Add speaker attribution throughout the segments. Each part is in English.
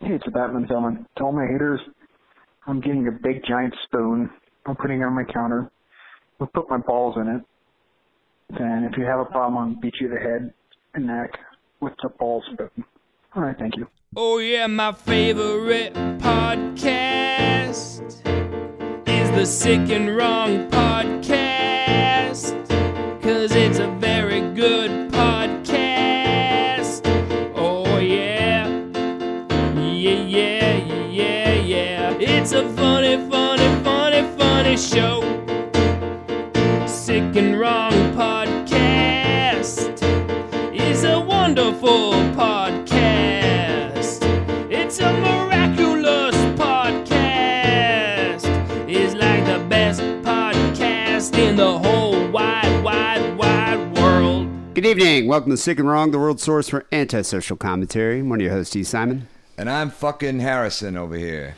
Speaker 1: Hey, it's Batman Zellman. To all my haters, I'm getting a big giant spoon. I'm putting it on my counter. I'll put my balls in it. And if you have a problem, I'll beat you to the head and neck with the ball spoon. All right, thank you.
Speaker 2: Oh yeah, my favorite podcast is the Sick and Wrong podcast. Cause it's a very good podcast. Oh yeah. Yeah, yeah, yeah, yeah. It's a funny, funny, funny, funny show. Sick and Wrong podcast is a wonderful podcast. It's a miraculous podcast. It's like the best podcast in the whole wide, wide, wide world.
Speaker 3: Good evening. Welcome to Sick and Wrong, the world source for antisocial commentary. I'm one of your hosts, E. Simon.
Speaker 4: And I'm fucking Harrison over here.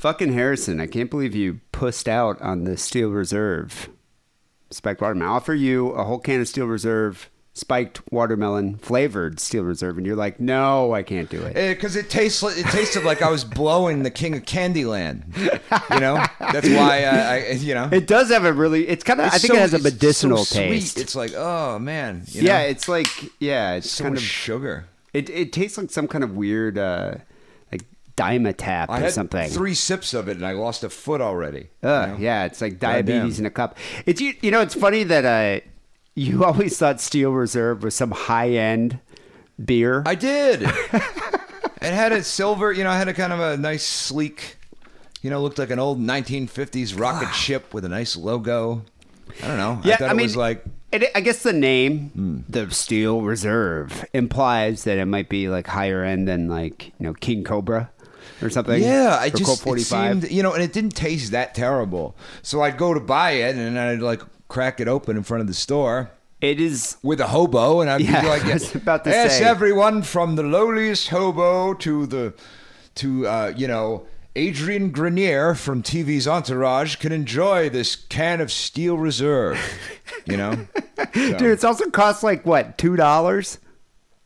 Speaker 3: Fucking Harrison, I can't believe you pussed out on the Steel Reserve spiked watermelon. I offer you a whole can of Steel Reserve spiked watermelon flavored Steel Reserve, and you're like, no, I can't do it.
Speaker 4: Because Eh, it tastes li- it tasted like I was blowing the King of Candyland. You know, that's why I, I you know.
Speaker 3: It does have a really. It's kind of. I
Speaker 4: It's
Speaker 3: think
Speaker 4: so-
Speaker 3: it has a
Speaker 4: it's so
Speaker 3: medicinal
Speaker 4: sweet.
Speaker 3: taste.
Speaker 4: It's like oh man, you know?
Speaker 3: yeah, it's like yeah, it's
Speaker 4: so
Speaker 3: kind
Speaker 4: much
Speaker 3: of.
Speaker 4: sugar.
Speaker 3: It it tastes like some kind of weird uh like dimetap
Speaker 4: I
Speaker 3: or
Speaker 4: had
Speaker 3: something.
Speaker 4: three sips of it and I lost a foot already.
Speaker 3: Ugh,
Speaker 4: you know?
Speaker 3: Yeah, it's like
Speaker 4: Goddamn.
Speaker 3: diabetes in a cup. It's you, you know, it's funny that uh, you always thought Steel Reserve was some high end beer.
Speaker 4: I did. it had a silver, you know, I had a kind of a nice sleek, you know, looked like an old 1950s
Speaker 3: Ah.
Speaker 4: rocket ship with a nice logo. I don't know. I thought it was like Hmm.
Speaker 3: it, I guess the name, the Steel Reserve, implies that it might be like higher end than like you know King Cobra or something.
Speaker 4: Yeah, I
Speaker 3: or
Speaker 4: just
Speaker 3: Colt 45.
Speaker 4: It seemed, you know, and it didn't taste that terrible. So I'd go to buy it, and I'd like crack it open in front of the store
Speaker 3: it is.
Speaker 4: with a hobo, and I'd
Speaker 3: Yeah,
Speaker 4: be like,
Speaker 3: I was about to
Speaker 4: "Yes,
Speaker 3: say."
Speaker 4: everyone from the lowliest hobo to the to uh, you know." Adrian Grenier from TV's Entourage can enjoy this can of Steel Reserve. You know,
Speaker 3: Dude, it's also cost like what two dollars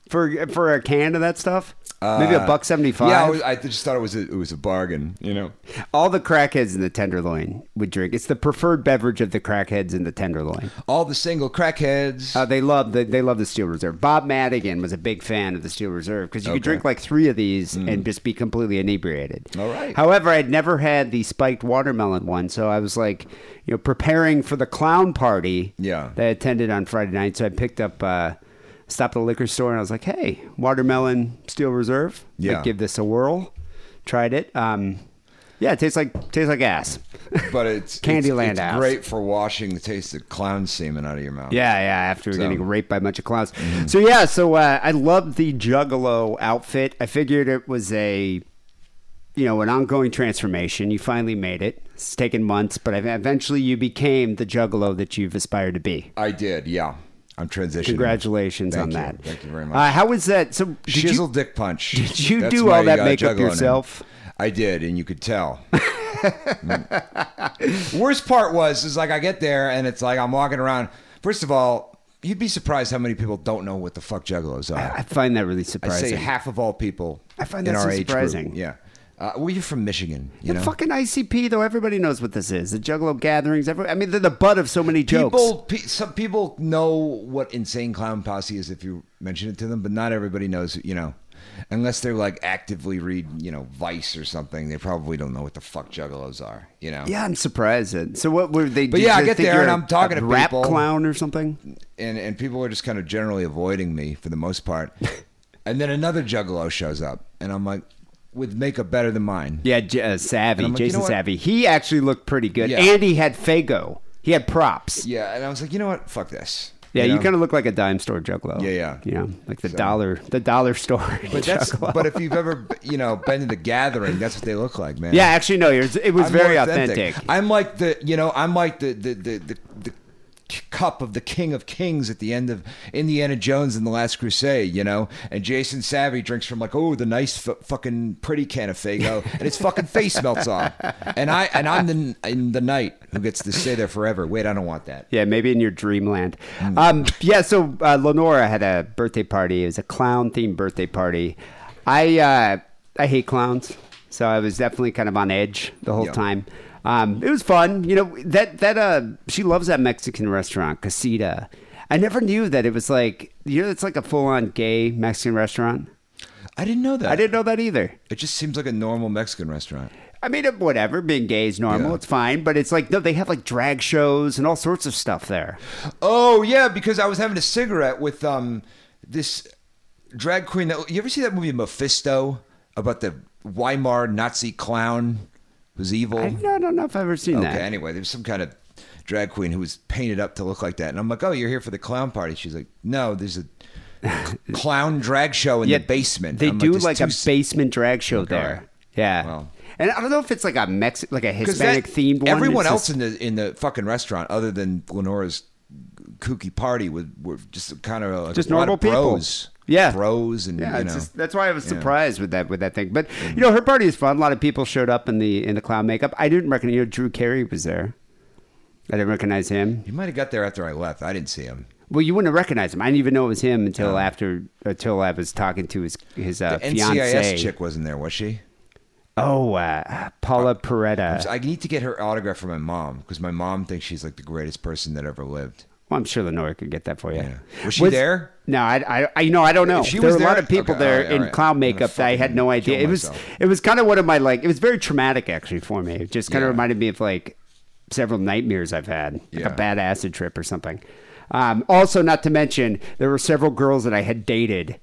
Speaker 3: for for a can of that stuff. Maybe a
Speaker 4: Uh,
Speaker 3: buck seventy five.
Speaker 4: Yeah, I, was, I just thought it was a, it was a bargain. You know,
Speaker 3: All the crackheads in the tenderloin would drink. It's the preferred beverage of the crackheads in the tenderloin.
Speaker 4: all the single crackheads.
Speaker 3: Uh, they love the they love the Steel Reserve. Bob Madigan was a big fan of the Steel Reserve because you could
Speaker 4: Okay. Mm.
Speaker 3: drink like three of these and just be completely inebriated.
Speaker 4: All right.
Speaker 3: However, I'd never had the spiked watermelon one, so I was like, you know, preparing for the clown party.
Speaker 4: Yeah.
Speaker 3: That I attended on Friday night, so I picked up. Uh, Stopped at the liquor store and I was like, "Hey, watermelon Steel Reserve. Might
Speaker 4: Yeah.
Speaker 3: give this a whirl." Tried it. Um, yeah, it tastes like tastes like ass.
Speaker 4: But it's
Speaker 3: Candyland
Speaker 4: It's, it's
Speaker 3: ass.
Speaker 4: great for washing the taste of clown semen out of your mouth.
Speaker 3: Yeah, yeah. After
Speaker 4: So- Mm-hmm.
Speaker 3: getting raped by a bunch of clowns. So yeah, so uh, I loved the Juggalo outfit. I figured it was a, you know, an ongoing transformation. You finally made it. It's taken months, but ev- eventually you became the Juggalo that you've aspired to be.
Speaker 4: I did. Yeah, I'm transitioning.
Speaker 3: Congratulations
Speaker 4: Thank
Speaker 3: on
Speaker 4: you.
Speaker 3: that.
Speaker 4: Thank you very much.
Speaker 3: Uh, how was that? So did
Speaker 4: Shizzle
Speaker 3: you,
Speaker 4: dick punch.
Speaker 3: did you
Speaker 4: That's
Speaker 3: do
Speaker 4: my,
Speaker 3: all that
Speaker 4: uh,
Speaker 3: makeup
Speaker 4: juggalo name.
Speaker 3: yourself?
Speaker 4: I did, and you could tell. Mm. Worst part was is like I get there and it's like I'm walking around. First of all, you'd be surprised how many people don't know what the fuck juggalos are.
Speaker 3: I find that really
Speaker 4: I say
Speaker 3: surprising.
Speaker 4: half of all people.
Speaker 3: I find
Speaker 4: in
Speaker 3: that so
Speaker 4: our age
Speaker 3: surprising.
Speaker 4: Group. Yeah. Uh, well, you're from Michigan. You
Speaker 3: the
Speaker 4: know?
Speaker 3: fucking ICP though, everybody knows what this is. The Juggalo gatherings. Every, I mean, they're the butt of so many jokes.
Speaker 4: People, pe- some people know what insane clown posse is if you mention it to them, but not everybody knows. You know, unless they're like actively read, you know, Vice or something, they probably don't know what the fuck juggalos are. You know.
Speaker 3: Yeah, I'm surprised. At, so what were they?
Speaker 4: But
Speaker 3: did
Speaker 4: yeah, I
Speaker 3: they
Speaker 4: get
Speaker 3: think
Speaker 4: there
Speaker 3: you're
Speaker 4: and
Speaker 3: a-
Speaker 4: I'm talking
Speaker 3: a
Speaker 4: to
Speaker 3: rap
Speaker 4: people.
Speaker 3: clown or something.
Speaker 4: And and people are just kind of generally avoiding me for the most part. and then another juggalo shows up, and I'm like, with makeup better than mine.
Speaker 3: Yeah, J- uh, Savvy,
Speaker 4: And I'm like, you
Speaker 3: Jason
Speaker 4: know what?
Speaker 3: Savvy. He actually looked pretty good,
Speaker 4: Yeah.
Speaker 3: and he had Fago. He had props. Yeah,
Speaker 4: Yeah, and I was like, you know what? Fuck this.
Speaker 3: you,
Speaker 4: know?
Speaker 3: kind of look like a dime store juggalo.
Speaker 4: Yeah, yeah.
Speaker 3: You know, like the
Speaker 4: So-
Speaker 3: dollar, the dollar store
Speaker 4: But that's.
Speaker 3: juggalo.
Speaker 4: But if you've ever, you know, been to the gathering, that's what they look like, man.
Speaker 3: yeah, actually, no, it was, it was
Speaker 4: I'm
Speaker 3: very
Speaker 4: more
Speaker 3: authentic.
Speaker 4: I'm like the you know I'm like the the the. the, the cup of the king of kings at the end of indiana jones and the last crusade you know and jason savvy drinks from like oh the nice f- fucking pretty can of fago and his fucking face melts off and i and i'm the in the knight who gets to stay there forever wait i don't want that
Speaker 3: Yeah, maybe in your dreamland.
Speaker 4: Hmm.
Speaker 3: Um, yeah, so uh, Lenora had a birthday party. It was a clown themed birthday party. I uh, I hate clowns, so I was definitely kind of on edge the whole
Speaker 4: Yeah.
Speaker 3: time. Um, it was fun, you know. That that uh, she loves that Mexican restaurant, Casita. I never knew that it was like you know, it's like a full on gay Mexican restaurant.
Speaker 4: I didn't know that.
Speaker 3: I didn't know that either.
Speaker 4: It just seems like a normal Mexican restaurant.
Speaker 3: I mean, whatever. Being gay is normal.
Speaker 4: Yeah.
Speaker 3: It's fine. But it's like, no, they have like drag shows and all sorts of stuff there.
Speaker 4: Oh yeah, because I was having a cigarette with um this drag queen. That, you ever see that movie Mephisto about the Weimar Nazi clown who's evil?
Speaker 3: I don't, I don't know if I've ever seen
Speaker 4: Okay,
Speaker 3: that.
Speaker 4: anyway, there was some kind of drag queen who was painted up to look like that, and I'm like, oh, you're here for the clown party? She's like, no, there's a clown drag show in
Speaker 3: Yeah,
Speaker 4: the basement.
Speaker 3: They
Speaker 4: I'm
Speaker 3: do
Speaker 4: "There's
Speaker 3: like a
Speaker 4: two s-
Speaker 3: basement drag show
Speaker 4: alright.
Speaker 3: there. Yeah.
Speaker 4: Well.
Speaker 3: and I don't know if it's like a Mex, like a
Speaker 4: 'Cause
Speaker 3: Hispanic
Speaker 4: that-
Speaker 3: themed one.
Speaker 4: Everyone
Speaker 3: It's
Speaker 4: else
Speaker 3: just-
Speaker 4: in the in the fucking restaurant, other than Lenora's kooky party, would were just kind of like
Speaker 3: Just
Speaker 4: a lot
Speaker 3: normal
Speaker 4: of
Speaker 3: people.
Speaker 4: bros.
Speaker 3: Yeah.
Speaker 4: bros, and
Speaker 3: yeah,
Speaker 4: you
Speaker 3: it's
Speaker 4: know.
Speaker 3: just, that's why I was
Speaker 4: Yeah. Mm.
Speaker 3: surprised with that with that thing. But you know, her party is fun. A lot of people showed up in the in the clown makeup. I didn't recognize. You know, Drew Carey was there. I didn't recognize him.
Speaker 4: He might have got there after I left. I didn't see him.
Speaker 3: Well, you wouldn't recognize him. I didn't even know it was him until after until I was talking to his his uh,
Speaker 4: The NCIS
Speaker 3: fiance.
Speaker 4: chick wasn't there, was she?
Speaker 3: Oh, uh, Paula Peretta.
Speaker 4: So I need to get her autograph from my mom because my mom thinks she's like the greatest person that ever lived.
Speaker 3: Well, I'm sure Lenora could get that for you.
Speaker 4: Yeah. Was she there?
Speaker 3: No, I, I, I, you know, I don't know.
Speaker 4: If she
Speaker 3: there
Speaker 4: was
Speaker 3: were a lot
Speaker 4: there-
Speaker 3: of people
Speaker 4: okay, Oh,
Speaker 3: there
Speaker 4: alright,
Speaker 3: in
Speaker 4: alright.
Speaker 3: clown
Speaker 4: I'm gonna
Speaker 3: makeup that I had
Speaker 4: fucking
Speaker 3: no idea.
Speaker 4: kill
Speaker 3: It was,
Speaker 4: myself.
Speaker 3: it was kind of one of my like. It was very traumatic actually for me. It just kind
Speaker 4: Yeah.
Speaker 3: of reminded me of like several nightmares I've had, like
Speaker 4: Yeah.
Speaker 3: a bad acid trip or something. Um, also, not to mention, there were several girls that I had dated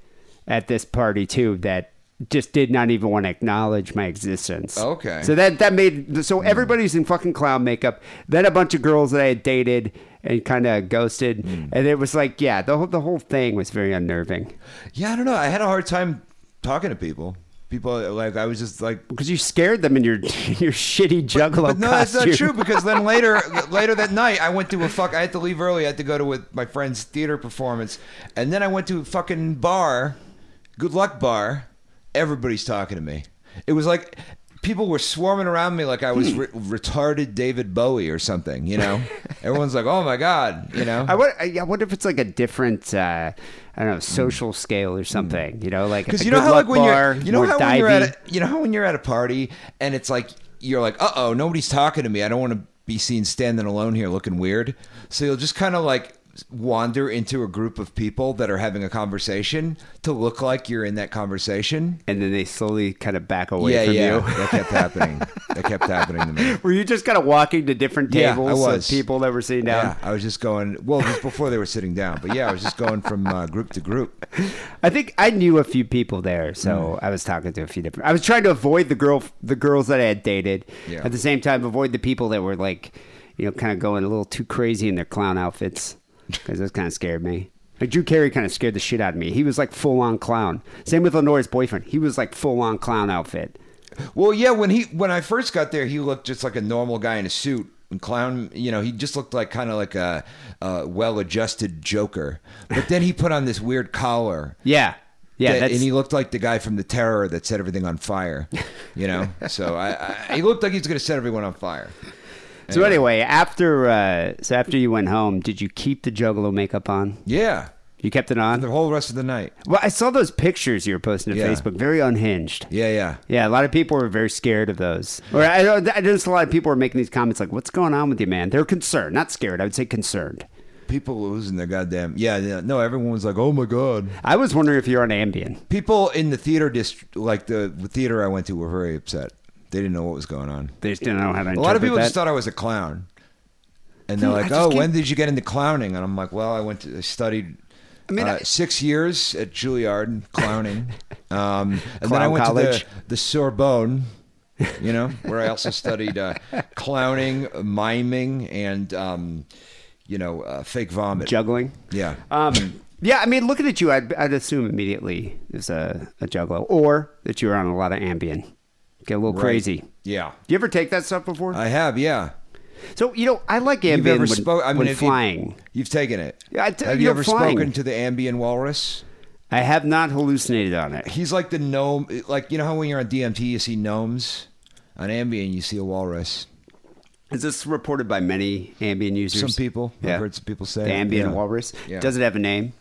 Speaker 3: at this party too that just did not even want to acknowledge my existence.
Speaker 4: Okay.
Speaker 3: So that that made so everybody's in fucking clown makeup. Then a bunch of girls that I had dated and kind of ghosted,
Speaker 4: Hmm.
Speaker 3: and it was like, yeah, the whole the whole thing was very unnerving
Speaker 4: Yeah, I don't know. I had a hard time talking to people. People like I was just like
Speaker 3: because you scared them in your your shitty juggalo
Speaker 4: But no, that's
Speaker 3: costume.
Speaker 4: not true because then later later that night I went to a fuck I had to leave early, I had to go to a, my friend's theater performance. And then I went to a fucking bar, good luck bar. Everybody's talking to me. It was like people were swarming around me like I was re- retarded David Bowie or something, you know? Everyone's like, "Oh my god," you know?
Speaker 3: I wonder, I wonder if it's like a different, uh, I don't know, social scale or something. You know, like
Speaker 4: Because
Speaker 3: a
Speaker 4: Hmm. you know
Speaker 3: Good
Speaker 4: how like
Speaker 3: Luck
Speaker 4: when
Speaker 3: bar,
Speaker 4: you're you know
Speaker 3: more
Speaker 4: how when you're
Speaker 3: divey.
Speaker 4: at a, you know how when you're at a party and it's like you're like uh oh nobody's talking to me I don't want to be seen standing alone here looking weird so you'll just kind of like wander into a group of people that are having a conversation to look like you're in that conversation.
Speaker 3: and then they slowly kind of back away
Speaker 4: yeah,
Speaker 3: from
Speaker 4: yeah,
Speaker 3: you.
Speaker 4: that kept happening. That kept happening to me.
Speaker 3: Were you just kind of walking to different
Speaker 4: Yeah, I
Speaker 3: tables
Speaker 4: was.
Speaker 3: of people that were sitting down?
Speaker 4: Yeah, I was just going. Well, it was before they were sitting down, but yeah, I was just going from uh, group to group.
Speaker 3: I think I knew a few people there,
Speaker 4: Mm.
Speaker 3: so I was talking to a few different. I was trying to avoid the girl, the girls that I had dated.
Speaker 4: Yeah.
Speaker 3: At the same time, avoid the people that were like, you know, kind of going a little too crazy in their clown outfits, because those kind of scared me. Like Drew Carey kind of scared the shit out of me. He was like full on clown. Same with Lenora's boyfriend. He was like full on clown outfit.
Speaker 4: Well, yeah, when he when I first got there, he looked just like a normal guy in a suit and clown. You know, he just looked like kind of like a, a well-adjusted Joker. But then he put on this weird collar.
Speaker 3: Yeah, yeah.
Speaker 4: that-
Speaker 3: that's,
Speaker 4: and he looked like the guy from The Terror that set everything on fire. You know, so I, I he looked like he's going to set everyone on fire.
Speaker 3: so anyway, after uh, so after you went home, did you keep the Juggalo makeup on?
Speaker 4: Yeah,
Speaker 3: You kept it on.
Speaker 4: the whole rest of the night.
Speaker 3: Well, I saw those pictures you were posting to
Speaker 4: Yeah.
Speaker 3: Facebook. Very unhinged.
Speaker 4: Yeah, yeah.
Speaker 3: Yeah, a lot of people were very scared of those. Or I, I noticed a lot of people were making these comments like, "What's going on with you, man?" They're concerned, not scared. I would say concerned.
Speaker 4: People losing their goddamn. Yeah, yeah. No, everyone was like, "Oh my god."
Speaker 3: I was wondering if you're on Ambien.
Speaker 4: People in the theater district, like the theater I went to, were very upset. They didn't know what was going on.
Speaker 3: They just didn't know how to.
Speaker 4: A lot
Speaker 3: interpret
Speaker 4: of people
Speaker 3: that.
Speaker 4: just thought I was a clown, and they're
Speaker 3: Hmm, I
Speaker 4: like,
Speaker 3: just
Speaker 4: "Oh,
Speaker 3: keep-
Speaker 4: when did you get into clowning?" And I'm like, "Well, I went to I studied
Speaker 3: mean,
Speaker 4: uh,
Speaker 3: I-
Speaker 4: six years at Juilliard clowning, um, and then I
Speaker 3: Clown
Speaker 4: went
Speaker 3: college.
Speaker 4: to the, the Sorbonne." you know, where I also studied uh, clowning, miming, and um, you know, uh, fake vomit.
Speaker 3: juggling.
Speaker 4: yeah,
Speaker 3: Um, yeah, I mean, looking at you, I'd, I'd assume immediately there's a, a juggalo, or that you were on a lot of Ambien. Get a little
Speaker 4: Right.
Speaker 3: crazy.
Speaker 4: Yeah,
Speaker 3: You ever take that stuff before?
Speaker 4: I have. Yeah,
Speaker 3: so you know, I like
Speaker 4: you've
Speaker 3: Ambien
Speaker 4: ever
Speaker 3: when,
Speaker 4: spoke? I mean,
Speaker 3: when
Speaker 4: if you-
Speaker 3: flying.
Speaker 4: You've taken it.
Speaker 3: Yeah, I t-
Speaker 4: have
Speaker 3: you
Speaker 4: you
Speaker 3: know,
Speaker 4: ever
Speaker 3: flying.
Speaker 4: spoken to the ambient walrus?
Speaker 3: I have not hallucinated on it.
Speaker 4: he's like the gnome. Like you know how when you're on DMT you see gnomes, on Ambien you see a walrus.
Speaker 3: Is this reported by many Ambien users?
Speaker 4: Some people, I've heard some people say
Speaker 3: the
Speaker 4: it,
Speaker 3: Ambien
Speaker 4: yeah.
Speaker 3: walrus.
Speaker 4: Yeah.
Speaker 3: Does it have a name?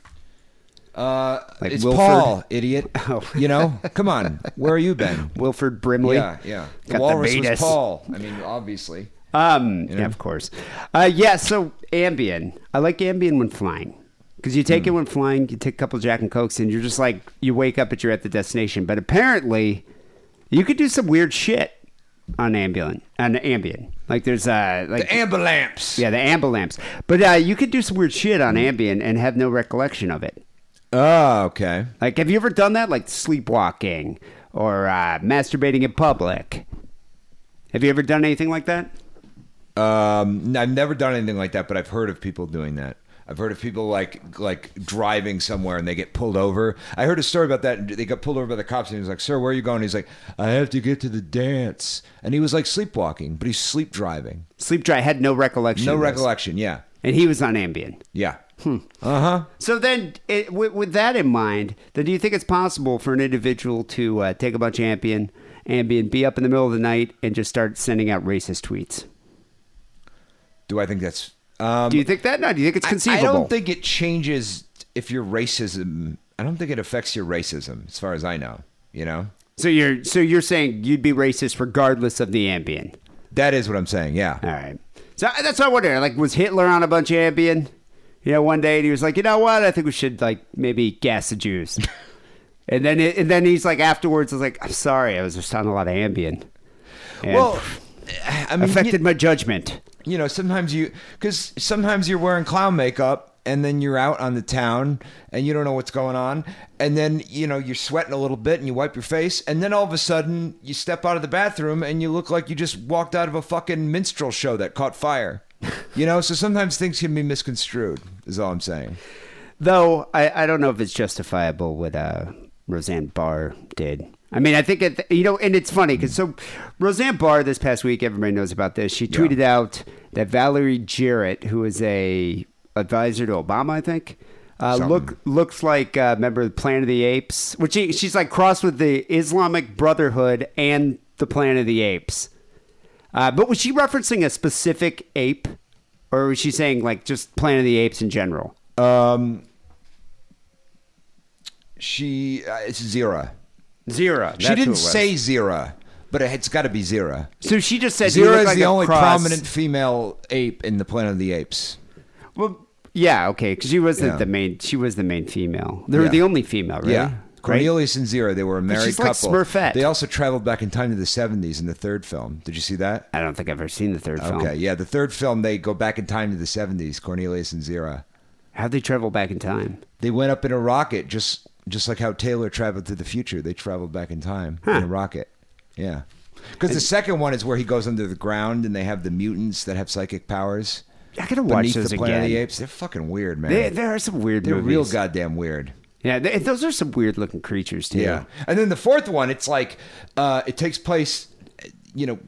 Speaker 4: Uh,
Speaker 3: Like
Speaker 4: it's
Speaker 3: Wilford?
Speaker 4: Paul, idiot.
Speaker 3: Oh.
Speaker 4: You know, come on. Where you been?
Speaker 3: Wilfred Brimley.
Speaker 4: Yeah, yeah. The
Speaker 3: Got
Speaker 4: walrus
Speaker 3: the
Speaker 4: was
Speaker 3: Vetus.
Speaker 4: Paul. I mean, obviously.
Speaker 3: Um,
Speaker 4: know?
Speaker 3: Yeah, of course. Uh, yeah, so Ambien. I like Ambien when flying. Because you take
Speaker 4: Hmm.
Speaker 3: it when flying, you take a couple Jack and Cokes, and you're just like, you wake up, but you're at the destination. But apparently, you could do some weird shit on Ambien. On Ambien. Like there's uh, like
Speaker 4: Ambulance.
Speaker 3: yeah, the Ambulamps. But uh, you could do some weird shit
Speaker 4: Hmm.
Speaker 3: on Ambien and have no recollection of it.
Speaker 4: Oh, okay.
Speaker 3: Like, have you ever done that? Like sleepwalking or uh, masturbating in public. Have you ever done anything like that?
Speaker 4: Um, I've never done anything like that, but I've heard of people doing that. I've heard of people like like driving somewhere and they get pulled over. I heard a story about that. and They got pulled over by the cops, and he was like, "Sir, where are you going?" He's like, "I have to get to the dance," and he was like sleepwalking, but he's sleep driving.
Speaker 3: Sleep dry had no recollection.
Speaker 4: No
Speaker 3: of this. Hmm.
Speaker 4: recollection. Yeah,
Speaker 3: And he was on Ambien.
Speaker 4: yeah. Uh huh.
Speaker 3: So then, it, with, with that in mind, then do you think it's possible for an individual to uh, take a bunch of Ambien, Ambien, be up in the middle of the night, and just start sending out racist tweets?
Speaker 4: Do I think that's? Um,
Speaker 3: Do you think that? No, do you think it's
Speaker 4: I-
Speaker 3: conceivable?
Speaker 4: I, don't think it changes if your racism. I don't think it affects your racism, as far as I know. You know,
Speaker 3: so. You're so you're saying you'd be racist regardless of the Ambien.
Speaker 4: that is what I'm saying. Yeah.
Speaker 3: All right. So I- that's what I wonder. Like, was Hitler on a bunch of Ambien? You know, one day and he was like, you know what? I think we should like maybe gas the Jews. and then it, and then he's like afterwards, I was like, I'm sorry, I was just on a lot of Ambien. And
Speaker 4: Well, I mean,
Speaker 3: affected my judgment.
Speaker 4: you know, sometimes you because sometimes you're wearing clown makeup and then you're out on the town and you don't know what's going on and then you know you're sweating a little bit and you wipe your face and then all of a sudden you step out of the bathroom and you look like you just walked out of a fucking minstrel show that caught fire you know so sometimes things can be misconstrued is all i'm saying
Speaker 3: Though I, I don't know if it's justifiable what uh, Roseanne Barr did. I mean, I think it, you know, and it's funny because so Roseanne Barr this past week, everybody knows about this. She tweeted out that Valerie Jarrett, who is a advisor to Obama, I think, uh,
Speaker 4: Something.
Speaker 3: look looks like a member of the Planet of the Apes, which she, she's like crossed with the Islamic Brotherhood and the Planet of the Apes. Uh, but was she referencing a specific ape, or was she saying like just Planet of the Apes in general?
Speaker 4: she uh, it's zira
Speaker 3: Zero.
Speaker 4: she didn't say zira but it's got to be zira
Speaker 3: So she just said you
Speaker 4: zira
Speaker 3: look
Speaker 4: is
Speaker 3: like
Speaker 4: the
Speaker 3: a
Speaker 4: only
Speaker 3: cross.
Speaker 4: prominent female ape in the planet of the apes
Speaker 3: Well, yeah, okay, because she was
Speaker 4: Yeah.
Speaker 3: not the main. She was the main female. They were
Speaker 4: Yeah.
Speaker 3: the only female, really.
Speaker 4: Yeah.
Speaker 3: Right?
Speaker 4: Cornelius and Zira, they were a married
Speaker 3: she's like
Speaker 4: couple.
Speaker 3: Smurfette.
Speaker 4: They also traveled back in time to the 70s in the third film. Did you see that?
Speaker 3: I don't think I've ever seen the third film.
Speaker 4: Okay, yeah, the third film they go back in time to the 70s, Cornelius and Zira.
Speaker 3: How'd they travel back in time?
Speaker 4: They went up in a rocket just just like how Taylor traveled to the future. They traveled back in time in a rocket. Yeah. Cuz the second one is where he goes under the ground and they have the mutants that have psychic powers.
Speaker 3: I gotta watch
Speaker 4: beneath
Speaker 3: those
Speaker 4: the Planet of the
Speaker 3: again.
Speaker 4: Apes. They're fucking weird, man.
Speaker 3: They, there are some weird
Speaker 4: They're
Speaker 3: movies.
Speaker 4: real goddamn weird.
Speaker 3: Yeah, they, those are some weird looking creatures too.
Speaker 4: Yeah. And then the fourth one, it's like uh, it takes place, you know,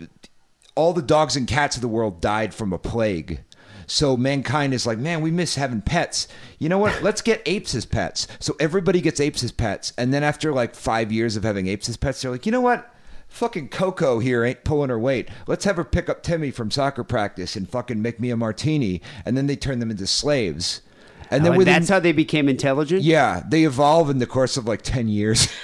Speaker 4: all the dogs and cats of the world died from a plague. So mankind is like, man, we miss having pets. You know what? Let's get apes as pets. So everybody gets apes as pets. And then after like five years of having apes as pets, they're like, you know what? Fucking Coco here ain't pulling her weight. Let's have her pick up Timmy from soccer practice and fucking make me a martini. And then they turn them into slaves. And
Speaker 3: Oh,
Speaker 4: then
Speaker 3: and
Speaker 4: within
Speaker 3: that's how they became intelligent.
Speaker 4: yeah, they evolve in the course of like ten years.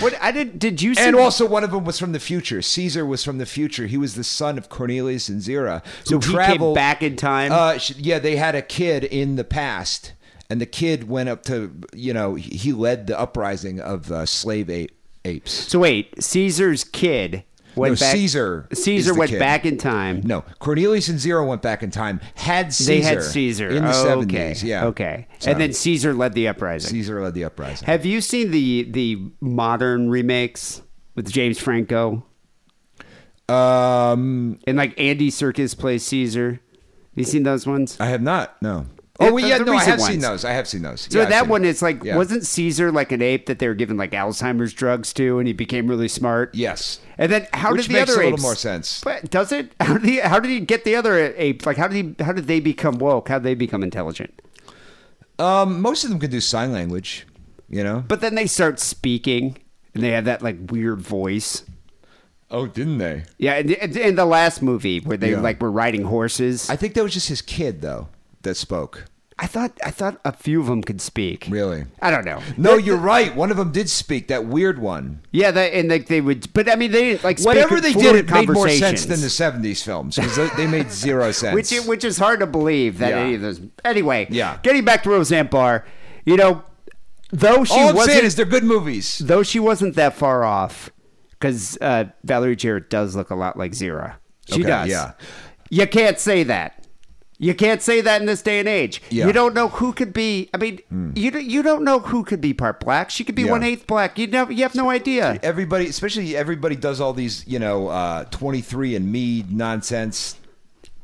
Speaker 3: What I did? Did you see?
Speaker 4: And also, one of them was from the future. Caesar was from the future. He was the son of Cornelius and Zira.
Speaker 3: So
Speaker 4: who
Speaker 3: he came back in time?
Speaker 4: Uh, sh- yeah, they had a kid in the past, and the kid went up to you know he- he led the uprising of uh, slave ape, apes.
Speaker 3: so wait, Caesar's kid went
Speaker 4: No,
Speaker 3: back.
Speaker 4: Caesar is
Speaker 3: Caesar
Speaker 4: the
Speaker 3: went
Speaker 4: kid.
Speaker 3: back in time.
Speaker 4: No, Cornelius and Zira went back in time. Had Caesar?
Speaker 3: They had Caesar
Speaker 4: in the
Speaker 3: Oh,
Speaker 4: seventies.
Speaker 3: Okay.
Speaker 4: Yeah.
Speaker 3: Okay.
Speaker 4: So,
Speaker 3: and then Caesar led the uprising.
Speaker 4: Caesar led the uprising.
Speaker 3: Have you seen the the modern remakes with James Franco
Speaker 4: um,
Speaker 3: and like Andy Serkis plays Caesar? Have you seen those ones?
Speaker 4: I have not. No.
Speaker 3: Yeah,
Speaker 4: Oh, well,
Speaker 3: the-
Speaker 4: yeah.
Speaker 3: the
Speaker 4: No, I
Speaker 3: recent
Speaker 4: have seen
Speaker 3: ones.
Speaker 4: those. I have seen those.
Speaker 3: So
Speaker 4: Yeah, I've
Speaker 3: that
Speaker 4: seen
Speaker 3: one,
Speaker 4: it.
Speaker 3: it's like
Speaker 4: Yeah.
Speaker 3: wasn't Caesar like an ape that they were given like Alzheimer's drugs to, and he became really smart?
Speaker 4: Yes.
Speaker 3: And then how
Speaker 4: Which
Speaker 3: did the
Speaker 4: makes
Speaker 3: other
Speaker 4: a little
Speaker 3: apes-
Speaker 4: more sense.
Speaker 3: But does it? How did he, how did he get the other apes? Like how did he, how did they become woke? How did they become intelligent?
Speaker 4: Um, most of them can do sign language, you know.
Speaker 3: But then they start speaking, and they have that like weird voice.
Speaker 4: Oh, didn't they?
Speaker 3: Yeah, and- and in the last movie where they
Speaker 4: Yeah.
Speaker 3: like were riding horses.
Speaker 4: I think that was just his kid though that spoke.
Speaker 3: I thought I thought a few of them could speak.
Speaker 4: Really?
Speaker 3: I don't know.
Speaker 4: No, you're right. One of them did speak. That weird one.
Speaker 3: Yeah, they, and like they would, but I mean, they didn't like speak
Speaker 4: Whatever they did,
Speaker 3: fluent
Speaker 4: it made more sense
Speaker 3: conversations.
Speaker 4: than the '70s films because they, they made zero sense.
Speaker 3: which is- which is hard to believe that
Speaker 4: Yeah.
Speaker 3: any of those. Anyway,
Speaker 4: Yeah.
Speaker 3: Getting back to Roseanne Barr, you know, though she
Speaker 4: all I'm
Speaker 3: wasn't
Speaker 4: saying is they're good movies.
Speaker 3: though she wasn't that far off, because uh, Valerie Jarrett does look a lot like Zira. She
Speaker 4: Okay,
Speaker 3: does.
Speaker 4: yeah.
Speaker 3: You can't say that. You can't say that in this day and age.
Speaker 4: Yeah. Hmm.
Speaker 3: You don't know who could be. I mean, you don't- you don't know who could be part black. She could be
Speaker 4: Yeah.
Speaker 3: one eighth black. You never. You have no idea.
Speaker 4: Everybody, especially everybody, does all these you know uh, 23 and Me nonsense.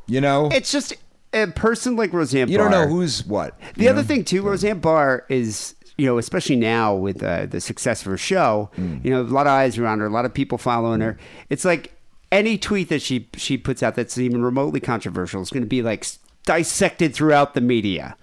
Speaker 4: You know,
Speaker 3: It's just a person like Roseanne.
Speaker 4: you don't know
Speaker 3: Barr-
Speaker 4: who's what.
Speaker 3: The other thing too, Roseanne Barr is you know especially now with uh, the success of her show,
Speaker 4: Mm.
Speaker 3: you know a lot of eyes around her, a lot of people following her. It's like any tweet that she she puts out that's even remotely controversial is going to be like s- dissected throughout the media.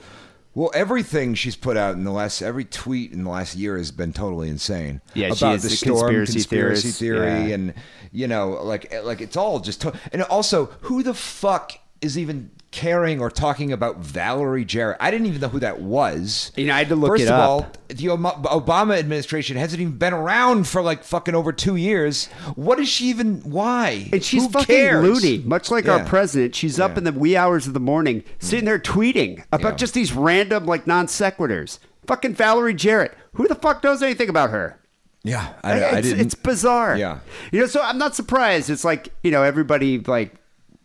Speaker 4: Well, everything she's put out in the last every tweet in the last year has been totally insane.
Speaker 3: Yeah, she
Speaker 4: about
Speaker 3: is
Speaker 4: the
Speaker 3: a
Speaker 4: storm
Speaker 3: conspiracy
Speaker 4: conspiracy,
Speaker 3: theorist,
Speaker 4: theory,
Speaker 3: yeah.
Speaker 4: and you know, like like it's all just. To- and also, who the fuck is even caring or talking about Valerie Jarrett? I didn't even know who that was.
Speaker 3: You know, I had to look
Speaker 4: First
Speaker 3: it
Speaker 4: of
Speaker 3: up.
Speaker 4: all, the Ob- Obama administration hasn't even been around for like fucking over two years. What is she even? Why?
Speaker 3: And she's
Speaker 4: Who
Speaker 3: fucking
Speaker 4: cares?
Speaker 3: loony, much like our
Speaker 4: Yeah.
Speaker 3: president. She's up
Speaker 4: Yeah. Mm.
Speaker 3: in the wee hours of the morning, sitting there tweeting about
Speaker 4: Yeah.
Speaker 3: just these random like non sequiturs. Fucking Valerie Jarrett. Who the fuck knows anything about her?
Speaker 4: Yeah, I,
Speaker 3: it's,
Speaker 4: I didn't.
Speaker 3: it's bizarre.
Speaker 4: Yeah.
Speaker 3: You know, so I'm not surprised. It's like, you know, everybody like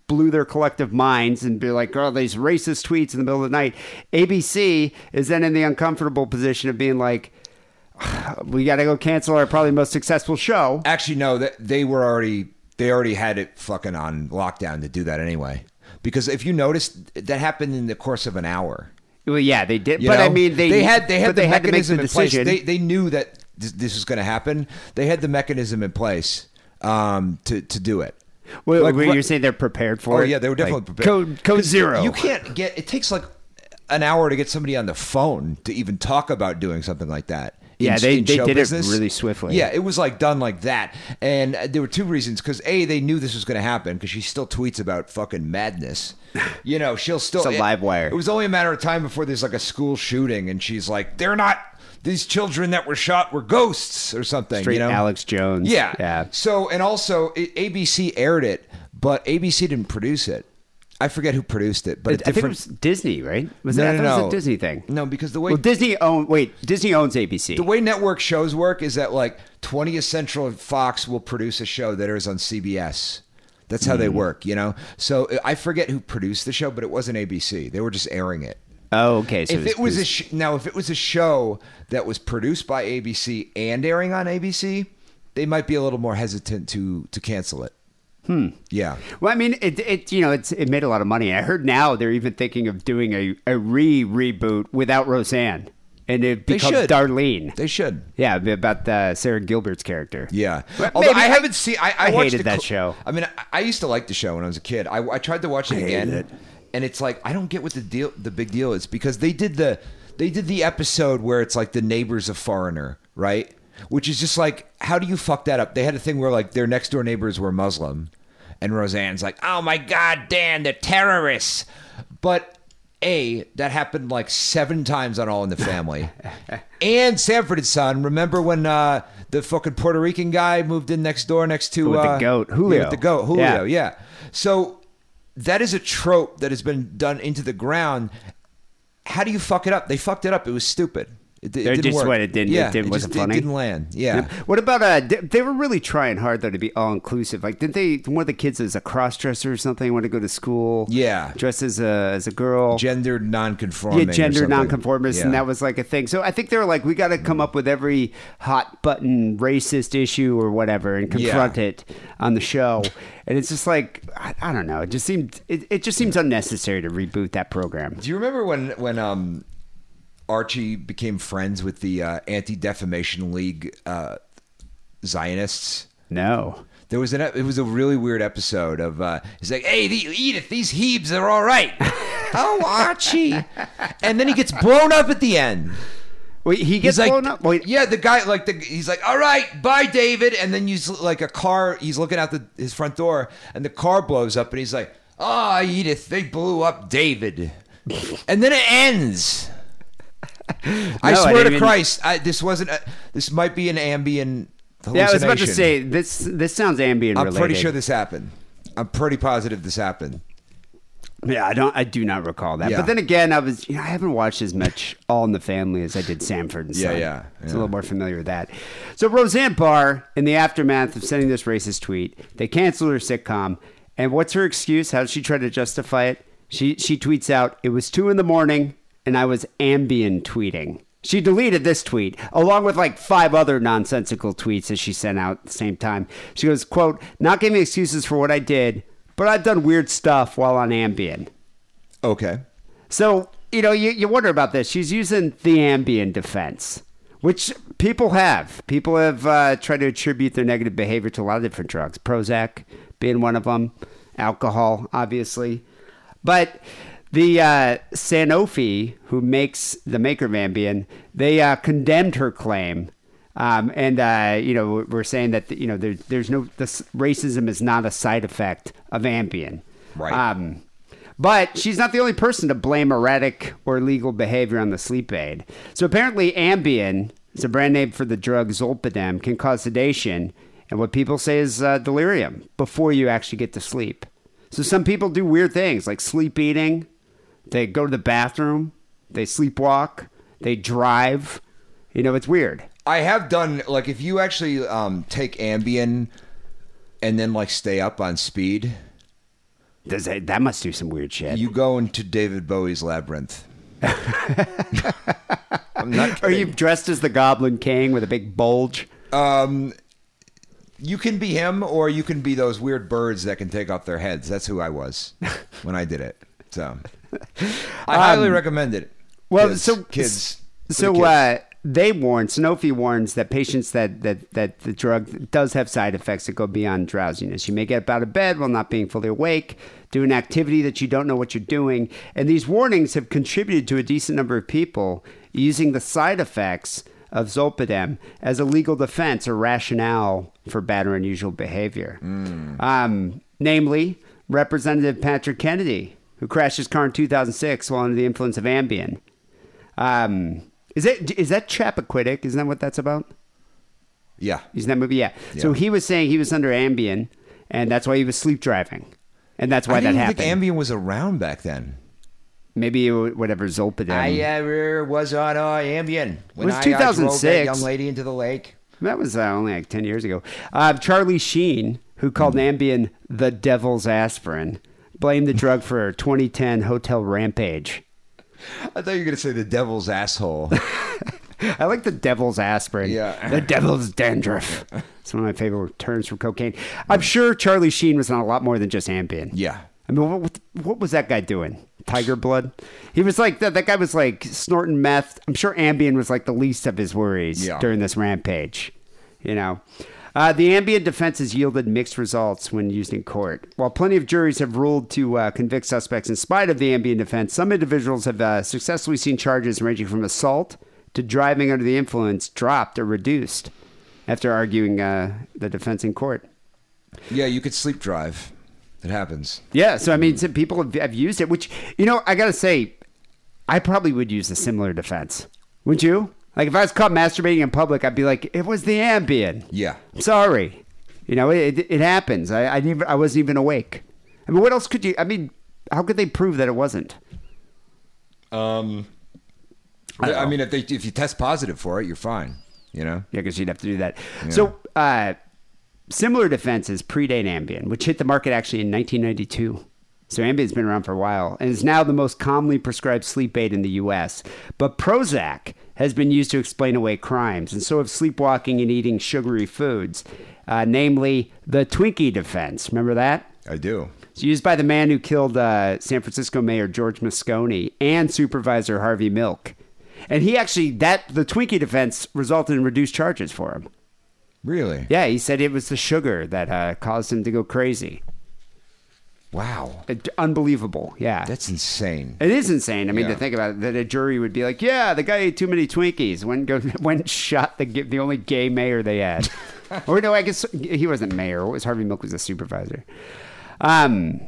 Speaker 3: blew their collective minds and be like, oh, these racist tweets in the middle of the night. ABC is then in the uncomfortable position of being like, we got to go cancel our probably most successful show.
Speaker 4: Actually, no. That they were already they already had it fucking on lockdown to do that anyway. Because if you noticed, that happened in the course of an hour.
Speaker 3: Well, yeah, they did.
Speaker 4: You
Speaker 3: But
Speaker 4: know?
Speaker 3: I mean, they,
Speaker 4: had they had
Speaker 3: but
Speaker 4: the
Speaker 3: they had to make
Speaker 4: mechanism
Speaker 3: the
Speaker 4: in place.
Speaker 3: decision.
Speaker 4: They they knew that this, this was going to happen. They had the mechanism in place um, to to do it.
Speaker 3: Well,
Speaker 4: Like,
Speaker 3: were
Speaker 4: what-
Speaker 3: you saying they're prepared for
Speaker 4: Oh
Speaker 3: it?
Speaker 4: yeah, they were definitely
Speaker 3: Like,
Speaker 4: prepared.
Speaker 3: Code, code
Speaker 4: 'Cause
Speaker 3: zero.
Speaker 4: You can't get. It takes like an hour to get somebody on the phone to even talk about doing something like that. in-
Speaker 3: Yeah, they-
Speaker 4: in
Speaker 3: they
Speaker 4: show
Speaker 3: did it
Speaker 4: business.
Speaker 3: really swiftly.
Speaker 4: Yeah, it was like done like that, and uh, there were two reasons. Because a, they knew this was going to happen because she still tweets about fucking madness. You know, she'll still
Speaker 3: It's a
Speaker 4: it-
Speaker 3: live wire.
Speaker 4: It was only a matter of time before there's like a school shooting, and she's like, "They're not." These children that were shot were ghosts or something.
Speaker 3: Straight
Speaker 4: you know?
Speaker 3: Alex Jones.
Speaker 4: Yeah.
Speaker 3: Yeah.
Speaker 4: So and also it, ABC aired it, but ABC didn't produce it. I forget who produced it, but a
Speaker 3: I think it
Speaker 4: different.
Speaker 3: was Disney, right? Was
Speaker 4: no,
Speaker 3: it, I
Speaker 4: no,
Speaker 3: thought it
Speaker 4: no.
Speaker 3: was a Disney thing.
Speaker 4: No, because the way
Speaker 3: Well, Disney own wait, Disney owns ABC.
Speaker 4: the way network shows work is that like 20th Central and Fox will produce a show that airs on CBS. That's how
Speaker 3: Hmm.
Speaker 4: they work, you know. So I forget who produced the show, but it wasn't ABC. They were just airing it.
Speaker 3: oh, okay. So
Speaker 4: if it was a sh- now if it was a show that was produced by ABC and airing on ABC, they might be a little more hesitant to to cancel it. Hmm. Yeah.
Speaker 3: well, I mean, it, it you know, it's it made a lot of money. I heard now they're even thinking of doing a, a re reboot without Roseanne, and it becomes
Speaker 4: should.
Speaker 3: Darlene.
Speaker 4: They should.
Speaker 3: yeah, about uh, Sarah Gilbert's character.
Speaker 4: Yeah.
Speaker 3: But
Speaker 4: Although
Speaker 3: maybe
Speaker 4: I
Speaker 3: I-
Speaker 4: haven't seen. I, I,
Speaker 3: I
Speaker 4: watched
Speaker 3: hated
Speaker 4: the
Speaker 3: that
Speaker 4: cl-
Speaker 3: show.
Speaker 4: I mean, I, I used to like the show when I was a kid. I, I tried to watch it again,
Speaker 3: it.
Speaker 4: and it's like I don't get what the deal, the big deal is because they did the they did the episode where it's like the neighbor's a foreigner, right? Which is just like, how do you fuck that up? They had a thing where like their next door neighbors were Muslim, and Roseanne's like, oh my god, Dan, they're terrorists, but. A that happened like seven times on All in the Family, and Sanford and Son. Remember when uh, the fucking Puerto Rican guy moved in next door next to
Speaker 3: With the
Speaker 4: uh,
Speaker 3: goat,
Speaker 4: yeah,
Speaker 3: Julio.
Speaker 4: with the goat
Speaker 3: Yeah.
Speaker 4: Julio, yeah. So that is a trope that has been done into the ground. How do you fuck it up? They fucked it up. It was stupid. It, di- it
Speaker 3: They're
Speaker 4: didn't
Speaker 3: just
Speaker 4: work.
Speaker 3: what it didn't- it
Speaker 4: Yeah,
Speaker 3: didn't- wasn't
Speaker 4: just,
Speaker 3: funny.
Speaker 4: It didn't land. Yeah.
Speaker 3: What about uh? They, they were really trying hard though to be all inclusive. Like, didn't they? One of the kids is a cross dresser or something. Want to go to school?
Speaker 4: Yeah.
Speaker 3: dressed as a as a girl.
Speaker 4: Gendered nonconforming.
Speaker 3: Yeah,
Speaker 4: or
Speaker 3: gender
Speaker 4: something.
Speaker 3: nonconformist, and
Speaker 4: Yeah.
Speaker 3: that was like a thing. So I think they were like, we got to come up with every hot button racist issue or whatever and confront
Speaker 4: Yeah.
Speaker 3: it on the show. And it's just like, I, I don't know. It just seemed it, it just seems unnecessary to reboot that program.
Speaker 4: Do you remember when when um, Archie became friends with the uh, Anti Defamation League uh, Zionists?
Speaker 3: No.
Speaker 4: There was an ep- it was a really weird episode of uh, he's like, hey, the, Edith, these Hebes are all right. oh, Archie, and then he gets blown up at the end.
Speaker 3: Wait, he gets
Speaker 4: He's like,
Speaker 3: blown up. Wait,
Speaker 4: yeah, the guy like the he's like, all right, bye, David, and then he's like a car. He's looking out the his front door, and the car blows up, and he's like, ah, Edith, they blew up David. and then it ends. I
Speaker 3: No, I
Speaker 4: swear
Speaker 3: didn't
Speaker 4: to
Speaker 3: even-
Speaker 4: Christ, I, this wasn't. A, this might be an ambient hallucination.
Speaker 3: Yeah, I was about to say this. This sounds ambient
Speaker 4: I'm
Speaker 3: related.
Speaker 4: pretty sure this happened. I'm pretty positive this happened.
Speaker 3: Yeah, I don't. I do not recall that.
Speaker 4: Yeah.
Speaker 3: But then again, I was. You know, I haven't watched as much All in the Family as I did Sanford and
Speaker 4: Yeah,
Speaker 3: Son.
Speaker 4: yeah,
Speaker 3: It's a
Speaker 4: yeah.
Speaker 3: little more familiar with that. So Roseanne Barr, in the aftermath of sending this racist tweet, they canceled her sitcom. And what's her excuse? How does she try to justify it? She she tweets out, "It was two in the morning, and I was ambient tweeting." She deleted this tweet along with like five other nonsensical tweets that she sent out at the same time. She goes, "quote Not giving excuses for what I did, but I've done weird stuff while on Ambien."
Speaker 4: Okay.
Speaker 3: So, you know, you, you wonder about this. She's using the ambient defense, which people have. People have uh, tried to attribute their negative behavior to a lot of different drugs, Prozac being one of them, alcohol, obviously. But the uh, Sanofi, who makes the maker of Ambien, they uh, condemned her claim um, and uh, you know we're saying that you know there, there's no this racism is not a side effect of Ambien,
Speaker 4: Right.
Speaker 3: Um, but she's not the only person to blame erratic or illegal behavior on the sleep aid. So apparently, Ambien is a brand name for the drug Zolpidem, can cause sedation and what people say is uh, delirium before you actually get to sleep. So some people do weird things like sleep eating, they go to the bathroom, they sleepwalk, they drive. You know, it's weird.
Speaker 4: I have done like if you actually um, take Ambien and then like stay up on speed,
Speaker 3: Does that, that must do some weird shit.
Speaker 4: you go into David Bowie's labyrinth. I'm not
Speaker 3: Are you
Speaker 4: kidding.
Speaker 3: dressed as the Goblin King with a big bulge?
Speaker 4: You can be him, or you can be those weird birds that can take off their heads. That's who I was when I did it. So I highly recommend it.
Speaker 3: Um, Well,
Speaker 4: Kids-
Speaker 3: so
Speaker 4: kids, for the
Speaker 3: so
Speaker 4: kids.
Speaker 3: uh, they warn Sanofi warns that patients that that that the drug does have side effects that go beyond drowsiness. You may get out of bed while not being fully awake, do an activity that you don't know what you're doing, and these warnings have contributed to a decent number of people using the side effects of zolpidem as a legal defense or rationale for bad or unusual behavior.
Speaker 4: Mm.
Speaker 3: Um, namely, Representative Patrick Kennedy, who crashed his car in 2006 while under the influence of Ambien. Um, is it is that Chappaquiddick? Isn't that what that's about?
Speaker 4: yeah,
Speaker 3: Isn't that movie? Yeah. So he was saying he was under Ambien, and that's why he was sleep driving, and that's why
Speaker 4: I
Speaker 3: that
Speaker 4: didn't even
Speaker 3: happened.
Speaker 4: think Ambien was around back then.
Speaker 3: Maybe it wa- whatever Zolpidem.
Speaker 4: uh, ever was on uh, Ambien when uh,
Speaker 3: was 2006.
Speaker 4: lady into the lake.
Speaker 3: that was uh, only like ten years ago. Uh, Charlie Sheen, who called
Speaker 4: Hmm.
Speaker 3: Ambien the devil's aspirin, blamed the drug for a 2010 hotel rampage.
Speaker 4: I thought you were going to say the devil's asshole.
Speaker 3: I like the devil's aspirin.
Speaker 4: Yeah.
Speaker 3: The devil's dandruff. It's one of my favorite terms for cocaine. I'm sure Charlie Sheen was on a lot more than just Ambien.
Speaker 4: yeah.
Speaker 3: I mean, what, what, what was that guy doing? Tiger blood? He was like, that, that guy was like snorting meth. I'm sure Ambien was like the least of his worries
Speaker 4: Yeah.
Speaker 3: during this rampage, you know? Uh, the Ambien defense has yielded mixed results when used in court. While plenty of juries have ruled to uh, convict suspects in spite of the Ambien defense, some individuals have uh, successfully seen charges ranging from assault to driving under the influence dropped or reduced after arguing uh, the defense in court.
Speaker 4: Yeah, you could sleep drive. It happens.
Speaker 3: Yeah, so I mean, some people have, have used it, which you know, I gotta say, I probably would use a similar defense. Would you? Like, if I was caught masturbating in public, I'd be like, "It was the Ambien."
Speaker 4: Yeah.
Speaker 3: I'm sorry. You know, it it happens. I I, never, I wasn't even awake. I mean, what else could you? I mean, how could they prove that it wasn't?
Speaker 4: I, mean, if, they, if you test positive for it, you're fine. You know?
Speaker 3: Yeah, because you'd have to do that. So, uh, similar defenses predate Ambien, which hit the market actually in 1992. So Ambien's been around for a while and is now the most commonly prescribed sleep aid in the U.S. But Prozac has been used to explain away crimes, and so have sleepwalking and eating sugary foods, uh, namely the Twinkie defense. Remember that?
Speaker 4: I do.
Speaker 3: It's used by the man who killed uh, San Francisco Mayor George Moscone and Supervisor Harvey Milk. And he actually that the Twinkie defense resulted in reduced charges for him.
Speaker 4: Really?
Speaker 3: Yeah, he said it was the sugar that uh, caused him to go crazy.
Speaker 4: Wow.
Speaker 3: It- unbelievable. Yeah.
Speaker 4: That's insane.
Speaker 3: it is insane. I mean,
Speaker 4: Yeah.
Speaker 3: to think about it, that a jury would be like, "Yeah, the guy ate too many Twinkies. Went go, went and shot the ga- the only gay mayor they had." or no, I guess he wasn't mayor. What was Harvey Milk was a supervisor. Um,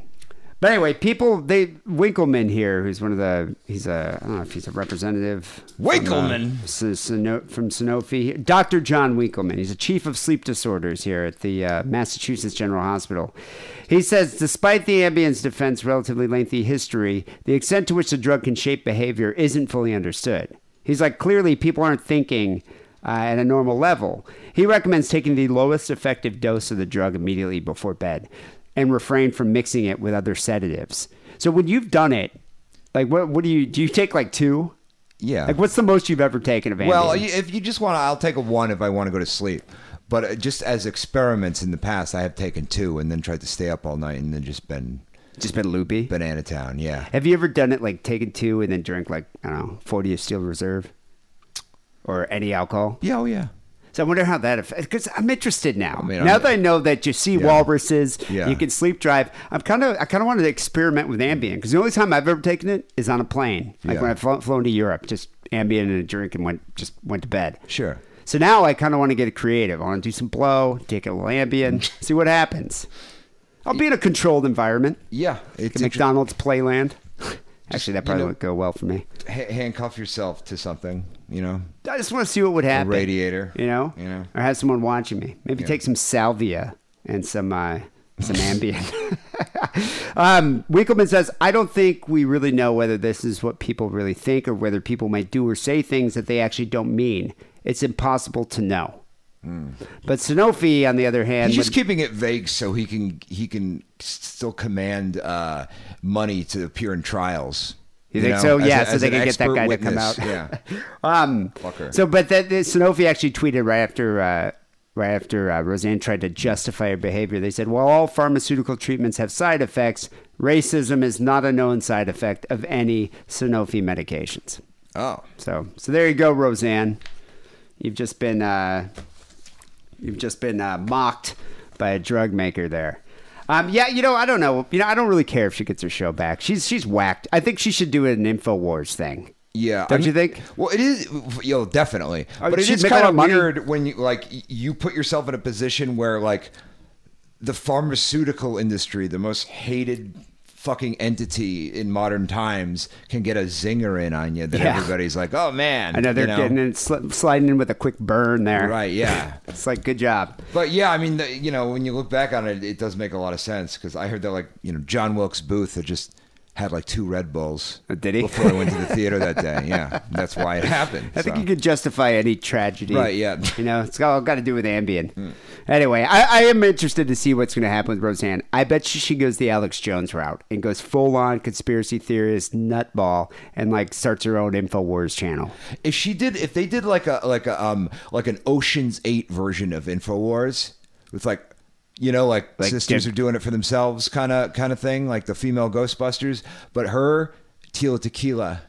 Speaker 3: But anyway, people they Winkleman here, who's one of the he's a I don't know if he's a representative from, uh,
Speaker 2: Winkleman?
Speaker 3: S- Sino- from Sanofi, Dr. John Winkleman. He's a chief of sleep disorders here at the uh, Massachusetts General Hospital. He says, despite the Ambien's defense relatively lengthy history, the extent to which the drug can shape behavior isn't fully understood. He's like, clearly people aren't thinking uh, at a normal level. He recommends taking the lowest effective dose of the drug immediately before bed and refrain from mixing it with other sedatives. So when you've done it, like what what do you do you take like two?
Speaker 4: Yeah.
Speaker 3: Like what's the most you've ever taken of Ambien?
Speaker 4: Well, y- if you just want to, I'll take a one if I want to go to sleep. But uh, just as experiments in the past, I have taken two and then tried to stay up all night and then just been
Speaker 3: just been loopy.
Speaker 4: banana town. Yeah.
Speaker 3: Have you ever done it like taken two and then drink like I don't know forty of Steel Reserve or any alcohol?
Speaker 4: Yeah. Oh, yeah.
Speaker 3: So I wonder how that affects. Because I'm interested now.
Speaker 4: mean,
Speaker 3: now
Speaker 4: I'm-
Speaker 3: that I know that you see walruses,
Speaker 4: Yeah.
Speaker 3: you can sleep drive. I'm kind of I kind of wanted to experiment with Ambien because the only time I've ever taken it is on a plane, like
Speaker 4: Yeah.
Speaker 3: when I've flown, flown to Europe, just Ambien and a drink and went just went to bed.
Speaker 4: Sure.
Speaker 3: So now I kind of want to get creative. I want to do some blow, take a little Ambien, see what happens. I'll be in a controlled environment.
Speaker 4: Yeah.
Speaker 3: Like a
Speaker 4: It's
Speaker 3: McDonald's playland. Actually, that
Speaker 4: you
Speaker 3: probably
Speaker 4: know-
Speaker 3: would go well for me.
Speaker 4: ha- handcuff yourself to something, you know?
Speaker 3: I just want to see what would happen.
Speaker 4: radiator,
Speaker 3: you know,
Speaker 4: you know.
Speaker 3: or have someone watching me. Maybe take some salvia and some uh, some Ambien. um, Winkelman says, "I don't think we really know whether this is what people really think, or whether people might do or say things that they actually don't mean. It's impossible to know." But Sanofi, on the other hand,
Speaker 4: He's Hmm. just
Speaker 3: would-
Speaker 4: keeping it vague so he can he can s- still command uh, money to appear in trials.
Speaker 3: You think so?
Speaker 4: as
Speaker 3: Yeah,
Speaker 4: a-
Speaker 3: so
Speaker 4: as
Speaker 3: they
Speaker 4: an
Speaker 3: can get that
Speaker 4: expert
Speaker 3: guy to come
Speaker 4: witness.
Speaker 3: out.
Speaker 4: Yeah.
Speaker 3: Um,
Speaker 4: Fucker.
Speaker 3: so, but that, that Sanofi actually tweeted right after uh, right after uh, Roseanne tried to justify her behavior. They said, "While all pharmaceutical treatments have side effects, racism is not a known side effect of any Sanofi medications."
Speaker 4: Oh.
Speaker 3: So, so there you go, Roseanne. You've just been uh, you've just been uh, mocked by a drug maker there. Um, yeah, you know, I don't know. You know, I don't really care if she gets her show back. She's she's whacked. I think she should do an Infowars thing.
Speaker 4: Yeah,
Speaker 3: Don't you think?
Speaker 4: Well, it is. Yo, definitely.
Speaker 3: Uh,
Speaker 4: but it
Speaker 3: she'd
Speaker 4: is
Speaker 3: make a lot
Speaker 4: kind
Speaker 3: of
Speaker 4: of
Speaker 3: money.
Speaker 4: weird when you like y- you put yourself in a position where like the pharmaceutical industry, the most hated fucking entity in modern times, can get a zinger in on you that
Speaker 3: Yeah.
Speaker 4: everybody's like, oh man,
Speaker 3: I know they're
Speaker 4: you
Speaker 3: getting in, sl- sliding in with a quick burn there.
Speaker 4: right. Yeah.
Speaker 3: It's like good job.
Speaker 4: But yeah, I mean, the, you know, when you look back on it, it does make a lot of sense because I heard that like you know John Wilkes Booth had just had like two Red Bulls.
Speaker 3: Uh, did he?
Speaker 4: Before I went to the theater that day. Yeah, that's why it happened.
Speaker 3: I think
Speaker 4: so.
Speaker 3: you could justify any tragedy.
Speaker 4: Right, yeah.
Speaker 3: You know, it's all got to do with Ambien.
Speaker 4: Hmm.
Speaker 3: Anyway, I, I am interested to see what's going to happen with Roseanne. I bet she, she goes the Alex Jones route and goes full on conspiracy theorist, nutball, and like starts her own InfoWars channel.
Speaker 4: if she did, if they did like a like a um like an Ocean's Eight version of Infowars with like. You know, like,
Speaker 3: Like
Speaker 4: sisters
Speaker 3: Jim-
Speaker 4: are doing it for themselves, kind of, kind of thing, like the female Ghostbusters. But her Tila Tequila,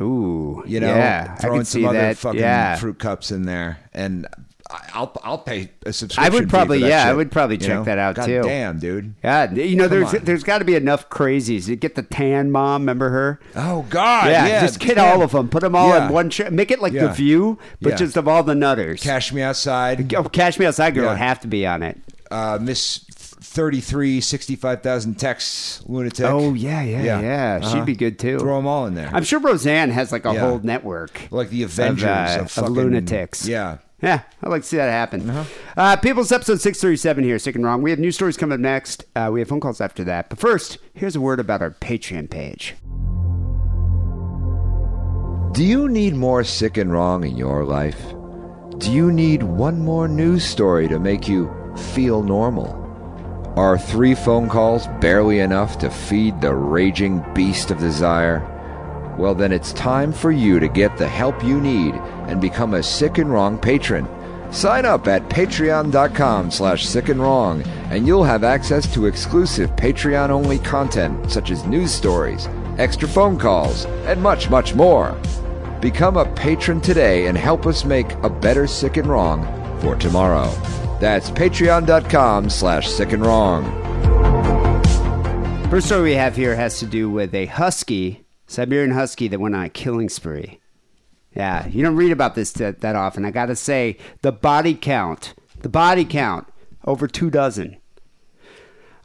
Speaker 3: Ooh.
Speaker 4: you know,
Speaker 3: yeah, I
Speaker 4: throwing
Speaker 3: could
Speaker 4: some
Speaker 3: see
Speaker 4: other
Speaker 3: that.
Speaker 4: fucking
Speaker 3: yeah.
Speaker 4: fruit cups in there, and I- I'll I'll pay a
Speaker 3: I
Speaker 4: subscription.
Speaker 3: would
Speaker 4: fee
Speaker 3: probably-
Speaker 4: for that
Speaker 3: yeah, I
Speaker 4: shit,
Speaker 3: would probably
Speaker 4: you
Speaker 3: check
Speaker 4: know?
Speaker 3: that out,
Speaker 4: God
Speaker 3: too.
Speaker 4: Damn, dude.
Speaker 3: Yeah, you know, there's
Speaker 4: on.
Speaker 3: there's got to be enough crazies. You get the tan mom, remember her?
Speaker 4: Oh God,
Speaker 3: yeah,
Speaker 4: yeah,
Speaker 3: just get
Speaker 4: damn.
Speaker 3: all of them. Put them all
Speaker 4: Yeah.
Speaker 3: in one. Tra- make it like the
Speaker 4: Yeah.
Speaker 3: View, but
Speaker 4: Yeah.
Speaker 3: just of all the nutters.
Speaker 4: Cash me outside,
Speaker 3: oh, Cash Me Outside Girl
Speaker 4: Yeah.
Speaker 3: would have to be on it.
Speaker 4: uh, Miss Thirty Three, Sixty Five Thousand Texts, lunatic.
Speaker 3: Oh yeah, yeah, yeah.
Speaker 4: Yeah.
Speaker 3: She'd
Speaker 4: Uh-huh.
Speaker 3: be good too.
Speaker 4: Throw 'em all in there.
Speaker 3: I'm sure Roseanne has like a
Speaker 4: Yeah.
Speaker 3: whole network,
Speaker 4: like the Avengers
Speaker 3: uh,
Speaker 4: of, fucking,
Speaker 3: lunatics.
Speaker 4: Yeah, Uh-huh.
Speaker 3: Yeah, I'd like to see that happen. uh People's episode 637 here, Sick and Wrong. We have news stories coming up next. Uh, we have phone calls after that. But first, here's a word about our Patreon page.
Speaker 4: Do you need more sick and wrong in your life? Do you need one more news story to make you feel normal? Are three phone calls barely enough to feed the raging beast of desire? Well, then it's time for you to get the help you need and become a sick and wrong patron. Sign up at patreon.com slash sick and wrong, and you'll have access to exclusive Patreon only content such as news stories, extra phone calls, and much, much more. Become a patron today and help us make a better sick and wrong for tomorrow. That's patreon.com slash sick and wrong.
Speaker 3: First story we have here has to do with a husky, Siberian husky, that went on a killing spree. Yeah, you don't read about this that, that often. I got to say, the body count, the body count, over two dozen.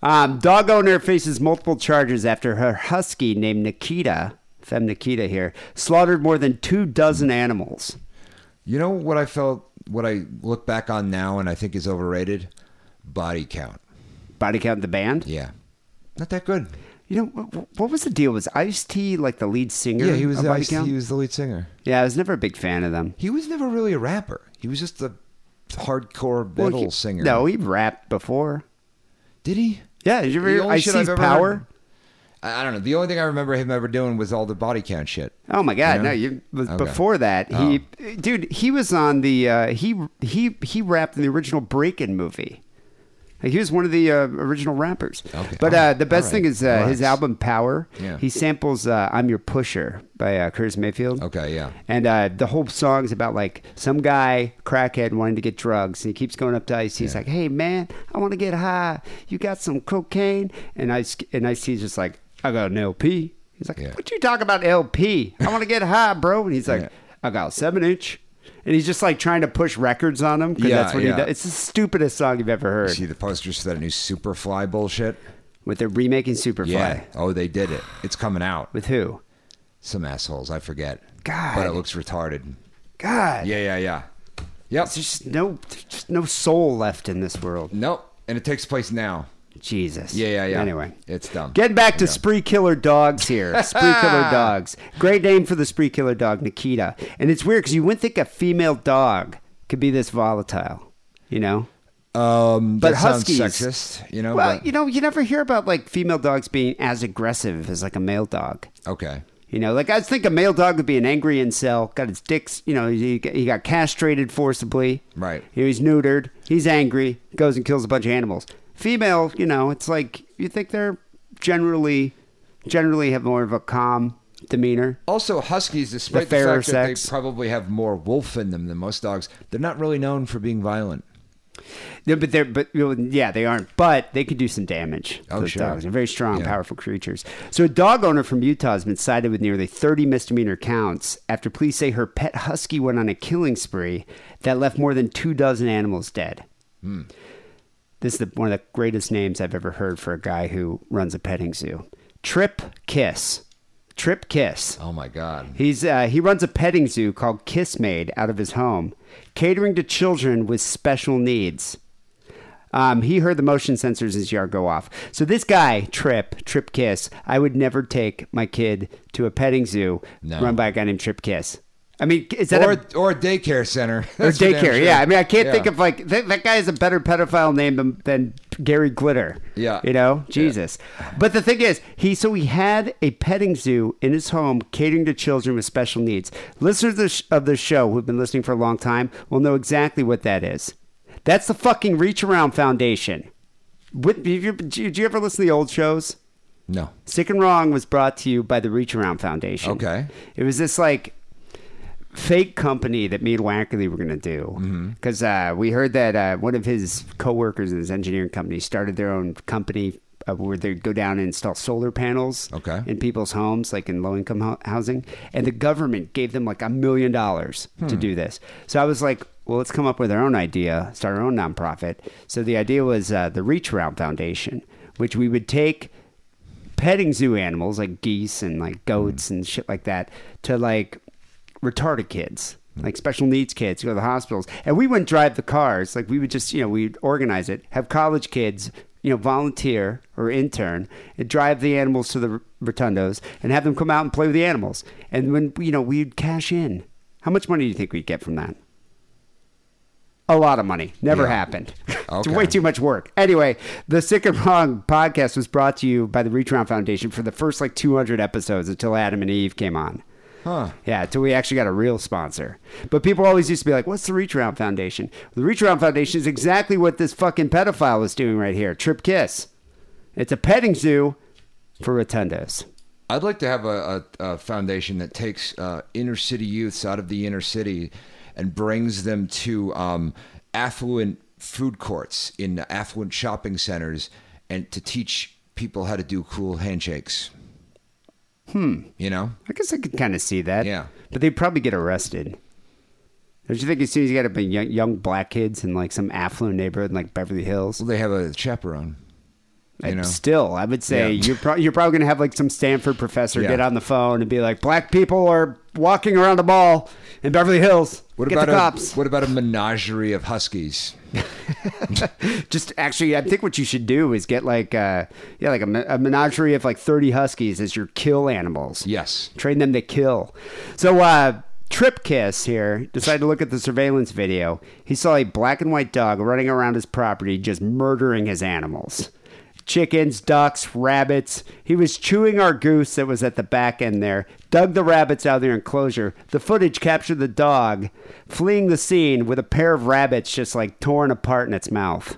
Speaker 3: Um, dog owner faces multiple charges after her husky named Nikita, Fem Nikita here, slaughtered more than two dozen animals.
Speaker 4: You know what I felt, what I look back on now and I think is overrated? Body count.
Speaker 3: Body count the band.
Speaker 4: Yeah. Not that good.
Speaker 3: You know what, what was the deal? Was Ice T like the lead singer?
Speaker 4: Yeah, he was
Speaker 3: of
Speaker 4: the,
Speaker 3: Body
Speaker 4: ice,
Speaker 3: Count?
Speaker 4: he was the lead singer.
Speaker 3: Yeah, I was never a big fan of them.
Speaker 4: He was never really a rapper. He was just a hardcore
Speaker 3: Well,
Speaker 4: metal
Speaker 3: he-
Speaker 4: singer.
Speaker 3: No, he rapped before.
Speaker 4: did he?
Speaker 3: Yeah, did you ever
Speaker 4: The
Speaker 3: hear
Speaker 4: only
Speaker 3: Ice
Speaker 4: shit
Speaker 3: T's
Speaker 4: I've ever
Speaker 3: Power?
Speaker 4: heard- I I don't know. The only thing I remember him ever doing was all the body count shit.
Speaker 3: Oh my God!
Speaker 4: You know?
Speaker 3: No, you was
Speaker 4: Okay. Oh.
Speaker 3: before that. He, dude, he was on the uh, he he he rapped in the original Breakin' movie. Like, he was one of the uh, original rappers.
Speaker 4: Okay.
Speaker 3: But
Speaker 4: All
Speaker 3: uh,
Speaker 4: right.
Speaker 3: the best
Speaker 4: All right.
Speaker 3: thing is uh, his
Speaker 4: Relax.
Speaker 3: album Power.
Speaker 4: Yeah.
Speaker 3: He samples uh, "I'm Your Pusher" by uh, Curtis Mayfield.
Speaker 4: Okay, yeah.
Speaker 3: And uh, the whole song's about like some guy crackhead wanting to get drugs, and he keeps going up to Ice. He's like, "Hey man, I want to get high. You got some cocaine?" And Ice and Ice T's just like, "I got an LP." He's like,
Speaker 4: Yeah.
Speaker 3: "What you talk about LP? I want to get high, bro." And he's like,
Speaker 4: Yeah.
Speaker 3: "I got seven inch." And he's just like trying to push records on him because
Speaker 4: Yeah,
Speaker 3: that's what
Speaker 4: yeah.
Speaker 3: he does. It's the stupidest song you've ever heard.
Speaker 4: See the posters for that new Superfly bullshit?
Speaker 3: With the remaking Superfly.
Speaker 4: Oh, they did it. It's coming out.
Speaker 3: With who?
Speaker 4: Some assholes, I forget.
Speaker 3: God.
Speaker 4: But it looks retarded.
Speaker 3: God.
Speaker 4: Yeah, yeah, yeah. Yep.
Speaker 3: There's just no, there's just no soul left in this world.
Speaker 4: Nope. And it takes place now.
Speaker 3: Jesus.
Speaker 4: Yeah, yeah, yeah.
Speaker 3: Anyway.
Speaker 4: It's dumb.
Speaker 3: Getting back to spree killer dogs here. Spree killer dogs. Great name for the spree killer dog, Nikita. And it's weird because you wouldn't think a female dog could be this volatile, you know?
Speaker 4: Um,
Speaker 3: But
Speaker 4: that sounds
Speaker 3: huskies-
Speaker 4: sexist, you know.
Speaker 3: Well,
Speaker 4: but-
Speaker 3: you know, you never hear about like female dogs being as aggressive as like a male dog.
Speaker 4: okay.
Speaker 3: You know, like I think a male dog would be an angry incel. Got his dicks, you know, he, he got castrated forcibly.
Speaker 4: Right.
Speaker 3: He was neutered. He's angry. Goes and kills a bunch of animals. Female, you know, it's like you think they're generally, generally have more of a calm demeanor.
Speaker 4: Also, huskies, despite
Speaker 3: The
Speaker 4: the,
Speaker 3: fairer
Speaker 4: fact that
Speaker 3: sex.
Speaker 4: they probably have more wolf in them than most dogs, they're not really known for being violent.
Speaker 3: Yeah, but they're but you know, yeah, they aren't. But they could do some damage.
Speaker 4: Oh,
Speaker 3: those
Speaker 4: sure.
Speaker 3: dogs. They're very strong,
Speaker 4: Yeah.
Speaker 3: powerful creatures. So a dog owner from Utah has been cited with nearly 30 misdemeanor counts after police say her pet husky went on a killing spree that left more than two dozen animals dead.
Speaker 4: Hmm.
Speaker 3: This is the, one of the greatest names I've ever heard for a guy who runs a petting zoo. Trip Kiss. Trip Kiss.
Speaker 4: Oh my god!
Speaker 3: He's uh, he runs a petting zoo called Kiss Made out of his home, catering to children with special needs. Um, he heard the motion sensors in his yard go off. So this guy, Trip, Trip Kiss, I would never take my kid to a petting zoo
Speaker 4: No.
Speaker 3: run by a guy named Trip Kiss. I mean, is that
Speaker 4: Or
Speaker 3: a,
Speaker 4: or a daycare center
Speaker 3: or daycare? Yeah, I mean, I can't think of like that, that guy is a better pedophile name than, than Gary Glitter.
Speaker 4: Yeah.
Speaker 3: you know, Jesus. But the thing is, he so he had a petting zoo in his home catering to children with special needs. Listeners of the, sh- of the show who've been listening for a long time will know exactly what that is. That's the fucking Reach Around Foundation. What, did, you, did you ever listen to the old shows?
Speaker 4: no.
Speaker 3: Sick and Wrong was brought to you by the Reach Around Foundation.
Speaker 4: Okay.
Speaker 3: It was this like fake company that me and Wackerly were going to
Speaker 4: Mm-hmm.
Speaker 3: do. Because uh, we heard that uh, one of his coworkers in his engineering company started their own company uh, where they'd go down and install solar panels
Speaker 4: Okay.
Speaker 3: in people's homes, like in low income ho- housing. And the government gave them like a million dollars to
Speaker 4: Hmm.
Speaker 3: do this. So I was like, well, let's come up with our own idea, start our own nonprofit. So the idea was uh, the Reach Around Foundation, which we would take petting zoo animals like geese and like goats and shit like that to like retarded kids like special needs kids who go to the hospitals and we wouldn't drive the cars like we would just you know we'd organize it have college kids you know volunteer or intern and drive the animals to the r- rotundos and have them come out and play with the animals and when you know we'd cash in how much money do you think we'd get from that a lot of money. Never
Speaker 4: Yeah.
Speaker 3: happened. it's
Speaker 4: Okay.
Speaker 3: way too much work. Anyway, the Sick and Wrong podcast was brought to you by the Reach Around Foundation for the first like 200 episodes until Adam and Eve came on.
Speaker 4: Huh.
Speaker 3: Yeah, until we actually got a real sponsor. But people always used to be like, what's the Reach Around Foundation? The Reach Around Foundation is exactly what this fucking pedophile is doing right here Trip Kiss. It's a petting zoo for rotundos.
Speaker 4: I'd like to have a, a, a foundation that takes uh, inner city youths out of the inner city and brings them to um, affluent food courts in affluent shopping centers and to teach people how to do cool handshakes. Hmm. You know?
Speaker 3: I guess I could kind of see that.
Speaker 4: Yeah.
Speaker 3: But they'd probably get arrested. Don't you think as soon as you got up in young, young black kids in like some affluent neighborhood in like Beverly Hills?
Speaker 4: Well, they have a chaperone. You know?
Speaker 3: Still, I would say
Speaker 4: Yeah.
Speaker 3: you're pro- you're probably going to have like some Stanford professor
Speaker 4: Yeah.
Speaker 3: get on the phone and be like, "Black people are walking around a mall in Beverly Hills.
Speaker 4: What
Speaker 3: Get
Speaker 4: about
Speaker 3: the cops?"
Speaker 4: a what about a menagerie of huskies?
Speaker 3: Just actually, I think what you should do is get like uh, yeah, like a, me- a menagerie of like thirty huskies as your kill animals.
Speaker 4: Yes.
Speaker 3: train them to kill. So uh Trip Kiss here decided to look at the surveillance video. He saw a black and white dog running around his property just murdering his animals. Chickens, ducks, rabbits. He was chewing our goose that was at the back end there, dug the rabbits out of their enclosure. The footage captured the dog fleeing the scene with a pair of rabbits just like torn apart in its mouth.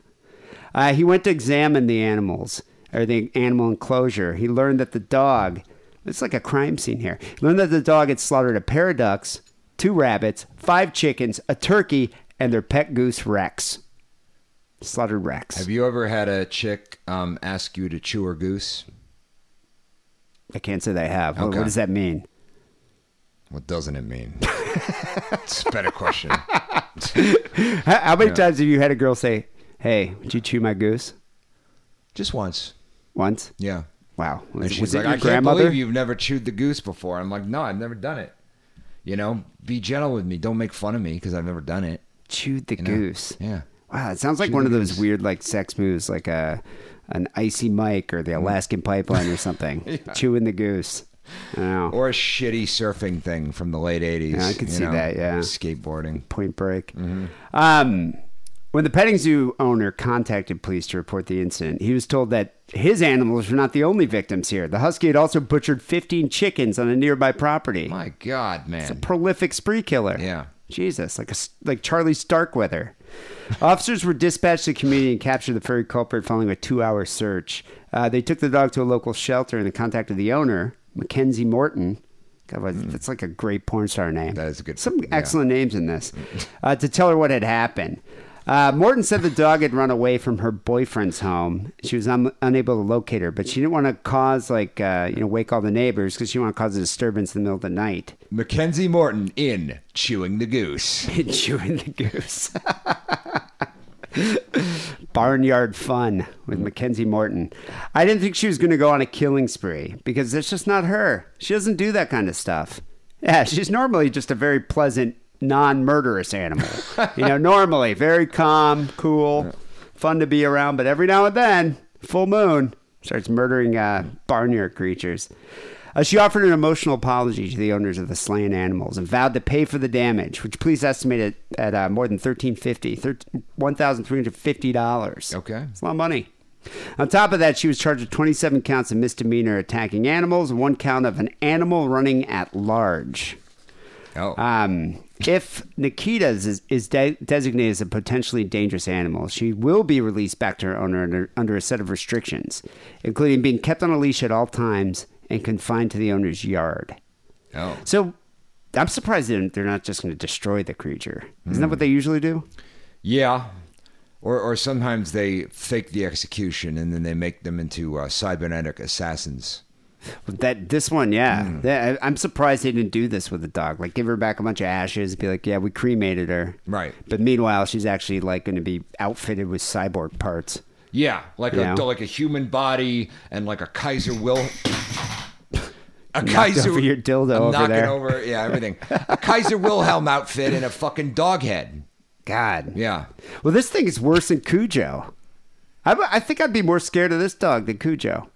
Speaker 3: Uh, he went to examine the animals or the animal enclosure. He learned that the dog, it's like a crime scene here, He learned that the dog had slaughtered a pair of ducks, two rabbits, five chickens, a turkey, and their pet goose Rex. Slaughtered Rex.
Speaker 4: Have you ever had a chick um, ask you to chew her goose?
Speaker 3: I can't say that I have. What,
Speaker 4: Okay.
Speaker 3: what does that mean?
Speaker 4: What doesn't it mean? it's a better question.
Speaker 3: How, how many times have you had a girl say, "Hey, would you chew my goose?"
Speaker 4: Just once.
Speaker 3: Once.
Speaker 4: Yeah.
Speaker 3: Wow.
Speaker 4: And
Speaker 3: Was,
Speaker 4: she's
Speaker 3: was it
Speaker 4: like,
Speaker 3: your
Speaker 4: I can't
Speaker 3: grandmother?
Speaker 4: believe you've never chewed the goose before. I'm like, no, I've never done it. You know, be gentle with me. Don't make fun of me because I've never done it.
Speaker 3: Chewed the
Speaker 4: you know?
Speaker 3: goose.
Speaker 4: Yeah.
Speaker 3: Wow, it sounds like one of those weird like sex moves, like a an icy mic or
Speaker 4: Mm-hmm.
Speaker 3: the Alaskan pipeline or something. Chewing the goose. I don't know.
Speaker 4: Or a shitty surfing thing from the late 80s.
Speaker 3: Yeah, I could
Speaker 4: you
Speaker 3: see
Speaker 4: know,
Speaker 3: that, yeah.
Speaker 4: Skateboarding.
Speaker 3: Point Break.
Speaker 4: Mm-hmm.
Speaker 3: Um, when the petting zoo owner contacted police to report the incident, he was told that his animals were not the only victims here. The husky had also butchered 15 chickens on a nearby property.
Speaker 4: My God, man.
Speaker 3: prolific spree killer.
Speaker 4: Yeah.
Speaker 3: Jesus, like a, like Charlie Starkweather. Officers were dispatched to the community and captured the furry culprit following a two-hour search. Uh, they took the dog to a local shelter and they contacted the owner, Mackenzie Morton. God, what- that's like a great porn star name.
Speaker 4: Hmm. That is a good-
Speaker 3: Some
Speaker 4: yeah.
Speaker 3: excellent names in this. Uh, to tell her what had happened. Uh, Morton said the dog had run away from her boyfriend's home. She was un- unable to locate her, but she didn't want to cause like uh, you know wake all the neighbors because she didn't want to cause a disturbance in the middle of the night.
Speaker 4: Mackenzie Morton in Chewing the Goose.
Speaker 3: and chewing the goose. Barnyard fun with Mackenzie Morton. I didn't think she was going to go on a killing spree because that's just not her. She doesn't do that kind of stuff. Yeah, she's normally just a very pleasant, non murderous animal. you know, normally very calm, cool, fun to be around, but every now and then, full moon, starts murdering uh, barnyard creatures. Uh, she offered an emotional apology to the owners of the slain animals and vowed to pay for the damage, which police estimated at uh, more than thirteen fifty, one thousand three hundred fifty dollars.
Speaker 4: Okay.
Speaker 3: it's a lot of money. On top of that, she was charged with twenty-seven counts of misdemeanor attacking animals and one count of an animal running at large.
Speaker 4: Oh.
Speaker 3: Um, if Nikita is, is de- designated as a potentially dangerous animal, she will be released back to her owner under, under a set of restrictions, including being kept on a leash at all times and confined to the owner's yard.
Speaker 4: oh.
Speaker 3: So I'm surprised they didn't- they're not just going to destroy the creature. Isn't that what they usually do?
Speaker 4: Yeah. Or, or sometimes they fake the execution and then they make them into uh, cybernetic assassins.
Speaker 3: But That this one, yeah,
Speaker 4: Hmm.
Speaker 3: That- I- I'm surprised they didn't do this with the dog. Like give her back a bunch of ashes, be like, yeah, we cremated her,
Speaker 4: Right.
Speaker 3: But meanwhile, she's actually like going to be outfitted with cyborg parts.
Speaker 4: Yeah, like
Speaker 3: Yeah.
Speaker 4: a like a human body and like a Kaiser will. A Kaiser
Speaker 3: over your dildo
Speaker 4: I'm
Speaker 3: over
Speaker 4: knocking
Speaker 3: there.
Speaker 4: over, yeah, everything. A Kaiser Wilhelm outfit and a fucking dog head.
Speaker 3: God,
Speaker 4: Yeah,
Speaker 3: Well, this thing is worse than Cujo. I, I think I'd be more scared of this dog than Cujo.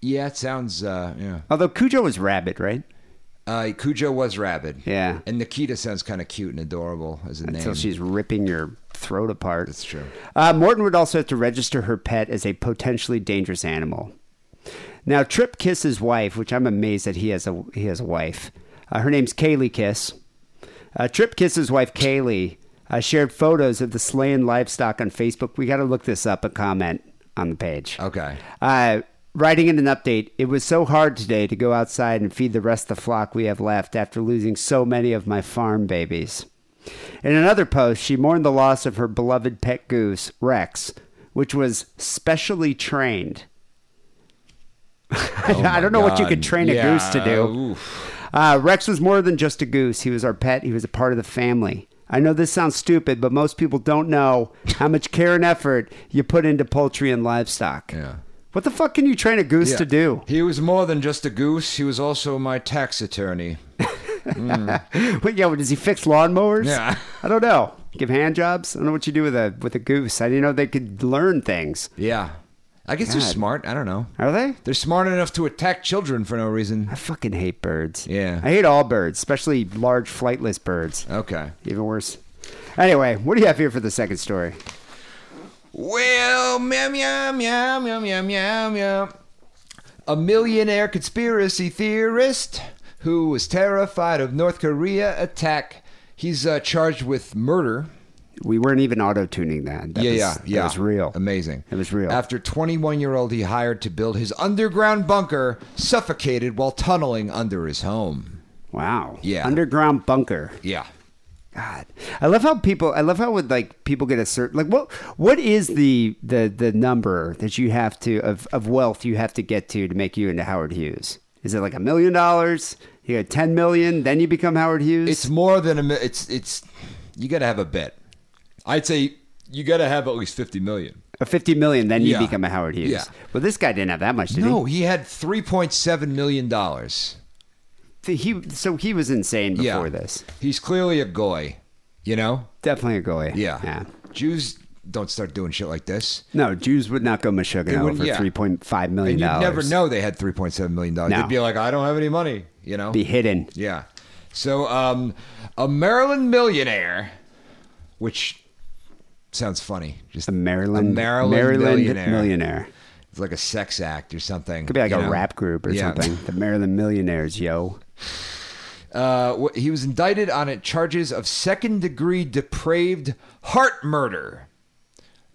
Speaker 4: yeah, it sounds. Uh, yeah,
Speaker 3: Although Cujo was rabid, right?
Speaker 4: uh, Cujo was rabid.
Speaker 3: Yeah.
Speaker 4: and Nikita sounds kind of cute and adorable as a
Speaker 3: Until
Speaker 4: name.
Speaker 3: she's ripping your throat apart.
Speaker 4: That's true.
Speaker 3: Uh, Morton would also have to register her pet as a potentially dangerous animal. Now, Trip Kiss his wife, which I'm amazed that he has a he has a wife. Uh, her name's Kaylee Kiss. Uh, Trip Kiss's wife Kaylee uh, shared photos of the slain livestock on Facebook. We got to look this up and comment on the page.
Speaker 4: Okay.
Speaker 3: Uh, writing in an update, it was so hard today to go outside and feed the rest of the flock we have left after losing so many of my farm babies. In another post, she mourned the loss of her beloved pet goose, Rex, which was specially trained. I don't know what you
Speaker 4: Oh God.
Speaker 3: could train a
Speaker 4: Um, Yeah,
Speaker 3: goose to do.
Speaker 4: oof.
Speaker 3: Uh, Rex was more than just a goose. He was our pet. He was a part of the family. I know this sounds stupid, but most people don't know how much care and effort you put into poultry and livestock.
Speaker 4: Yeah.
Speaker 3: What the fuck can you train a goose
Speaker 4: Yeah.
Speaker 3: to do?
Speaker 4: He was more than just a goose. He was also my tax attorney.
Speaker 3: Wait, yeah, what, does he fix lawnmowers?
Speaker 4: Yeah.
Speaker 3: I don't know. Give hand jobs? I don't know what you do with a with a goose. I didn't know they could learn things.
Speaker 4: Yeah. I guess they're
Speaker 3: God.
Speaker 4: smart. I don't know.
Speaker 3: Are they?
Speaker 4: They're smart enough to attack children for no reason.
Speaker 3: I fucking hate birds.
Speaker 4: Yeah. Oh,
Speaker 3: I hate all birds, especially large flightless birds.
Speaker 4: Okay.
Speaker 3: Even worse. Anyway, what do you have here for the second story?
Speaker 4: Well, meow, meow, meow, meow, meow, meow, meow. A millionaire conspiracy theorist who was terrified of North Korea attack. He's uh, charged with murder.
Speaker 3: We weren't even auto tuning that. That
Speaker 4: yeah,
Speaker 3: was,
Speaker 4: yeah, yeah.
Speaker 3: That was real.
Speaker 4: Amazing.
Speaker 3: That was real.
Speaker 4: After 21 year old he hired to build his underground bunker, suffocated while tunneling under his home.
Speaker 3: Wow.
Speaker 4: Yeah.
Speaker 3: Underground bunker.
Speaker 4: Yeah.
Speaker 3: God, I love how people. I love how would like people get a certain like what what is the the the number that you have to of of wealth you have to get to to make you into Howard Hughes? Is it like a million dollars? You got ten million, then you become Howard Hughes.
Speaker 4: It's more than a. mi- It's it's. You got to have a bet. I'd say you got to have at least 50 million.
Speaker 3: a fifty million, then
Speaker 4: Yeah.
Speaker 3: you become a Howard Hughes.
Speaker 4: Yeah.
Speaker 3: Well, this guy didn't have that much, did
Speaker 4: No, he had 3.7 million dollars.
Speaker 3: he? He so he was insane
Speaker 4: Yeah.
Speaker 3: before this.
Speaker 4: He's clearly a goy. You know?
Speaker 3: Definitely a goalie.
Speaker 4: Yeah.
Speaker 3: Yeah.
Speaker 4: Jews don't start doing shit like this.
Speaker 3: No, Jews would not go
Speaker 4: They
Speaker 3: Meshuggah
Speaker 4: wouldn't-
Speaker 3: for
Speaker 4: yeah.
Speaker 3: three point five million
Speaker 4: And you'd
Speaker 3: dollars.
Speaker 4: never know they had 3.7 million dollars.
Speaker 3: No.
Speaker 4: They'd be like, I don't have any money. You know?
Speaker 3: Be hidden.
Speaker 4: Yeah. So, um, a Maryland millionaire, which sounds funny, just
Speaker 3: A Maryland,
Speaker 4: Maryland millionaire.
Speaker 3: millionaire.
Speaker 4: it's like a sex act or something.
Speaker 3: Could be like
Speaker 4: you
Speaker 3: a
Speaker 4: know?
Speaker 3: rap group or
Speaker 4: Yeah.
Speaker 3: something. The Maryland Millionaires, yo.
Speaker 4: Uh, wh- he was indicted on it- charges of second degree depraved heart murder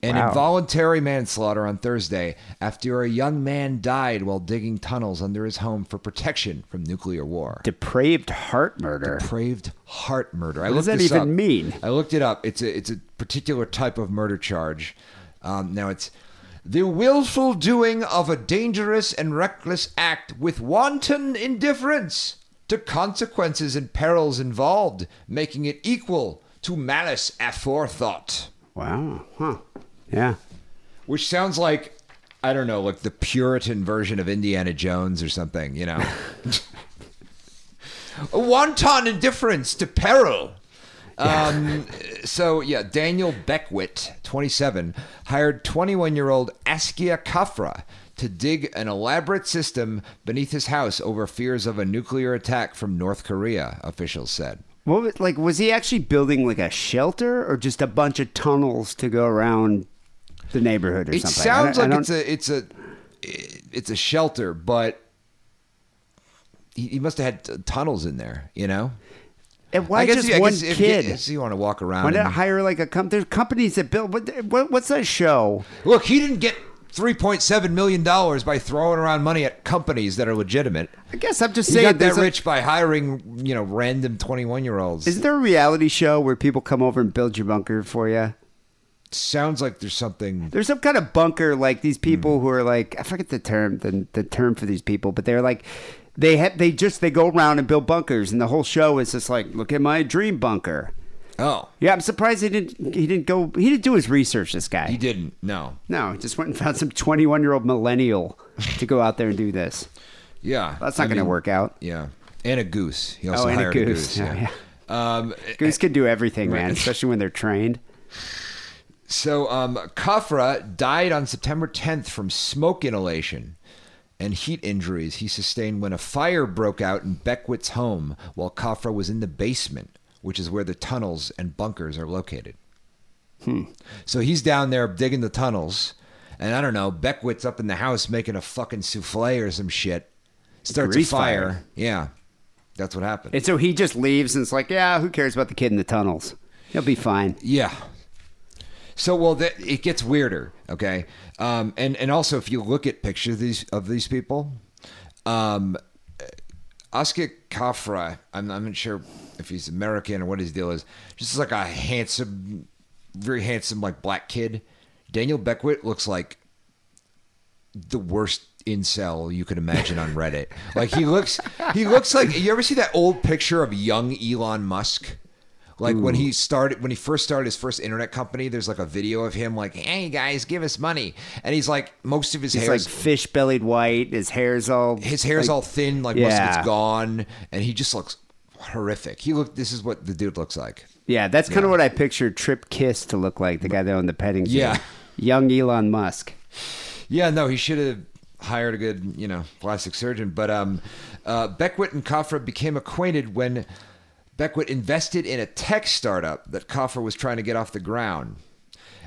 Speaker 4: and
Speaker 3: Wow.
Speaker 4: involuntary manslaughter on Thursday after a young man died while digging tunnels under his home for protection from nuclear war.
Speaker 3: Depraved heart murder.
Speaker 4: depraved heart murder. I
Speaker 3: What does
Speaker 4: looked
Speaker 3: that
Speaker 4: this
Speaker 3: even
Speaker 4: up.
Speaker 3: mean?
Speaker 4: I looked it up. It's a it's a particular type of murder charge. Um, now it's the willful doing of a dangerous and reckless act with wanton indifference to consequences and perils involved, making it equal to malice aforethought,
Speaker 3: Wow. Huh. Yeah.
Speaker 4: which sounds like. I don't know, like the Puritan version of Indiana Jones or something, you know. a wanton indifference to peril. Um, so yeah, Daniel Beckwith, 27, hired 21-year-old Askia Kafra to dig an elaborate system beneath his house over fears of a nuclear attack from North Korea. Officials said.
Speaker 3: What was, like was he actually building like a shelter or just a bunch of tunnels to go around the neighborhood or
Speaker 4: It
Speaker 3: something?
Speaker 4: sounds
Speaker 3: I don't-
Speaker 4: like
Speaker 3: I
Speaker 4: it's
Speaker 3: don't-
Speaker 4: a it's a it's a shelter, but he, he must have had t- tunnels in there. You know,
Speaker 3: and why just
Speaker 4: you-
Speaker 3: one
Speaker 4: if you-
Speaker 3: kid?
Speaker 4: if you want to walk around.
Speaker 3: why not
Speaker 4: and-
Speaker 3: hire like a com- There's companies that build. What, what, what's that show?
Speaker 4: Look, he didn't get three point seven million dollars by throwing around money at companies that are legitimate.
Speaker 3: I guess I'm just
Speaker 4: He
Speaker 3: saying.
Speaker 4: got that
Speaker 3: there's a-
Speaker 4: rich by hiring, you know, random twenty-one-year-olds.
Speaker 3: Isn't there a reality show where people come over and build your bunker for you?
Speaker 4: Sounds like there's something.
Speaker 3: There's some kind of bunker like these people
Speaker 4: Hmm.
Speaker 3: who are like I forget the term the, the term for these people, but they're like they ha- they just they go around and build bunkers, and the whole show is just like look at my dream bunker.
Speaker 4: Oh,
Speaker 3: Yeah, I'm surprised he didn't he didn't go he didn't do his research. This guy
Speaker 4: he didn't. No.
Speaker 3: no, he just went and found some 21 year old millennial to go out there and do this.
Speaker 4: Yeah,
Speaker 3: That's not
Speaker 4: I
Speaker 3: going to
Speaker 4: mean,
Speaker 3: work out.
Speaker 4: Yeah, and a goose. He also
Speaker 3: Oh, and a
Speaker 4: hired
Speaker 3: goose.
Speaker 4: a
Speaker 3: Yeah,
Speaker 4: goose. Yeah. Um,
Speaker 3: Goose can do everything,
Speaker 4: Right.
Speaker 3: man, especially when they're trained.
Speaker 4: So, um, Kafra died on September 10th from smoke inhalation and heat injuries he sustained when a fire broke out in Beckwith's home while Kafra was in the basement, which is where the tunnels and bunkers are located. So he's down there digging the tunnels, and I don't know, Beckwith's up in the house making a fucking souffle or some shit. Starts a
Speaker 3: Grease
Speaker 4: fire.
Speaker 3: fire.
Speaker 4: Yeah. That's what happened.
Speaker 3: And so he just leaves and it's like, yeah, who cares about the kid in the tunnels? He'll be fine.
Speaker 4: Yeah. So well, that, it gets weirder, okay? Um, and and also, if you look at pictures of these of these people, um, Oscar Kafra, I'm I'm not sure if he's American or what his deal is. Just like a handsome, very handsome, like black kid. Daniel Beckwith looks like the worst incel you could imagine on Reddit. like he looks, he looks like you ever see that old picture of young Elon Musk? Like when he started, when he first started his first internet company, there's like a video of him like, "Hey guys, give us money," and he's like, most of his
Speaker 3: He's
Speaker 4: hair
Speaker 3: like fish bellied white. His hair's all
Speaker 4: his hair's
Speaker 3: like,
Speaker 4: all thin, like most of
Speaker 3: Yeah.
Speaker 4: it's gone, and he just looks horrific. He looked. This is what the dude looks like.
Speaker 3: Yeah, that's kind of what I pictured Trip Kiss to look like, the guy that owned the petting zoo.
Speaker 4: Yeah.
Speaker 3: Young Elon Musk.
Speaker 4: Yeah, no, he should have hired a good, you know, plastic surgeon. But um, uh, Beckwith and Kafra became acquainted when Beckwith invested in a tech startup that Kafra was trying to get off the ground.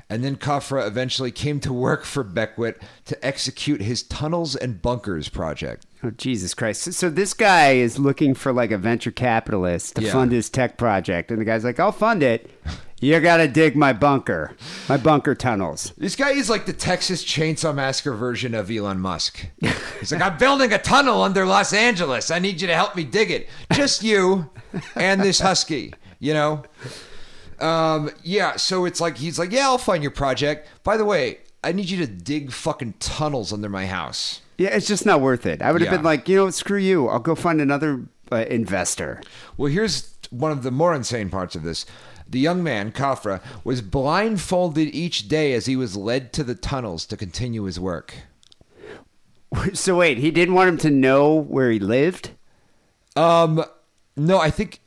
Speaker 4: And then Kafra eventually came to work for Beckwith to execute his tunnels and bunkers project.
Speaker 3: Oh, Jesus Christ. So, so this guy is looking for like a venture capitalist to
Speaker 4: Yeah.
Speaker 3: fund his tech project. And the guy's like, I'll fund it. You got to dig my bunker, my bunker tunnels.
Speaker 4: This guy is like the Texas Chainsaw Massacre version of Elon Musk. He's like, I'm building a tunnel under Los Angeles. I need you to help me dig it. Just you and this husky, you know? Um, yeah, so it's like, he's like, yeah, I'll fund your project. By the way, I need you to dig fucking tunnels under my house.
Speaker 3: Yeah, it's just not worth it. I would have
Speaker 4: Yeah.
Speaker 3: been like, you know, what, screw you. I'll go find another uh, investor.
Speaker 4: Well, here's one of the more insane parts of this. The young man, Kafra, was blindfolded each day as he was led to the tunnels to continue his work.
Speaker 3: So wait, he didn't want him to know where he lived?
Speaker 4: Um, no, I think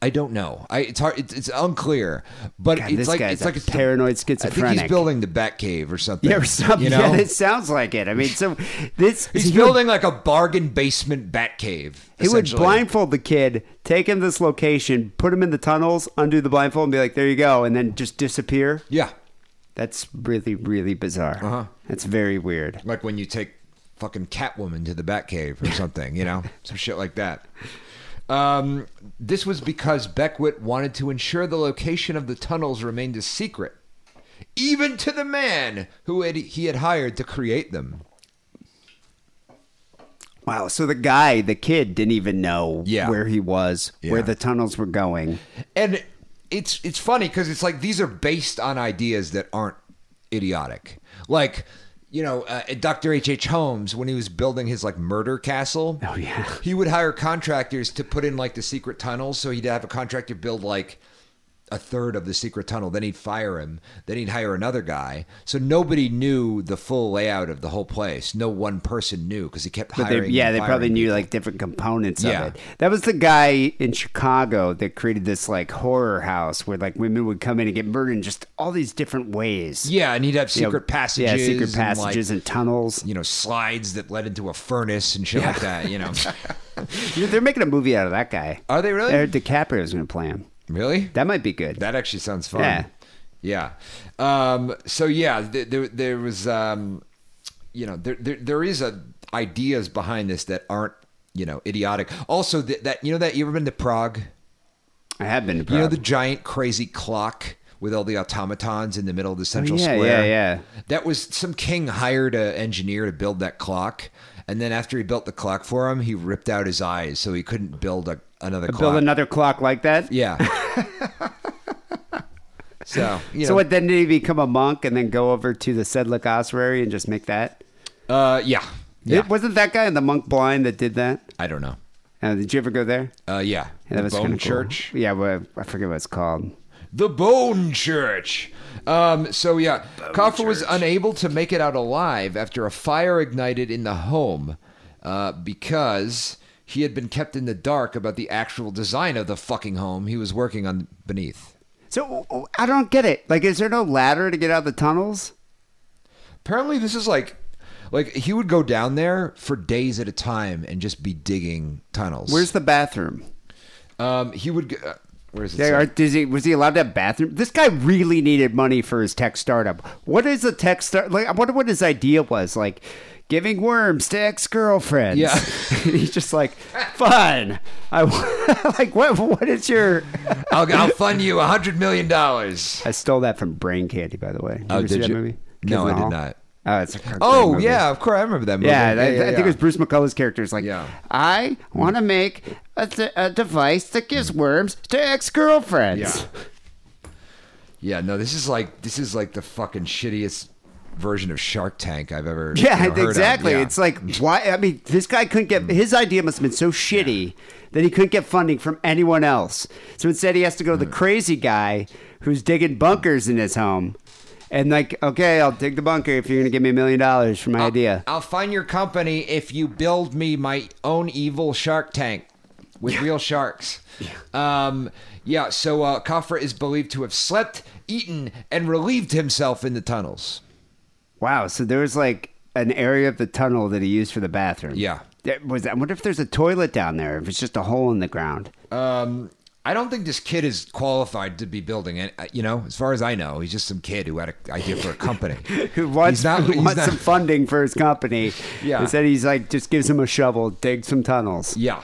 Speaker 4: I don't know. I it's hard. It's, it's unclear. But
Speaker 3: God,
Speaker 4: it's
Speaker 3: this
Speaker 4: like
Speaker 3: guy's
Speaker 4: it's
Speaker 3: a
Speaker 4: like it's the-
Speaker 3: paranoid
Speaker 4: I think
Speaker 3: schizophrenic.
Speaker 4: he's building the Batcave or something.
Speaker 3: Yeah, or something.
Speaker 4: You
Speaker 3: Yeah,
Speaker 4: know,
Speaker 3: it sounds like it. I mean, so this
Speaker 4: he's
Speaker 3: he would-
Speaker 4: building like a bargain basement Batcave.
Speaker 3: He would
Speaker 4: essentially.
Speaker 3: blindfold the kid, take him to this location, put him in the tunnels, undo the blindfold, and be like, "There you go," and then just disappear.
Speaker 4: Yeah,
Speaker 3: That's really, really bizarre.
Speaker 4: Uh-huh.
Speaker 3: That's very weird.
Speaker 4: like when you take fucking Catwoman to the Batcave or something. You know, some shit like that. Um, this was because Beckwith wanted to ensure the location of the tunnels remained a secret, even to the man who had, he had hired to create them.
Speaker 3: Wow. So the guy, the kid, didn't even know
Speaker 4: Yeah.
Speaker 3: where he was,
Speaker 4: Yeah.
Speaker 3: where the tunnels were going.
Speaker 4: and it's it's funny because it's like these are based on ideas that aren't idiotic like you know uh, dr h h holmes when he was building his like murder castle
Speaker 3: Oh, yeah.
Speaker 4: he would hire contractors to put in like the secret tunnels so he'd have a contractor build like a third of the secret tunnel then he'd fire him then he'd hire another guy so nobody knew the full layout of the whole place no one person knew because he kept
Speaker 3: But they,
Speaker 4: hiring
Speaker 3: yeah,
Speaker 4: and
Speaker 3: they probably
Speaker 4: firing
Speaker 3: knew like different components
Speaker 4: Yeah.
Speaker 3: of it. That was the guy in Chicago that created this like horror house where like women would come in and get murdered in just all these different ways.
Speaker 4: yeah and he'd have
Speaker 3: You know,
Speaker 4: secret passages
Speaker 3: Yeah, secret
Speaker 4: and, like,
Speaker 3: passages and tunnels.
Speaker 4: you know, slides that led into a furnace and shit like that, you know.
Speaker 3: You know, they're making a movie out of that guy.
Speaker 4: Are they really?
Speaker 3: Eric DiCaprio's going to play him.
Speaker 4: really?
Speaker 3: That might be good.
Speaker 4: That actually sounds fun.
Speaker 3: Yeah.
Speaker 4: Yeah. Um, so yeah, th- there there was um, you know, there, there there is a ideas behind this that aren't, you know, idiotic. Also th- that you know that you ever been to Prague?
Speaker 3: I have been to
Speaker 4: You know
Speaker 3: Prague.
Speaker 4: the giant crazy clock with all the automatons in the middle of the central
Speaker 3: Oh, yeah,
Speaker 4: square.
Speaker 3: yeah, yeah.
Speaker 4: That was some king hired an engineer to build that clock, and then after he built the clock for him, he ripped out his eyes so he couldn't build a, another clock.
Speaker 3: Build another clock like that?
Speaker 4: yeah. so you know,
Speaker 3: so what, then did he become a monk and then go over to the Sedlick ossuary and just make that?
Speaker 4: Uh, yeah, yeah.
Speaker 3: It- wasn't that guy in the monk blind that did that?
Speaker 4: I don't know.
Speaker 3: Uh, did you ever go there?
Speaker 4: Uh,
Speaker 3: Yeah,
Speaker 4: yeah, the
Speaker 3: that was
Speaker 4: Bone
Speaker 3: kinda cool.
Speaker 4: Church.
Speaker 3: Yeah, well, I forget what it's called.
Speaker 4: The Bone Church. Um, so yeah, Kafka was unable to make it out alive after a fire ignited in the home uh, because he had been kept in the dark about the actual design of the fucking home he was working on beneath.
Speaker 3: So oh, I don't get it. Like, is there no ladder to get out of the tunnels?
Speaker 4: Apparently, this is like, like he would go down there for days at a time and just be digging tunnels.
Speaker 3: Where's the bathroom?
Speaker 4: um, he would? go- Uh, where's it?
Speaker 3: Yeah,
Speaker 4: say?
Speaker 3: or does he, was he allowed to have bathroom? This guy really needed money for his tech startup. What is a tech start? Like, I wonder what his idea was. Like, giving worms to ex girlfriends.
Speaker 4: Yeah.
Speaker 3: he's just like, fun. I w- like what? What is your?
Speaker 4: I'll, I'll fund you a hundred million dollars.
Speaker 3: I stole that from Brain Candy, by the way. You ever
Speaker 4: Oh, did
Speaker 3: see that
Speaker 4: you?
Speaker 3: movie? Kids in
Speaker 4: No, I
Speaker 3: the
Speaker 4: did
Speaker 3: Hall?
Speaker 4: not.
Speaker 3: Oh, it's a great
Speaker 4: Oh
Speaker 3: movie.
Speaker 4: yeah, of course I remember that movie.
Speaker 3: Yeah, that, I think it
Speaker 4: yeah.
Speaker 3: was Bruce McCullough's character. Is like,
Speaker 4: Yeah.
Speaker 3: I want to make a, th- a device that
Speaker 4: Mm.
Speaker 3: gives worms to ex girlfriends.
Speaker 4: Yeah. Yeah, no, this is like this is like the fucking shittiest version of Shark Tank I've ever.
Speaker 3: Yeah,
Speaker 4: you know, heard of.
Speaker 3: exactly.
Speaker 4: Yeah. Mm.
Speaker 3: It's like why? I mean, this guy couldn't get his idea must have been so shitty that he couldn't get funding from anyone else. So instead, he has to go
Speaker 4: Mm.
Speaker 3: to the crazy guy who's digging bunkers in his home, and like, okay, I'll dig the bunker if you're gonna give me a million dollars
Speaker 4: Oh,
Speaker 3: for my idea.
Speaker 4: I'll find your company if you build me my own evil shark tank with real sharks. Yeah. Um, yeah, so uh, Kafra is believed to have slept, eaten, and relieved himself in the tunnels.
Speaker 3: Wow. So there was like an area of the tunnel that he used for the bathroom.
Speaker 4: Yeah.
Speaker 3: That was. I wonder if there's a toilet down there. If it's just a hole in the ground.
Speaker 4: Um, I don't think this kid is qualified to be building it. uh, You know, as far as I know, he's just some kid who had an idea for a company.
Speaker 3: who wants,
Speaker 4: He's not-
Speaker 3: who
Speaker 4: he's
Speaker 3: wants
Speaker 4: not-
Speaker 3: some funding for his company.
Speaker 4: Yeah.
Speaker 3: Instead, he's like, just gives him a shovel, dig some tunnels.
Speaker 4: yeah.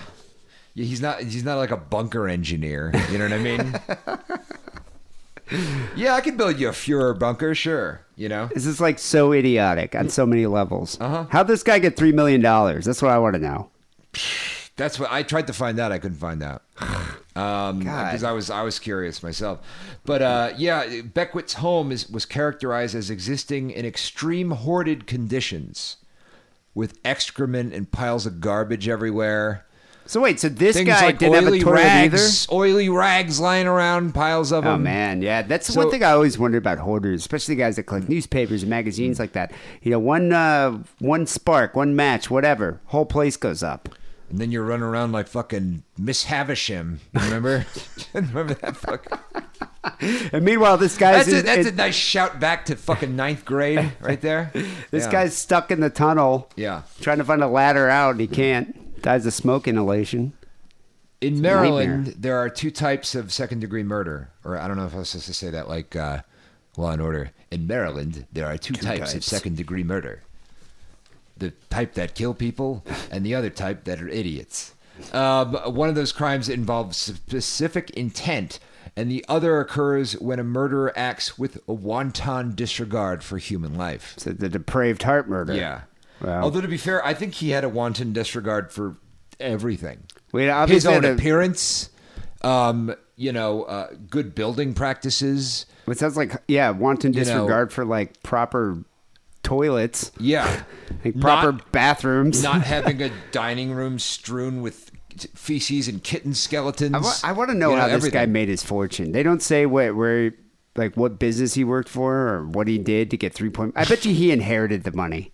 Speaker 4: Yeah, he's not. He's not like a bunker engineer. You know what I mean? yeah, I could build you a Fuhrer bunker, sure. You know,
Speaker 3: This is like so idiotic on so many levels.
Speaker 4: Uh-huh.
Speaker 3: How'd this guy get $3 million? That's what I want to know.
Speaker 4: That's what I tried to find out. I couldn't find out um, because I was I was curious myself. But uh, yeah, Beckwith's home is, was characterized as existing in extreme hoarded conditions, with excrement and piles of garbage everywhere.
Speaker 3: So, wait, so this
Speaker 4: Things
Speaker 3: guy
Speaker 4: like
Speaker 3: didn't have
Speaker 4: oily
Speaker 3: a toilet
Speaker 4: rags, oily rags lying around, piles of
Speaker 3: either? Oh,
Speaker 4: them.
Speaker 3: man. Yeah. That's
Speaker 4: Um, So-
Speaker 3: one thing I always wondered about hoarders, especially the guys that collect newspapers and magazines like that. You know, one, uh, one spark, one match, whatever, whole place goes up.
Speaker 4: And then you're running around like fucking Miss Havisham. Remember? remember that fucking.
Speaker 3: And meanwhile, this guy's
Speaker 4: That's, a,
Speaker 3: in-
Speaker 4: that's a
Speaker 3: in-
Speaker 4: nice shout back to fucking ninth grade right there.
Speaker 3: this
Speaker 4: Yeah.
Speaker 3: guy's stuck in the tunnel.
Speaker 4: Yeah.
Speaker 3: trying to find a ladder out and he can't. Dies of smoke inhalation.
Speaker 4: In Maryland,
Speaker 3: nightmare.
Speaker 4: there are two types of second degree murder, or I don't know if I was supposed to say that like uh, Law and Order. In Maryland, there are two, types, of
Speaker 3: types.
Speaker 4: second degree murder the type that kill people, and the other type that are idiots. Um, one of those crimes involves specific intent, and the other occurs when a murderer acts with a wanton disregard for human life.
Speaker 3: So the depraved heart murder.
Speaker 4: Yeah.
Speaker 3: Wow.
Speaker 4: Although, to be fair, I think he had a wanton disregard for everything
Speaker 3: We
Speaker 4: his
Speaker 3: obviously
Speaker 4: own
Speaker 3: had a-
Speaker 4: appearance, um, you know, uh, good building practices.
Speaker 3: It sounds like yeah, wanton
Speaker 4: You know-
Speaker 3: disregard for like proper toilets,
Speaker 4: Yeah.
Speaker 3: like proper
Speaker 4: Not-
Speaker 3: bathrooms.
Speaker 4: Not having a dining room strewn with feces and kitten skeletons.
Speaker 3: I, wa- I want to know
Speaker 4: You
Speaker 3: how this guy
Speaker 4: everything.
Speaker 3: made his fortune. They don't say what where like what business he worked for or what he did to get three point. I bet you he inherited the money.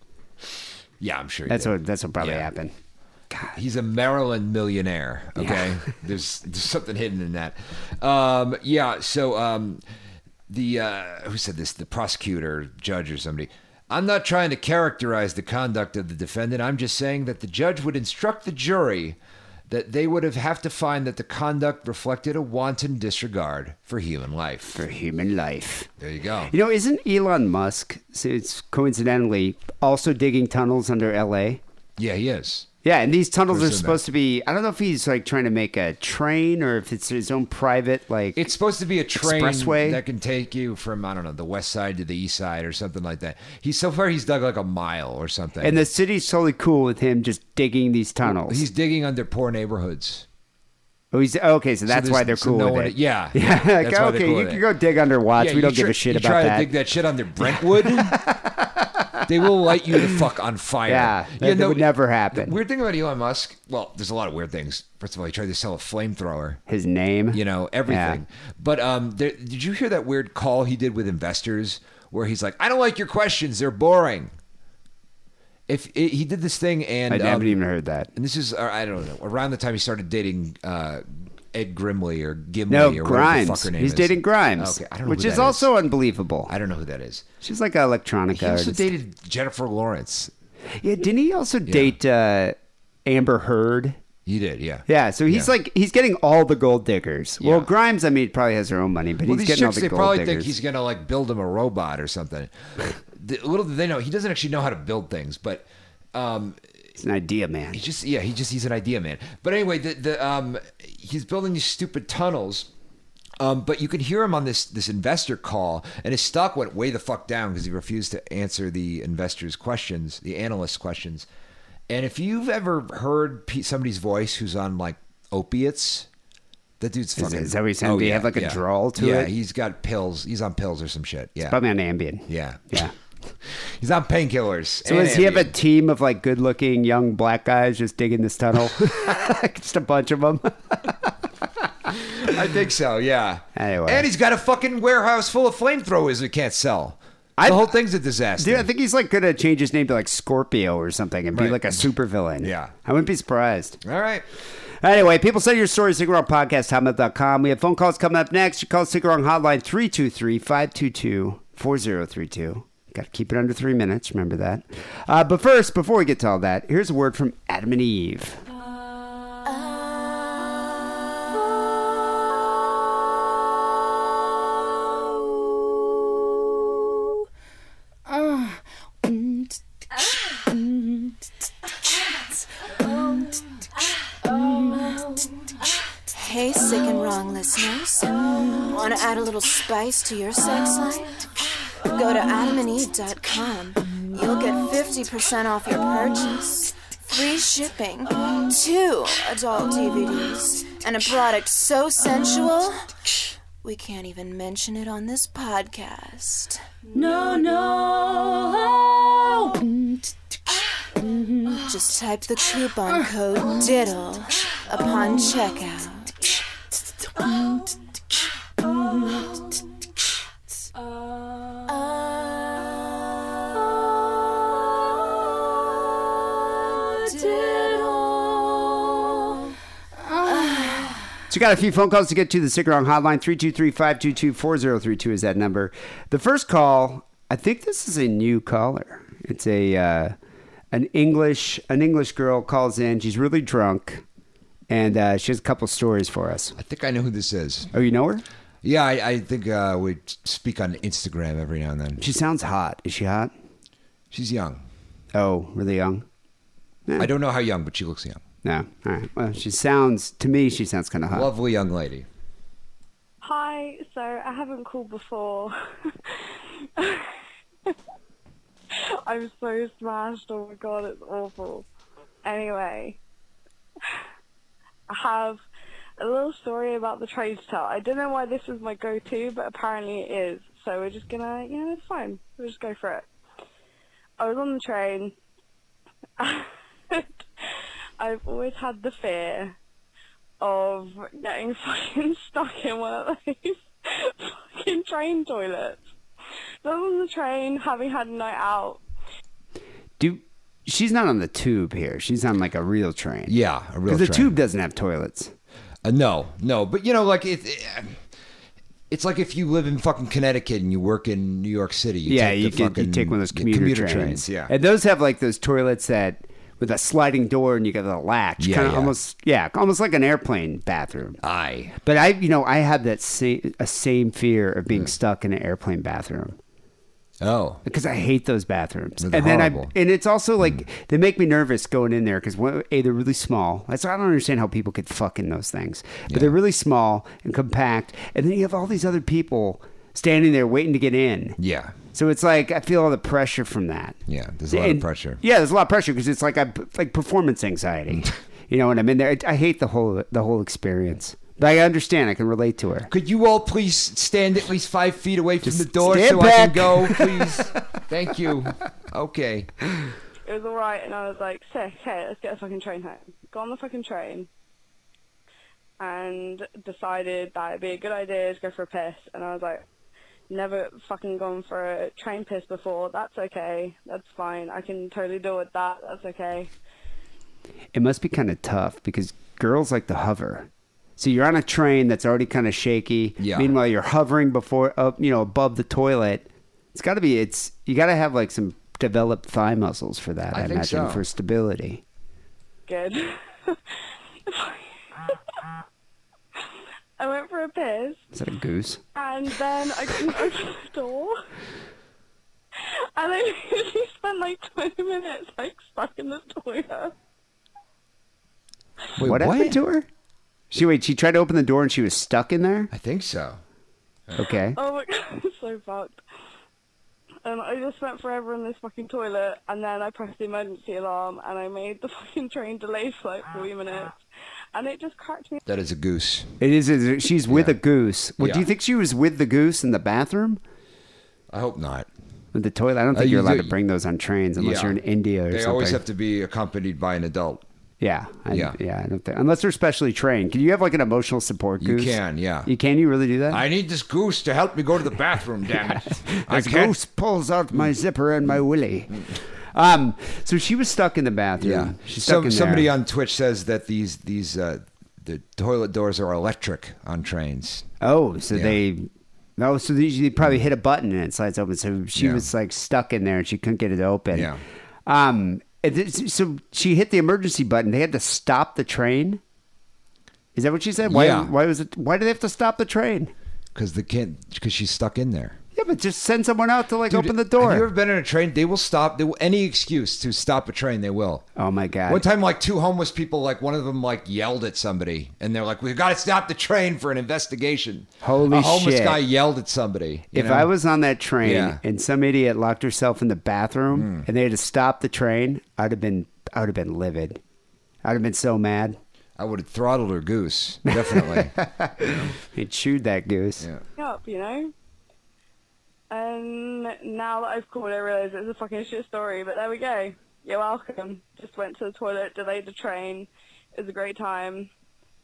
Speaker 4: Yeah, I'm sure. he
Speaker 3: That's
Speaker 4: did.
Speaker 3: what that's what probably
Speaker 4: Yeah.
Speaker 3: happened.
Speaker 4: He's a Maryland millionaire. Okay, there's, there's something hidden in that. Um, yeah. So um, the uh, who said this? The prosecutor, judge, or somebody. I'm not trying to characterize the conduct of the defendant. I'm just saying that the judge would instruct the jury that they would have, have to find that the conduct reflected a wanton disregard for human life.
Speaker 3: For human life.
Speaker 4: There you go.
Speaker 3: You know, isn't Elon Musk? So it's coincidentally also digging tunnels under L.A.
Speaker 4: Yeah, he is.
Speaker 3: Yeah, and these tunnels are
Speaker 4: Who's in
Speaker 3: supposed to be. I don't know if he's like trying to make a train or if it's his own private like.
Speaker 4: It's supposed to be a train
Speaker 3: Expressway?
Speaker 4: that can take you from I don't know the west side to the east side or something like that. He's so far he's dug like a mile or something.
Speaker 3: and the city's totally cool with him just digging these tunnels.
Speaker 4: he's digging under poor neighborhoods.
Speaker 3: oh, he's okay, so
Speaker 4: So
Speaker 3: that's
Speaker 4: there's-
Speaker 3: why they're
Speaker 4: so
Speaker 3: cool
Speaker 4: no
Speaker 3: with
Speaker 4: one-
Speaker 3: it.
Speaker 4: Yeah,
Speaker 3: yeah. like,
Speaker 4: that's why they're
Speaker 3: okay,
Speaker 4: cool
Speaker 3: you
Speaker 4: with
Speaker 3: can
Speaker 4: it.
Speaker 3: go dig under Watts.
Speaker 4: Yeah,
Speaker 3: we
Speaker 4: you
Speaker 3: don't give
Speaker 4: try-
Speaker 3: a shit
Speaker 4: you
Speaker 3: about
Speaker 4: try
Speaker 3: that.
Speaker 4: to dig that shit under Brentwood. they will light you the fuck on fire.
Speaker 3: Yeah, that- that would never happen.
Speaker 4: The weird thing about Elon Musk. Well, there's a lot of weird things. First of all, he tried to sell a flamethrower.
Speaker 3: His name.
Speaker 4: you know everything but um there, did you hear that weird call he did with investors where he's like i don't like your questions they're boring if it, he did this thing and
Speaker 3: I
Speaker 4: um,
Speaker 3: haven't even heard that.
Speaker 4: and this is uh, i don't know around the time he started dating uh ed grimley or gimley
Speaker 3: No,
Speaker 4: or whatever the fuck
Speaker 3: Grimes.
Speaker 4: her name
Speaker 3: He's
Speaker 4: is.
Speaker 3: dating Grimes,
Speaker 4: okay i don't know
Speaker 3: which
Speaker 4: who
Speaker 3: is
Speaker 4: that
Speaker 3: also unbelievable.
Speaker 4: i don't know who that is
Speaker 3: She's like an electronica
Speaker 4: he also
Speaker 3: artist.
Speaker 4: dated jennifer lawrence
Speaker 3: yeah, didn't he also date uh, Amber Heard?
Speaker 4: he did yeah
Speaker 3: Yeah, so he's
Speaker 4: Yeah.
Speaker 3: like he's getting all the gold diggers. Well,
Speaker 4: Yeah.
Speaker 3: Grimes, I mean, probably has her own money, but
Speaker 4: Well,
Speaker 3: he's
Speaker 4: these
Speaker 3: getting all
Speaker 4: chicks,
Speaker 3: the
Speaker 4: they
Speaker 3: gold
Speaker 4: probably
Speaker 3: diggers.
Speaker 4: think he's gonna like build him a robot or something. The- little do they know, he doesn't actually know how to build things, but um,
Speaker 3: it's an idea, man.
Speaker 4: he just yeah he just he's an idea man but anyway the, the um he's building these stupid tunnels um, but you can hear him on this this investor call, and his stock went way the fuck down because he refused to answer the investors' questions, the analysts' questions. And if you've ever heard pe- somebody's voice who's on like opiates, that dude's fucking. Oh,
Speaker 3: is that what he said? Do you have, like, a drawl to
Speaker 4: yeah,
Speaker 3: it?
Speaker 4: he's got pills. He's on pills or some shit. Yeah,
Speaker 3: Probably on Ambien.
Speaker 4: yeah,
Speaker 3: Yeah.
Speaker 4: He's on painkillers.
Speaker 3: So
Speaker 4: and
Speaker 3: does he have a
Speaker 4: Ambien.
Speaker 3: team of like good-looking young black guys just digging this tunnel? just a bunch of them.
Speaker 4: I think so. Yeah.
Speaker 3: Anyway.
Speaker 4: And he's got a fucking warehouse full of flamethrowers we can't sell. The
Speaker 3: I-
Speaker 4: whole thing's a disaster.
Speaker 3: Dude, I think he's like gonna change his name to like Scorpio or something and be
Speaker 4: Right.
Speaker 3: like a supervillain.
Speaker 4: Yeah.
Speaker 3: I wouldn't be surprised.
Speaker 4: All right.
Speaker 3: Anyway, people send your stories to cigarongpodcast.com. We have phone calls coming up next. You call the Cigarong Hotline 323 522 4032. Got to keep it under three minutes. Remember that. Uh, but first, before we get to all that, here's a word from Adam and Eve.
Speaker 5: Hey, sick and wrong listeners. Want to add a little spice to your sex life? Go to adamandeve.com. You'll get 50% off your purchase, free shipping, two adult DVDs, and a product so sensual, we can't even mention it on this podcast.
Speaker 6: No, no.
Speaker 5: Just type the coupon code DIDDLE upon checkout.
Speaker 3: So, you got a few phone calls to get to the Cigarong Hotline 323 522 4032 is that number. The first call, I think this is a new caller. It's a. Uh, an English an English girl calls in. She's really drunk, and uh, she has a couple stories for us.
Speaker 4: I think I know who this is.
Speaker 3: Oh, you know her?
Speaker 4: Yeah, I, I think uh, we speak on Instagram every now and then.
Speaker 3: She sounds hot. Is she hot?
Speaker 4: She's young.
Speaker 3: Oh, really young?
Speaker 4: I don't know how young, but she looks young.
Speaker 3: No. All right. Well, she sounds to me. She sounds kind of hot.
Speaker 4: Lovely young lady.
Speaker 7: Hi, so I haven't called before. I'm so smashed, oh my god, it's awful. Anyway, I have a little story about the trade to tell. I don't know why this is my go-to, but apparently it is. So we're just gonna, you know, it's fine. We'll just go for it. I was on the train. I've always had the fear of getting fucking stuck in one of those fucking train toilets. I was on the train, having had a night out.
Speaker 3: Do she's not on the tube here. She's on like a real train.
Speaker 4: Yeah, a real.
Speaker 3: Because the
Speaker 4: train.
Speaker 3: tube doesn't have toilets.
Speaker 4: Uh, no, no, but you know, like it, it- it's like if you live in fucking Connecticut and you work in New York City. You
Speaker 3: yeah,
Speaker 4: take
Speaker 3: you
Speaker 4: the
Speaker 3: can
Speaker 4: fucking,
Speaker 3: you take one of those
Speaker 4: the
Speaker 3: commuter,
Speaker 4: trains. Yeah,
Speaker 3: and those have like those toilets that with a sliding door and you got a latch.
Speaker 4: Yeah,
Speaker 3: kind of
Speaker 4: yeah.
Speaker 3: almost yeah, almost like an airplane bathroom.
Speaker 4: I.
Speaker 3: But I, you know, I had that same a same fear of
Speaker 4: Mm.
Speaker 3: being stuck in an airplane bathroom.
Speaker 4: Oh,
Speaker 3: because I hate those bathrooms.
Speaker 4: They're
Speaker 3: and then
Speaker 4: horrible. Mm.
Speaker 3: I and it's also like they make me nervous going in there because a they're really small. That's I don't understand how people could fuck in those things, but they're really small and compact. And then you have all these other people standing there waiting to get in.
Speaker 4: yeah,
Speaker 3: So it's like I feel all the pressure from that.
Speaker 4: yeah. There's a lot of
Speaker 3: And-
Speaker 4: pressure.
Speaker 3: Yeah, there's a lot of pressure because it's like I like performance anxiety. you know, when I'm in there, I, I hate the whole the whole experience. But I understand. I can relate to her.
Speaker 4: Could you all please stand at least five feet away from the door
Speaker 3: stand
Speaker 4: so I
Speaker 3: back.
Speaker 4: can go, please? Thank you. Okay.
Speaker 7: It was alright, and I was like, sick, hey, let's get a fucking train home. Got on the fucking train, and decided that it'd be a good idea to go for a piss, and I was like, never fucking gone for a train piss before, that's okay, that's fine, I can totally deal with that, that's okay.
Speaker 3: it must be kind of tough because girls like to hover. So you're on a train that's already kind of shaky.
Speaker 4: Yeah.
Speaker 3: Meanwhile, you're hovering before up, you know, above the toilet. It's got to be. It's you got to have like some developed thigh muscles for that. I,
Speaker 4: I think
Speaker 3: imagine
Speaker 4: so.
Speaker 3: for stability.
Speaker 7: good. I went for a piss
Speaker 3: Is that a goose?
Speaker 7: and then I couldn't open the door. And I literally spent like 20 minutes like stuck in the toilet.
Speaker 4: Wait,
Speaker 3: what, happened to her? She wait. She tried to open the door and she was stuck in there.
Speaker 4: I think so.
Speaker 3: Okay.
Speaker 7: Oh my god, I'm so fucked. And I just spent forever in this fucking toilet and then I pressed the emergency alarm and I made the fucking train delay for like 40 minutes. And it just cracked me
Speaker 4: That is a goose.
Speaker 3: It is. is it- She's with
Speaker 4: Yeah.
Speaker 3: a goose. Well, Do
Speaker 4: Yeah.
Speaker 3: you think she was with the goose in the bathroom?
Speaker 4: I hope not.
Speaker 3: With the toilet, I don't think
Speaker 4: Uh, you
Speaker 3: you're allowed
Speaker 4: do-
Speaker 3: to bring those on trains unless
Speaker 4: Yeah.
Speaker 3: you're in India or
Speaker 4: They
Speaker 3: something.
Speaker 4: always have to be accompanied by an adult.
Speaker 3: yeah, I,
Speaker 4: Yeah.
Speaker 3: I don't think unless they're specially trained. Can you have like an emotional support?
Speaker 4: You
Speaker 3: Goose?
Speaker 4: can, yeah.
Speaker 3: You can. You really do that?
Speaker 4: I need this goose to help me go to the bathroom. Damn it! I
Speaker 3: This
Speaker 4: can't. Mm.
Speaker 3: goose pulls out my zipper and my willy. Um, so she was stuck in the bathroom.
Speaker 4: Yeah,
Speaker 3: she's stuck
Speaker 4: Some-
Speaker 3: in
Speaker 4: somebody
Speaker 3: there.
Speaker 4: on Twitch says that these these uh, the toilet doors are electric on trains.
Speaker 3: Oh, so
Speaker 4: Yeah.
Speaker 3: they. Oh, so they, they probably hit a button and it slides open. So she
Speaker 4: Yeah.
Speaker 3: was like stuck in there and she couldn't get it open.
Speaker 4: Yeah.
Speaker 3: Um. and this- So she hit the emergency button. They had to stop the train. Is that what she said? Why?
Speaker 4: Yeah.
Speaker 3: Why was it? Why do they have to stop the train?
Speaker 4: Because the kid, because she's stuck in there.
Speaker 3: Yeah, but just send someone out to like
Speaker 4: Dude,
Speaker 3: open the door.
Speaker 4: Have you ever been in a train? They will stop. They will, any excuse to stop a train, they will.
Speaker 3: Oh, my God.
Speaker 4: One time, like two homeless people, like one of them like yelled at somebody, and they're like, "We've got to stop the train for an investigation."
Speaker 3: Holy
Speaker 4: A homeless
Speaker 3: shit.
Speaker 4: guy yelled at somebody. you
Speaker 3: If
Speaker 4: know?
Speaker 3: I was on that train
Speaker 4: Yeah. Hmm.
Speaker 3: and some idiot locked herself in the bathroom and they had to stop the train, I'd have been I would have been livid. I'd have been so mad.
Speaker 4: I would have throttled her goose. Definitely.
Speaker 3: He chewed that goose.
Speaker 4: Yeah.
Speaker 7: up, you know? And now that I've called, I realise it's a fucking shit story, but there we go. You're welcome. Just went to the toilet, delayed the train. It was a great time.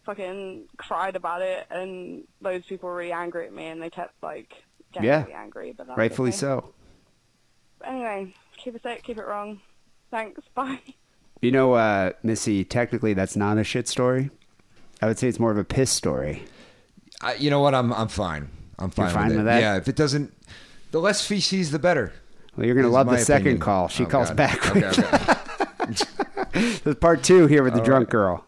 Speaker 7: Fucking cried about it, and loads of people were really angry at me, and they kept, like, getting
Speaker 3: Yeah.
Speaker 7: really angry. But
Speaker 4: Oh,
Speaker 7: that's
Speaker 3: Rightfully
Speaker 7: okay.
Speaker 3: so.
Speaker 7: But anyway, keep it safe, keep it wrong. Thanks, bye.
Speaker 3: You know, uh, Missy, technically that's not a shit story. I would say it's more of a piss story.
Speaker 4: I, you know what? I'm I'm fine. I'm fine,
Speaker 3: fine
Speaker 4: with, it.
Speaker 3: with that?
Speaker 4: Yeah. If it doesn't, the less feces, the better.
Speaker 3: Well, you're going to
Speaker 4: is
Speaker 3: love
Speaker 4: my
Speaker 3: the second
Speaker 4: opinion.
Speaker 3: call. She
Speaker 4: Oh,
Speaker 3: calls
Speaker 4: God.
Speaker 3: back.
Speaker 4: Okay, okay.
Speaker 3: This is part two here with the drunk girl.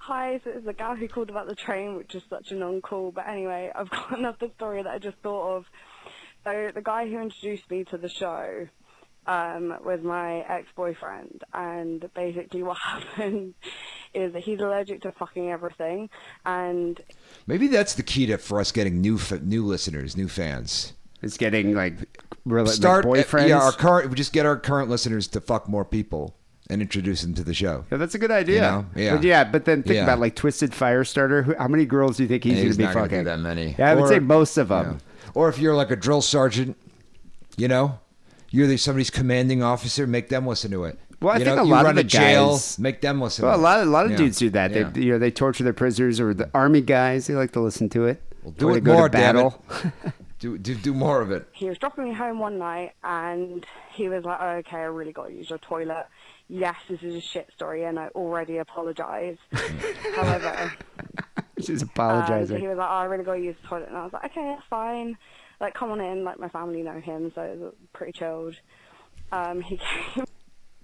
Speaker 7: Hi, so it's the guy who called about the train, which is such an on-call. But anyway, I've got another story that I just thought of. So the guy who introduced me to the show um, was my ex-boyfriend, and basically what happened is that he's allergic to fucking everything, and
Speaker 4: Maybe that's the key to for us getting new fa- new listeners, new fans.
Speaker 3: It's getting like, rela-
Speaker 4: Start eh, uh,
Speaker 3: like boyfriends.
Speaker 4: Yeah, our current. We just get our current listeners to fuck more people and introduce them to the show.
Speaker 3: Yeah, that's a good idea.
Speaker 4: know? Yeah.
Speaker 3: But yeah, but then think
Speaker 4: Yeah.
Speaker 3: about like Twisted Firestarter. Who, how many girls do you think he's,
Speaker 4: He's
Speaker 3: going
Speaker 4: not
Speaker 3: to be
Speaker 4: gonna
Speaker 3: fucking?
Speaker 4: do that many.
Speaker 3: Yeah, I would
Speaker 4: Or-
Speaker 3: say most of them.
Speaker 4: Yeah. Or if you're like a drill sergeant, you know, you're the, somebody's commanding officer, make them listen to it.
Speaker 3: Well, I
Speaker 4: You
Speaker 3: think
Speaker 4: know,
Speaker 3: a
Speaker 4: you
Speaker 3: lot of
Speaker 4: run
Speaker 3: the
Speaker 4: a jail,
Speaker 3: guys-
Speaker 4: make them listen.
Speaker 3: Well,
Speaker 4: to
Speaker 3: a
Speaker 4: it.
Speaker 3: lot, a lot of
Speaker 4: Yeah.
Speaker 3: dudes do that.
Speaker 4: Yeah.
Speaker 3: They, you know, they torture their prisoners, or the army guys. They like to listen to it.
Speaker 4: do
Speaker 3: Or they
Speaker 4: it
Speaker 3: go to
Speaker 4: more, damn
Speaker 3: battle.
Speaker 4: do, do do more of it.
Speaker 7: he was dropping me home one night and he was like, oh, okay, I really got to use your toilet. Yes, this is a shit story and I already apologise. However,
Speaker 3: She's
Speaker 4: Uh,
Speaker 7: um, so
Speaker 3: apologizing.
Speaker 7: he was like, oh, I really got to use the toilet. And I was like, okay, that's fine. Like, come on in. Like, my family know him, so it was pretty chilled. Um, he came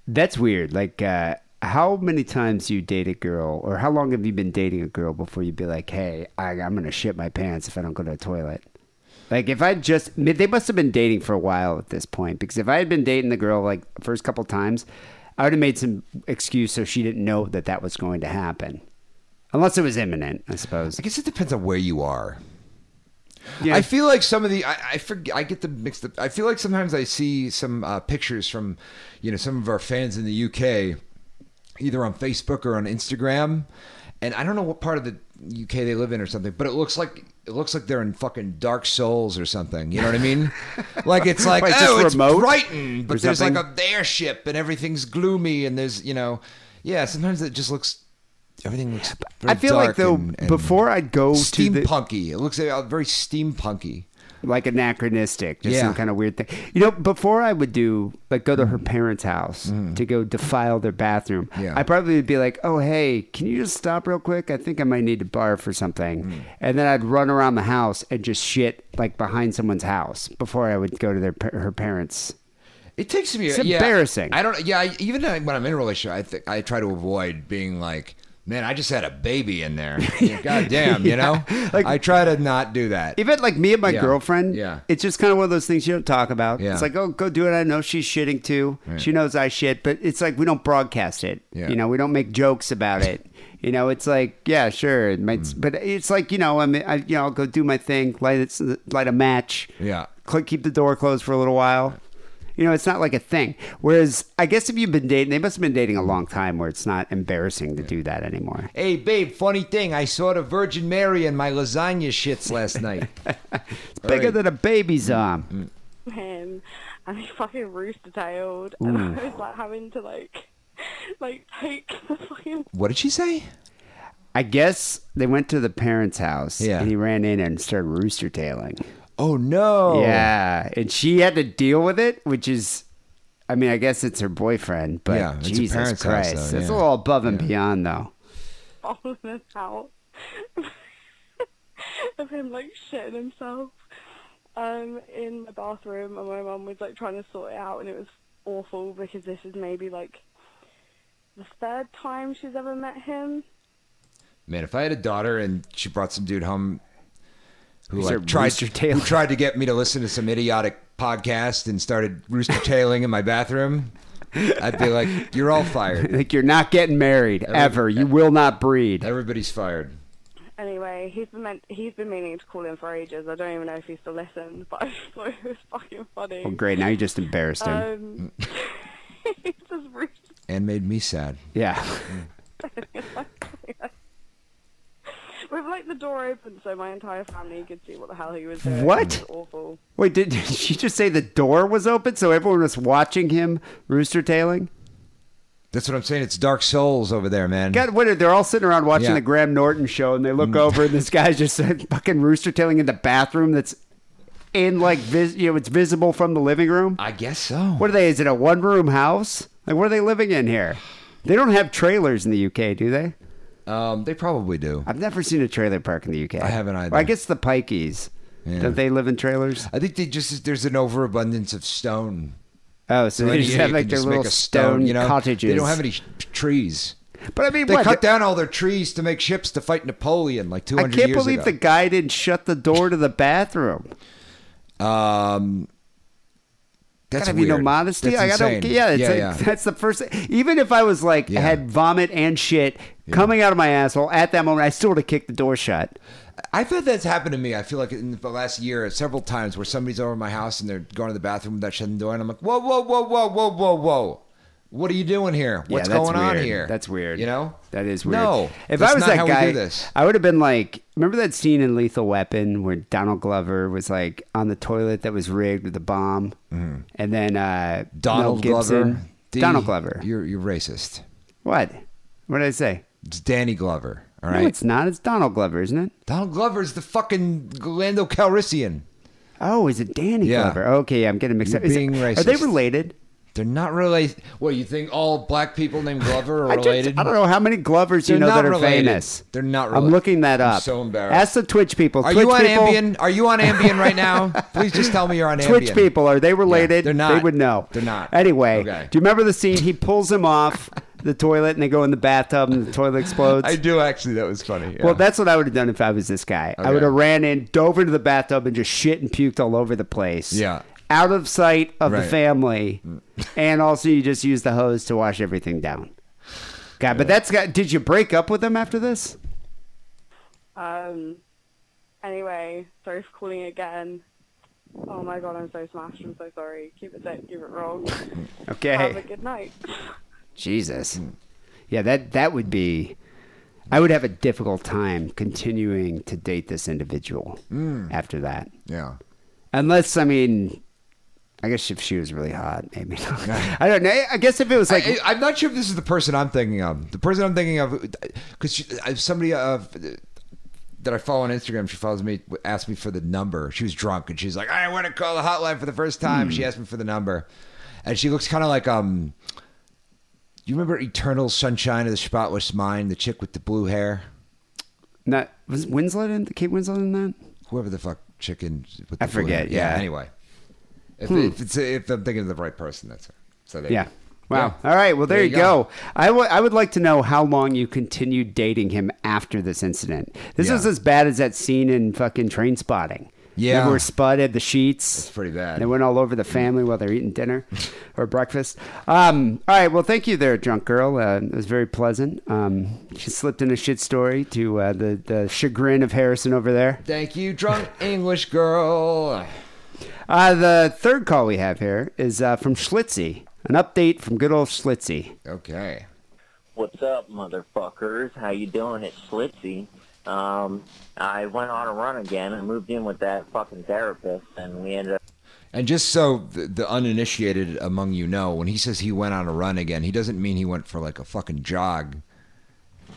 Speaker 3: That's weird. Like, uh, how many times you date a girl, or how long have you been dating a girl before you'd be like, "Hey, I, I'm going to shit my pants if I don't go to the toilet." Like, if I just I mean, they must have been dating for a while at this point, because if I had been dating the girl like the first couple times, I would have made some excuse so she didn't know that that was going to happen, unless it was imminent, I suppose.
Speaker 4: I guess it depends on where you are.
Speaker 3: Yeah.
Speaker 4: I feel like some of the I I, forg I get the mixed up. I feel like sometimes I see some uh, pictures from you know some of our fans in the UK, either on Facebook or on Instagram, and I don't know what part of the UK they live in or something, but it looks like it looks like they're in fucking Dark Souls or something. You know what I mean? like it's like
Speaker 3: Like just
Speaker 4: oh, it's
Speaker 3: remote
Speaker 4: Brighton,
Speaker 3: or
Speaker 4: but there's like
Speaker 3: something?
Speaker 4: a airship and everything's gloomy and there's you know yeah. Sometimes it just looks everything looks.
Speaker 3: I
Speaker 4: very
Speaker 3: feel like
Speaker 4: dark
Speaker 3: though
Speaker 4: and- and-
Speaker 3: before I go to the
Speaker 4: steampunky. It looks uh, very steampunky.
Speaker 3: like anachronistic, just
Speaker 4: Yeah. Mm.
Speaker 3: some kind of weird thing. You know, before I would do like go to her parents' house to go defile their bathroom,
Speaker 4: Yeah.
Speaker 3: I probably would be like, "Oh, hey, can you just stop real quick? I think I might need to barf or something,"
Speaker 4: Mm.
Speaker 3: and then I'd run around the house and just shit like behind someone's house before I would go to their par- her parents.
Speaker 4: It takes me.
Speaker 3: It's
Speaker 4: yeah,
Speaker 3: embarrassing.
Speaker 4: I don't. Yeah, I, even uh, when I'm in a relationship, I think I try to avoid being like, "Man, I just had a baby in there." God damn, you know.
Speaker 3: Like-
Speaker 4: I try to not do that.
Speaker 3: Even like me and my
Speaker 4: Yeah.
Speaker 3: girlfriend,
Speaker 4: Yeah.
Speaker 3: it's just kind of one of those things you don't talk about.
Speaker 4: Yeah.
Speaker 3: It's like, oh, go do it. I know she's shitting too. She knows I shit, but it's like we don't broadcast it.
Speaker 4: Yeah.
Speaker 3: You know, we don't make jokes about it. you know, it's like, yeah, sure, it might,
Speaker 4: Mm.
Speaker 3: but it's like you know, I'm, I, you know, I'll go do my thing, light it's light a match.
Speaker 4: Yeah.
Speaker 3: click, keep the door closed for a little while. You know, it's not like a thing. Whereas, I guess if you've been dating, they must have been dating a long time, where it's not embarrassing to do that anymore.
Speaker 4: hey, babe. Funny thing, I saw the Virgin Mary in my lasagna shits last night.
Speaker 3: It's bigger
Speaker 4: right. Mm.
Speaker 3: um, than a baby's arm.
Speaker 7: him and he fucking rooster tailed, and I was like having to like, like take the fucking
Speaker 4: What did she say?
Speaker 3: I guess they went to the parents' house
Speaker 4: Yeah.
Speaker 3: and he ran in and started rooster tailing.
Speaker 4: Oh no.
Speaker 3: Yeah. And she had to deal with it, which is, I mean, I guess it's her boyfriend, but
Speaker 4: Yeah, it's her
Speaker 3: Jesus
Speaker 4: parents' house,
Speaker 3: Christ.
Speaker 4: though,
Speaker 3: It's a
Speaker 4: yeah.
Speaker 3: little above and beyond, though.
Speaker 7: bottomless out of him like shitting himself um in my bathroom and my mum was like trying to sort it out and it was awful because this is maybe like the third time she's ever met him
Speaker 4: Man, if I had a daughter and she brought some dude home who
Speaker 3: Who's a
Speaker 4: like, tried
Speaker 3: rooster tail.
Speaker 4: who tried to get me to listen to some idiotic podcast and started rooster tailing in my bathroom, I'd be like, "You're all fired.
Speaker 3: Like, you're not getting married ever. You will not breed.
Speaker 4: Everybody's fired."
Speaker 7: anyway he's been meant he's been meaning to call in for ages i don't even know if he still listens but i just thought it was fucking funny
Speaker 3: Oh, great. Now you just embarrassed him.
Speaker 7: um he's just really
Speaker 4: And made me sad.
Speaker 3: yeah.
Speaker 7: with like the door open so my entire family could see what the hell he was doing
Speaker 3: What?
Speaker 7: it was awful
Speaker 3: Wait, did, did she just say the door was open so everyone was watching him rooster tailing?
Speaker 4: That's what I'm saying. It's Dark Souls over there, man.
Speaker 3: God, what are they're all sitting around watching
Speaker 4: Yeah. Mm.
Speaker 3: the Graham Norton show, and they look over, and this guy's just fucking rooster tailing in the bathroom that's in like vis- you know it's visible from the living room.
Speaker 4: I guess so.
Speaker 3: What are they? Is it a one room house? Like what are they living in here? They don't have trailers in the UK, do they?
Speaker 4: Um, they probably do.
Speaker 3: I've never seen a trailer park in the UK. I
Speaker 4: haven't either.
Speaker 3: Well, I guess the Pikeys.
Speaker 4: Yeah.
Speaker 3: Don't they live in trailers?
Speaker 4: I think they just there's an overabundance of stone.
Speaker 3: Oh, so
Speaker 4: Right,
Speaker 3: they just
Speaker 4: yeah,
Speaker 3: have
Speaker 4: you
Speaker 3: like
Speaker 4: can
Speaker 3: their
Speaker 4: just
Speaker 3: little
Speaker 4: make a
Speaker 3: stone
Speaker 4: you know?
Speaker 3: cottages.
Speaker 4: They don't have any sh- trees.
Speaker 3: But I mean,
Speaker 4: They
Speaker 3: what?
Speaker 4: cut down all their trees to make ships to fight Napoleon like
Speaker 3: I
Speaker 4: 200 years ago.
Speaker 3: can't believe the guy didn't shut the door to the bathroom.
Speaker 4: Um, that's
Speaker 3: gotta be no
Speaker 4: weird.
Speaker 3: modesty.
Speaker 4: That's
Speaker 3: like, I don't.
Speaker 4: insane.
Speaker 3: Yeah, it's
Speaker 4: yeah,
Speaker 3: like-
Speaker 4: yeah.
Speaker 3: that's the first. thing. Even if I was like
Speaker 4: Yeah.
Speaker 3: had vomit and shit coming out of my asshole at that moment, I still would have kicked the door shut.
Speaker 4: I've had that's happened to me. I feel like in the last year, several times where somebody's over my house and they're going to the bathroom without shutting the door, and I'm like, whoa, whoa, whoa, whoa, whoa, whoa, whoa. What are you doing here? What's
Speaker 3: yeah, that's
Speaker 4: going on
Speaker 3: weird.
Speaker 4: here?
Speaker 3: That's weird.
Speaker 4: You know,
Speaker 3: that is weird.
Speaker 4: No,
Speaker 3: if
Speaker 4: that's
Speaker 3: I was
Speaker 4: not
Speaker 3: that
Speaker 4: how
Speaker 3: guy,
Speaker 4: we do this.
Speaker 3: I would have been like, remember that scene in Lethal Weapon where Donald Glover was like on the toilet that was rigged with a bomb, and then uh,
Speaker 4: Mm-hmm. Donald
Speaker 3: Mel Gibson-
Speaker 4: Glover. D,
Speaker 3: Donald Glover.
Speaker 4: You're you're racist.
Speaker 3: What? What did I say?
Speaker 4: It's Danny Glover. All
Speaker 3: No,
Speaker 4: right.
Speaker 3: it's not. It's Donald Glover, isn't it?
Speaker 4: Donald Glover's the fucking Lando Calrissian.
Speaker 3: Oh, is it Danny
Speaker 4: Yeah.
Speaker 3: Glover? Okay, I'm getting mixed
Speaker 4: You're
Speaker 3: up. Is it-
Speaker 4: being
Speaker 3: Are they
Speaker 4: racist.
Speaker 3: related?
Speaker 4: They're not related. What you think? All black people named Glover are
Speaker 3: I, just-
Speaker 4: related?
Speaker 3: I don't know how many Glovers you
Speaker 4: They're
Speaker 3: know
Speaker 4: not
Speaker 3: that are
Speaker 4: related.
Speaker 3: famous.
Speaker 4: They're not
Speaker 3: I'm
Speaker 4: related.
Speaker 3: looking that
Speaker 4: I'm
Speaker 3: up.
Speaker 4: so embarrassed.
Speaker 3: Ask the Twitch people.
Speaker 4: Are
Speaker 3: Twitch
Speaker 4: you on
Speaker 3: people,
Speaker 4: Ambien? Are you on Ambien right now? Please just tell me you're on
Speaker 3: Twitch
Speaker 4: Ambien.
Speaker 3: people, are they related?
Speaker 4: they're not.
Speaker 3: They would know.
Speaker 4: They're not.
Speaker 3: Anyway,
Speaker 4: Okay.
Speaker 3: do you remember the scene? He pulls him off the toilet and they go in the bathtub and the toilet explodes.
Speaker 4: I do actually. That was funny. yeah.
Speaker 3: Well, that's what I would have done if I was this guy. I
Speaker 4: Okay.
Speaker 3: would have ran in, dove into the bathtub, and just shit and puked all over the place.
Speaker 4: Yeah.
Speaker 3: Out of sight of the
Speaker 4: Right.
Speaker 3: family. and also, you just use the hose to wash everything down. God, but that's got. Did you break up with him after this?
Speaker 7: Um. Anyway, sorry for calling again. Oh my god, I'm so smashed. I'm so sorry. Keep it sick, keep it wrong. Have a
Speaker 3: Okay.
Speaker 7: good night.
Speaker 3: Jesus. Yeah, that that would be. I would have a difficult time continuing to date this individual
Speaker 4: Mm.
Speaker 3: after that.
Speaker 4: yeah.
Speaker 3: Unless, I mean, I guess if she was really hot, maybe. I don't know. I guess if it was like
Speaker 4: I, I'm not sure if this is the person I'm thinking of. The person I'm thinking of, because somebody uh, that I follow on Instagram, she follows me, asked me for the number. She was drunk and she's like, I want to call the hotline for the first time.
Speaker 3: Hmm.
Speaker 4: She asked me for the number, and she looks kind of like um. You remember Eternal Sunshine of the Spotless Mind, the chick with the blue hair,
Speaker 3: Not was Winslet in Kate Winslet in that?
Speaker 4: whoever the fuck chicken. With the
Speaker 3: I
Speaker 4: blue
Speaker 3: forget,
Speaker 4: hair.
Speaker 3: yeah.
Speaker 4: Anyway, if,
Speaker 3: Hmm.
Speaker 4: if, it's, if I'm thinking of the right person, that's her. So there you
Speaker 3: Yeah.
Speaker 4: go.
Speaker 3: Wow.
Speaker 4: Yeah.
Speaker 3: All right. Well, there,
Speaker 4: There
Speaker 3: you
Speaker 4: you
Speaker 3: go.
Speaker 4: go.
Speaker 3: I wa- I would like to know how long you continued dating him after this incident. This
Speaker 4: Yeah.
Speaker 3: was as bad as that scene in fucking Train Spotting.
Speaker 4: Yeah.
Speaker 3: Remember where Spud had the sheets. That's
Speaker 4: pretty bad.
Speaker 3: They went all over the family while they're eating dinner or breakfast. Um, all right. Well, thank you there, drunk girl. Uh, it was very pleasant. Um, she slipped in a shit story to uh, the the chagrin of Harrison over there.
Speaker 4: Thank you, drunk English girl.
Speaker 3: Uh, the third call we have here is uh, from Schlitzy. An update from good old Schlitzy.
Speaker 4: Okay.
Speaker 6: What's up, motherfuckers? How you doing? It's Schlitzy. Um, I went on a run again. I moved in with that fucking therapist, and we ended up
Speaker 4: And just so the, the uninitiated among you know, when he says he went on a run again, he doesn't mean he went for like a fucking jog.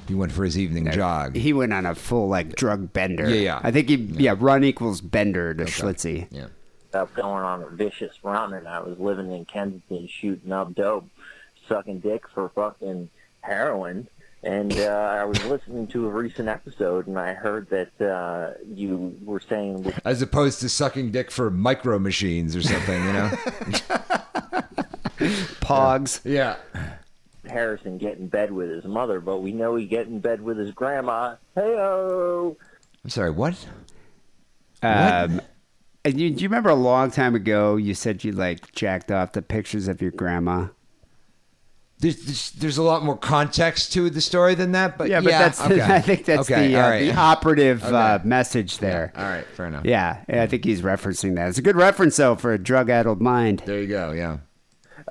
Speaker 4: He went for his evening jog.
Speaker 3: He went on a full like drug bender.
Speaker 4: Yeah, yeah.
Speaker 3: I think he yeah, run equals bender to Schlitzie.
Speaker 4: Yeah.
Speaker 6: up going on a vicious run and I was living in Kensington shooting up dope, sucking dick for fucking heroin. And uh, I was listening to a recent episode and I heard that uh, you were saying
Speaker 4: As opposed to sucking dick for micro machines or something, you know?
Speaker 3: Pogs.
Speaker 4: yeah.
Speaker 6: Harrison get in bed with his mother, but we know he get in bed with his grandma. Heyo!
Speaker 4: I'm sorry, what?
Speaker 3: Um, and you, do you remember a long time ago you said you like jacked off the pictures of your grandma?
Speaker 4: There's, there's, there's a lot more context to the story than that, but yeah,
Speaker 3: but that's
Speaker 4: okay.
Speaker 3: I think that's
Speaker 4: Okay,
Speaker 3: the,
Speaker 4: all
Speaker 3: uh,
Speaker 4: right.
Speaker 3: the operative uh,
Speaker 4: Okay.
Speaker 3: message there.
Speaker 4: All right, fair enough.
Speaker 3: Yeah, and I think he's referencing that. It's a good reference though for a drug-addled mind.
Speaker 4: There you go. Yeah.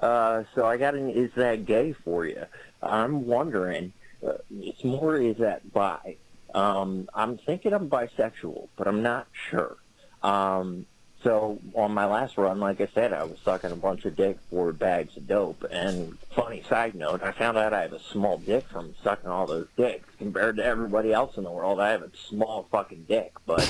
Speaker 6: Uh, so I got an is that gay for you? I'm wondering. Uh, it's more is that bi? Um, I'm thinking I'm bisexual, but I'm not sure. Um, so on my last run, like I said, I was sucking a bunch of dick for bags of dope. And funny side note, I found out I have a small dick from sucking all those dicks. Compared to everybody else in the world, I have a small fucking dick. But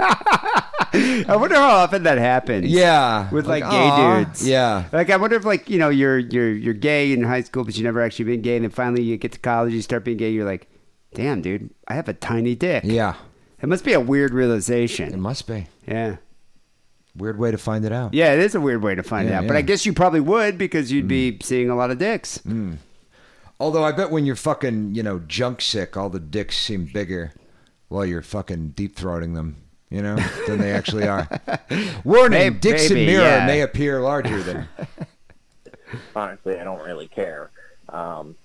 Speaker 3: I wonder how often that happens.
Speaker 4: Yeah.
Speaker 3: with like, gay
Speaker 4: aw,
Speaker 3: dudes.
Speaker 4: Yeah.
Speaker 3: Like I wonder if like you know you're you're you're gay in high school, but you never actually been gay, and then finally you get to college, you start being gay, you're like, damn, dude, I have a tiny dick.
Speaker 4: Yeah.
Speaker 3: It must be a weird
Speaker 4: It
Speaker 3: realization.
Speaker 4: must be.
Speaker 3: Yeah.
Speaker 4: Weird way to find it out.
Speaker 3: Yeah, it is a weird way to find
Speaker 4: Yeah,
Speaker 3: out, but
Speaker 4: yeah.
Speaker 3: I
Speaker 4: Mm.
Speaker 3: guess you probably would because you'd be seeing a lot of dicks.
Speaker 4: Although I bet when you're fucking, you know, junk sick, all the dicks seem bigger while you're fucking deep throating them, you know, than they actually are. Warning,
Speaker 3: Maybe-
Speaker 4: dicks and
Speaker 3: maybe,
Speaker 4: mirror
Speaker 3: yeah.
Speaker 4: may appear larger than.
Speaker 6: honestly, I don't really care. Um,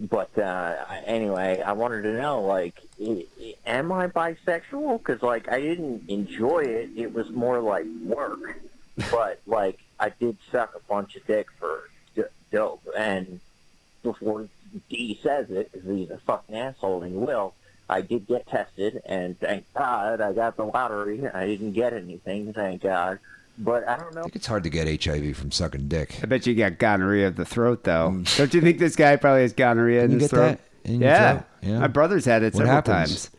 Speaker 6: but uh, anyway, I wanted to know, like, i- i- am I bisexual? Because, like, I didn't enjoy it. It was more like work. But, like, I did suck a bunch of dick for d- dope. And before D says it, because he's a fucking asshole and he will, I did get tested. And thank God I got the lottery. I didn't get anything, thank God. But I don't
Speaker 4: I
Speaker 6: know.
Speaker 4: think it's hard to get HIV from sucking dick.
Speaker 3: I bet you got gonorrhea of the throat though. Don't you think this guy probably has gonorrhea in
Speaker 4: Mm. you
Speaker 3: his
Speaker 4: get
Speaker 3: throat?
Speaker 4: that in your
Speaker 3: yeah.
Speaker 4: throat? Yeah.
Speaker 3: My brother's had it
Speaker 4: What
Speaker 3: several
Speaker 4: happens?
Speaker 3: times.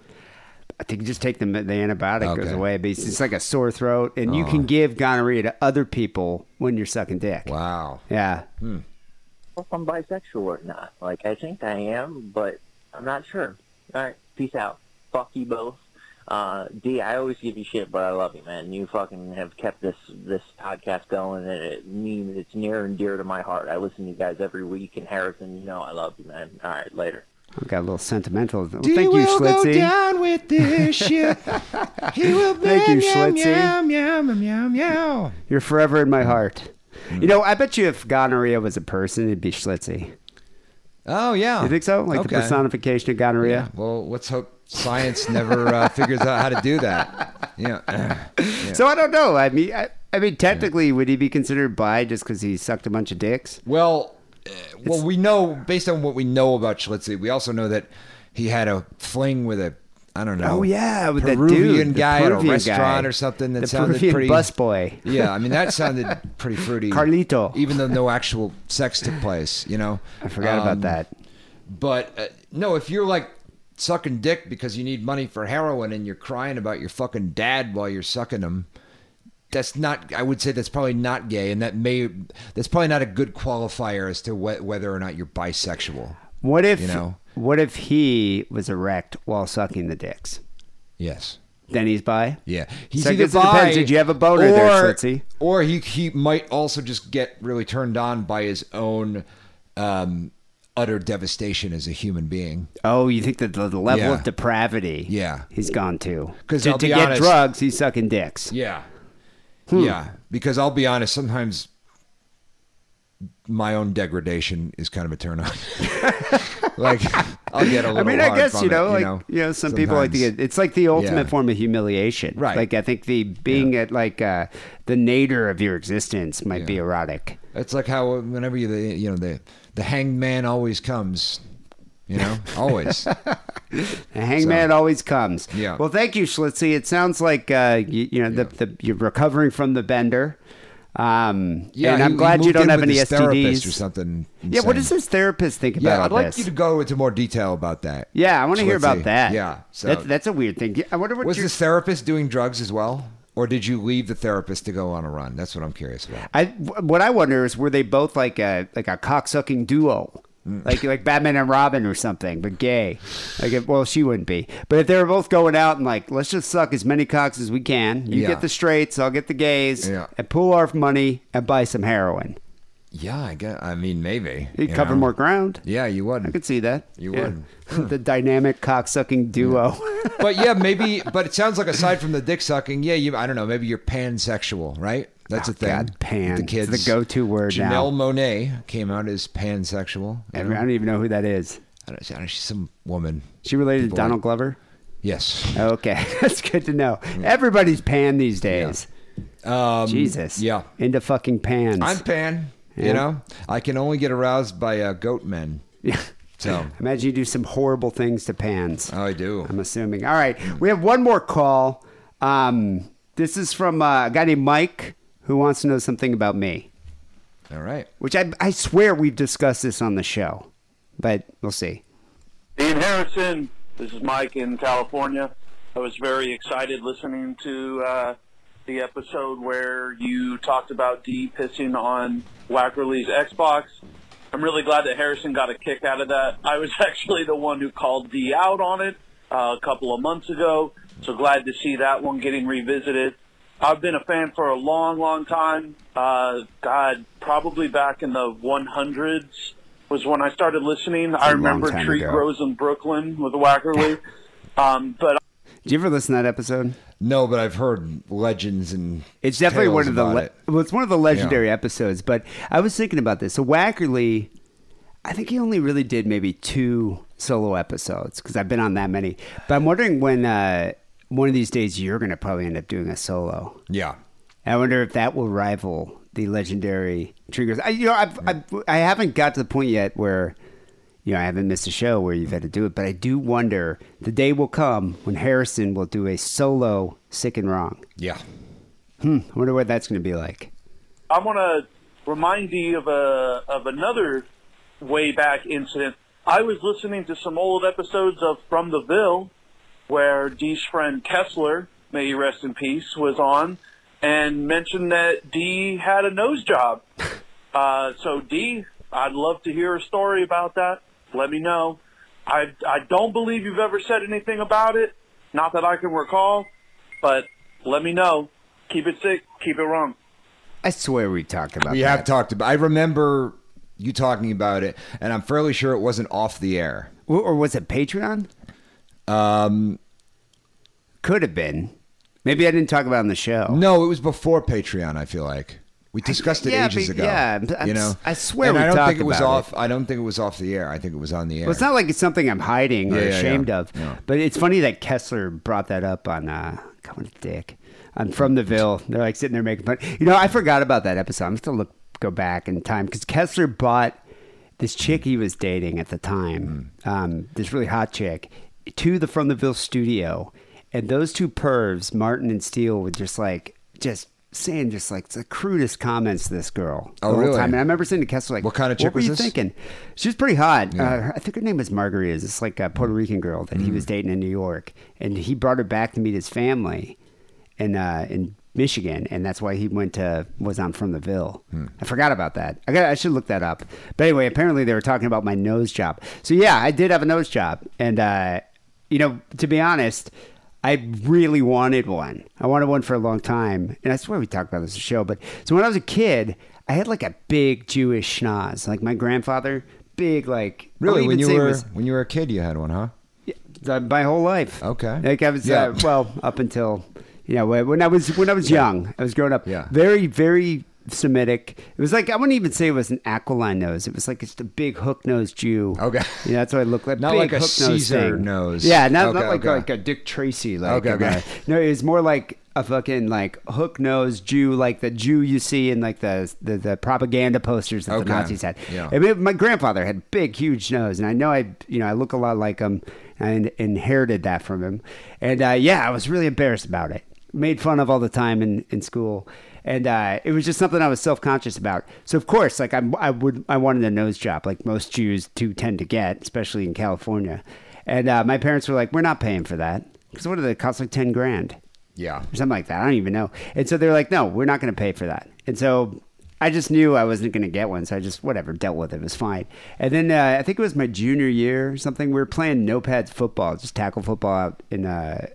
Speaker 3: I think you just take the the antibiotic it goes
Speaker 4: Okay. Oh.
Speaker 3: away, but it's just like a sore throat, and you can give gonorrhea to other people when you're sucking dick.
Speaker 4: Wow.
Speaker 3: Yeah,
Speaker 6: if I'm bisexual or not. Like, I think I am, but I'm not sure. All right, peace out. Fuck you both. Uh, D, I always give you shit, but I love you, man. You fucking have kept this this podcast going, and it means it's near and dear to my heart. I listen to you guys every week, and Harrison, you know I love you, man. All right, later.
Speaker 3: I got a little sentimental. Well, thank you, Schlitzie.
Speaker 4: down with this shit. he will
Speaker 3: Thank you, yum, Schlitzie. yum,
Speaker 4: yum, yum, yum.
Speaker 3: You're forever in my heart.
Speaker 4: Hmm.
Speaker 3: You know, I bet you if gonorrhea was a person, it'd be Schlitzie.
Speaker 4: Oh, yeah.
Speaker 3: You think so? Like the
Speaker 4: Okay.
Speaker 3: personification of gonorrhea.
Speaker 4: Well, let's hope science never uh, figures out how to do that. Yeah.
Speaker 3: So I don't know. I mean, I, I mean, technically, would he be considered bi just because he sucked a bunch of dicks?
Speaker 4: Well, uh, well, we know based on what we know about Schlitzie, we also know that he had a fling with a I don't know.
Speaker 3: Oh, yeah, with that
Speaker 4: Peruvian
Speaker 3: dude, the
Speaker 4: guy at a
Speaker 3: Peruvian
Speaker 4: restaurant
Speaker 3: guy.
Speaker 4: or something that
Speaker 3: The
Speaker 4: sounded
Speaker 3: Peruvian
Speaker 4: pretty
Speaker 3: busboy.
Speaker 4: Yeah, I mean that sounded pretty fruity.
Speaker 3: Carlito.
Speaker 4: even though no actual sex took place, you know.
Speaker 3: I forgot
Speaker 4: Um,
Speaker 3: about that.
Speaker 4: But uh, no, if you're like sucking dick because you need money for heroin and you're crying about your fucking dad while you're sucking him, that's not. I would say that's probably not gay, and that may that's probably not a good qualifier as to wh- whether or not you're bisexual.
Speaker 3: What if
Speaker 4: you know.
Speaker 3: What if he was erect while sucking the dicks?
Speaker 4: Yes.
Speaker 3: Then he's bi.
Speaker 4: Yeah, he's
Speaker 3: So I
Speaker 4: either
Speaker 3: guess it depends.
Speaker 4: bi
Speaker 3: Did you have a boner there, Schlitzie?
Speaker 4: Or he he might also just get really turned on by his own um, utter devastation as a human being.
Speaker 3: Oh, you think that the, the level
Speaker 4: Yeah.
Speaker 3: of depravity?
Speaker 4: Yeah.
Speaker 3: he's gone to.
Speaker 4: 'Cause
Speaker 3: to,
Speaker 4: I'll
Speaker 3: to
Speaker 4: be
Speaker 3: get
Speaker 4: honest-
Speaker 3: drugs, he's sucking dicks.
Speaker 4: Yeah,
Speaker 3: Hmm.
Speaker 4: yeah. Because I'll be honest, sometimes my own degradation is kind of a turn on. like I'll get a little.
Speaker 3: I mean, I
Speaker 4: hard
Speaker 3: guess
Speaker 4: from
Speaker 3: you know,
Speaker 4: it,
Speaker 3: like you know, some people like to
Speaker 4: sometimes.
Speaker 3: get. It's like the ultimate
Speaker 4: Yeah.
Speaker 3: form of humiliation,
Speaker 4: Right.
Speaker 3: Like I think the being at like uh, the nadir of your existence might be
Speaker 4: Yeah.
Speaker 3: erotic.
Speaker 4: It's like how whenever you the you know the the hanged man always comes. You know, always.
Speaker 3: The hangman always comes.
Speaker 4: Yeah.
Speaker 3: Well, thank you, Schlitzy. It sounds like uh, you, you know the, the, you're recovering from the bender. Um,
Speaker 4: yeah,
Speaker 3: and
Speaker 4: he-
Speaker 3: I'm
Speaker 4: he
Speaker 3: glad you
Speaker 4: moved
Speaker 3: don't
Speaker 4: in
Speaker 3: have
Speaker 4: with
Speaker 3: any
Speaker 4: his therapist
Speaker 3: STDs
Speaker 4: or something.
Speaker 3: Yeah. What
Speaker 4: insane.
Speaker 3: does this therapist think about
Speaker 4: Yeah,
Speaker 3: all
Speaker 4: I'd like
Speaker 3: this?
Speaker 4: you to go into more detail about that.
Speaker 3: yeah, I want to hear
Speaker 4: Schlitzy.
Speaker 3: about that.
Speaker 4: Yeah. So
Speaker 3: That- that's a weird thing. Yeah, I wonder what
Speaker 4: was
Speaker 3: your-
Speaker 4: this therapist doing drugs as well, or did you leave the therapist to go on a run? That's what I'm curious about.
Speaker 3: I what I wonder is were they both like a like a cocksucking duo,
Speaker 4: Mm.
Speaker 3: like like Batman and Robin or something, but gay. Like if, well, she wouldn't be, but if they were both going out and like let's just suck as many cocks as we can. You
Speaker 4: Yeah.
Speaker 3: get the straights, I'll get the gays,
Speaker 4: Yeah.
Speaker 3: and pool our money and buy some heroin.
Speaker 4: Yeah, I guess. I mean, maybe
Speaker 3: You'd
Speaker 4: you
Speaker 3: cover
Speaker 4: know?
Speaker 3: more ground.
Speaker 4: Yeah, you
Speaker 3: I
Speaker 4: would.
Speaker 3: could see that.
Speaker 4: You
Speaker 3: would. the dynamic cocksucking duo.
Speaker 4: but yeah, maybe. But it sounds like aside from the dick sucking, yeah, you. I don't know. Maybe you're pansexual, right? That's
Speaker 3: Oh,
Speaker 4: a thing.
Speaker 3: God, pan.
Speaker 4: The
Speaker 3: It's
Speaker 4: kids.
Speaker 3: the go-to word now.
Speaker 4: Janelle Monet came out as pansexual.
Speaker 3: I
Speaker 4: You know?
Speaker 3: don't even know who that is.
Speaker 4: I don't, I don't, she's some woman.
Speaker 3: She related to
Speaker 4: People like-
Speaker 3: Donald Glover.
Speaker 4: Yes.
Speaker 3: Okay, that's good to know. Everybody's pan these days.
Speaker 4: Um,
Speaker 3: Jesus.
Speaker 4: Yeah.
Speaker 3: Into fucking pans.
Speaker 4: I'm pan.
Speaker 3: Yeah.
Speaker 4: You know, I can only get aroused by uh, goat men. So,
Speaker 3: Imagine you do some horrible things to pans.
Speaker 4: oh, I do.
Speaker 3: I'm assuming. All right, we have one more call. Um, this is from uh, a guy named Mike who wants to know something about me,
Speaker 4: All right.
Speaker 3: which I, I swear we've discussed this on the show, but we'll see.
Speaker 8: Ian Harrison, this is Mike in California. I was very excited listening to uh, the episode where you talked about D pissing on Wackerly's Xbox. I'm really glad that Harrison got a kick out of that. I was actually the one who called D out on it uh, a couple of months ago, so glad to see that one getting revisited. I've been a fan for a long, long time. Uh, God, probably back in the 100s was when I started listening. I
Speaker 3: long
Speaker 8: remember
Speaker 3: time
Speaker 8: Tree
Speaker 3: ago.
Speaker 8: Grows in Brooklyn with Wackerly. um, but
Speaker 3: Did you ever listen to that episode?
Speaker 4: No, but I've heard legends and
Speaker 3: It's definitely
Speaker 4: tales
Speaker 3: one of the
Speaker 4: about
Speaker 3: le-
Speaker 4: it.
Speaker 3: well, it's one of the legendary episodes. But I was thinking about this. So Wackerly, I think he only really did maybe two solo episodes because I've been on that many. But I'm wondering when uh, one of these days you're going to probably end up doing a solo.
Speaker 4: Yeah.
Speaker 3: I wonder if that will rival the legendary triggers. I, you know, I've, I've, I haven't got to the point yet where, you know, I haven't missed a show where you've had to do it, but I do wonder the day will come when Harrison will do a solo sick and wrong.
Speaker 4: Yeah.
Speaker 3: I wonder what that's going to be like.
Speaker 8: I want to remind you of a of another way back incident. I was listening to some old episodes of From the Ville, where Dee's friend Kessler, may he rest in peace, was on, and mentioned that Dee had a nose job. Uh, so Dee, I'd love to hear a story about that. Let me know. I I don't believe you've ever said anything about it. Not that I can recall, but let me know. Keep it sick. Keep it wrong.
Speaker 3: I swear we talked about
Speaker 4: We
Speaker 3: that.
Speaker 4: have talked about I remember you talking about it, and I'm fairly sure it wasn't off the air.
Speaker 3: or or was it Patreon?
Speaker 4: Um,
Speaker 3: Could have been. Maybe I didn't talk about it on the show.
Speaker 4: no, it was before Patreon, I feel like. We discussed it
Speaker 3: yeah,
Speaker 4: ages
Speaker 3: but-
Speaker 4: ago.
Speaker 3: yeah, I'm- I'm
Speaker 4: you know,
Speaker 3: s- I swear
Speaker 4: And
Speaker 3: we
Speaker 4: I don't
Speaker 3: talked
Speaker 4: think it was
Speaker 3: about
Speaker 4: off. I don't think it was off the air. I think it was on the air.
Speaker 3: Well, it's not like it's something I'm hiding or
Speaker 4: Yeah, yeah, yeah.
Speaker 3: ashamed of.
Speaker 4: Yeah.
Speaker 3: But it's funny that Kessler brought that up on uh God, what a dick. I'm from the Ville. They're like sitting there making fun. You know, I forgot about that episode. I'm just gonna look go back in time because Kessler bought this chick he was dating at the time,
Speaker 4: Mm.
Speaker 3: um, this really hot chick, to the From the Ville studio, and those two pervs, Martin and Steele, were just like just saying just like the crudest comments to this girl
Speaker 4: Oh,
Speaker 3: the whole
Speaker 4: really?
Speaker 3: time. And I remember saying to Kessler like,
Speaker 4: What kind of chick
Speaker 3: were
Speaker 4: was
Speaker 3: you
Speaker 4: this?"
Speaker 3: thinking? Mexican. She was pretty hot. Uh, her- I think her name was Margarita. It's like a Puerto Rican girl that he
Speaker 4: Mm.
Speaker 3: was dating in New York, and he brought her back to meet his family in uh, in Michigan, and that's why he went to was on From the Ville.
Speaker 4: Hmm.
Speaker 3: I forgot about that. I got I should look that up. But anyway, apparently they were talking about my nose job. So yeah, I did have a nose job, and uh, you know, to be honest. I really wanted one. I wanted one for a long time, and I swear we talked about this on the show. But so when I was a kid, I had like a big Jewish schnoz. Like my grandfather, big like I
Speaker 4: really
Speaker 3: would even
Speaker 4: when you
Speaker 3: say it
Speaker 4: were
Speaker 3: was-
Speaker 4: when you were a kid, you had one, huh?
Speaker 3: uh, my whole life.
Speaker 4: Okay.
Speaker 3: Like I was
Speaker 4: Yeah.
Speaker 3: uh, well up until you know when when I was when I was young, I was growing up.
Speaker 4: Yeah.
Speaker 3: Very very Semitic. It was like I wouldn't even say it was an aquiline nose. It was like just a big hook nosed Jew.
Speaker 4: Okay.
Speaker 3: Yeah, that's what I looked like.
Speaker 4: Not
Speaker 3: Big
Speaker 4: like a
Speaker 3: hook-nosed
Speaker 4: Caesar
Speaker 3: thing.
Speaker 4: nose.
Speaker 3: Yeah, not,
Speaker 4: Okay,
Speaker 3: not like
Speaker 4: okay.
Speaker 3: like a Dick Tracy. Like
Speaker 4: Okay,
Speaker 3: in
Speaker 4: okay.
Speaker 3: a- no, it was more like a fucking like hook nose Jew, like the Jew you see in like the the, the propaganda posters that
Speaker 4: Okay.
Speaker 3: the Nazis had.
Speaker 4: Yeah.
Speaker 3: I mean, my grandfather had big, huge nose, and I know I you know I look a lot like him, and inherited that from him. And uh, yeah, I was really embarrassed about it, made fun of all the time in in school. And uh, it was just something I was self conscious about. So of course, like I, I would, I wanted a nose job, like most Jews do tend to get, especially in California. And uh, my parents were like, "We're not paying for that because what did it cost? Like ten grand."
Speaker 4: Yeah.
Speaker 3: or something like that. I don't even know. And so they're like, no, we're not going to pay for that. And so I just knew I wasn't going to get one. So I just, whatever, dealt with it. It was fine. And then uh, I think it was my junior year or something. We were playing no pads football, just tackle football out in a,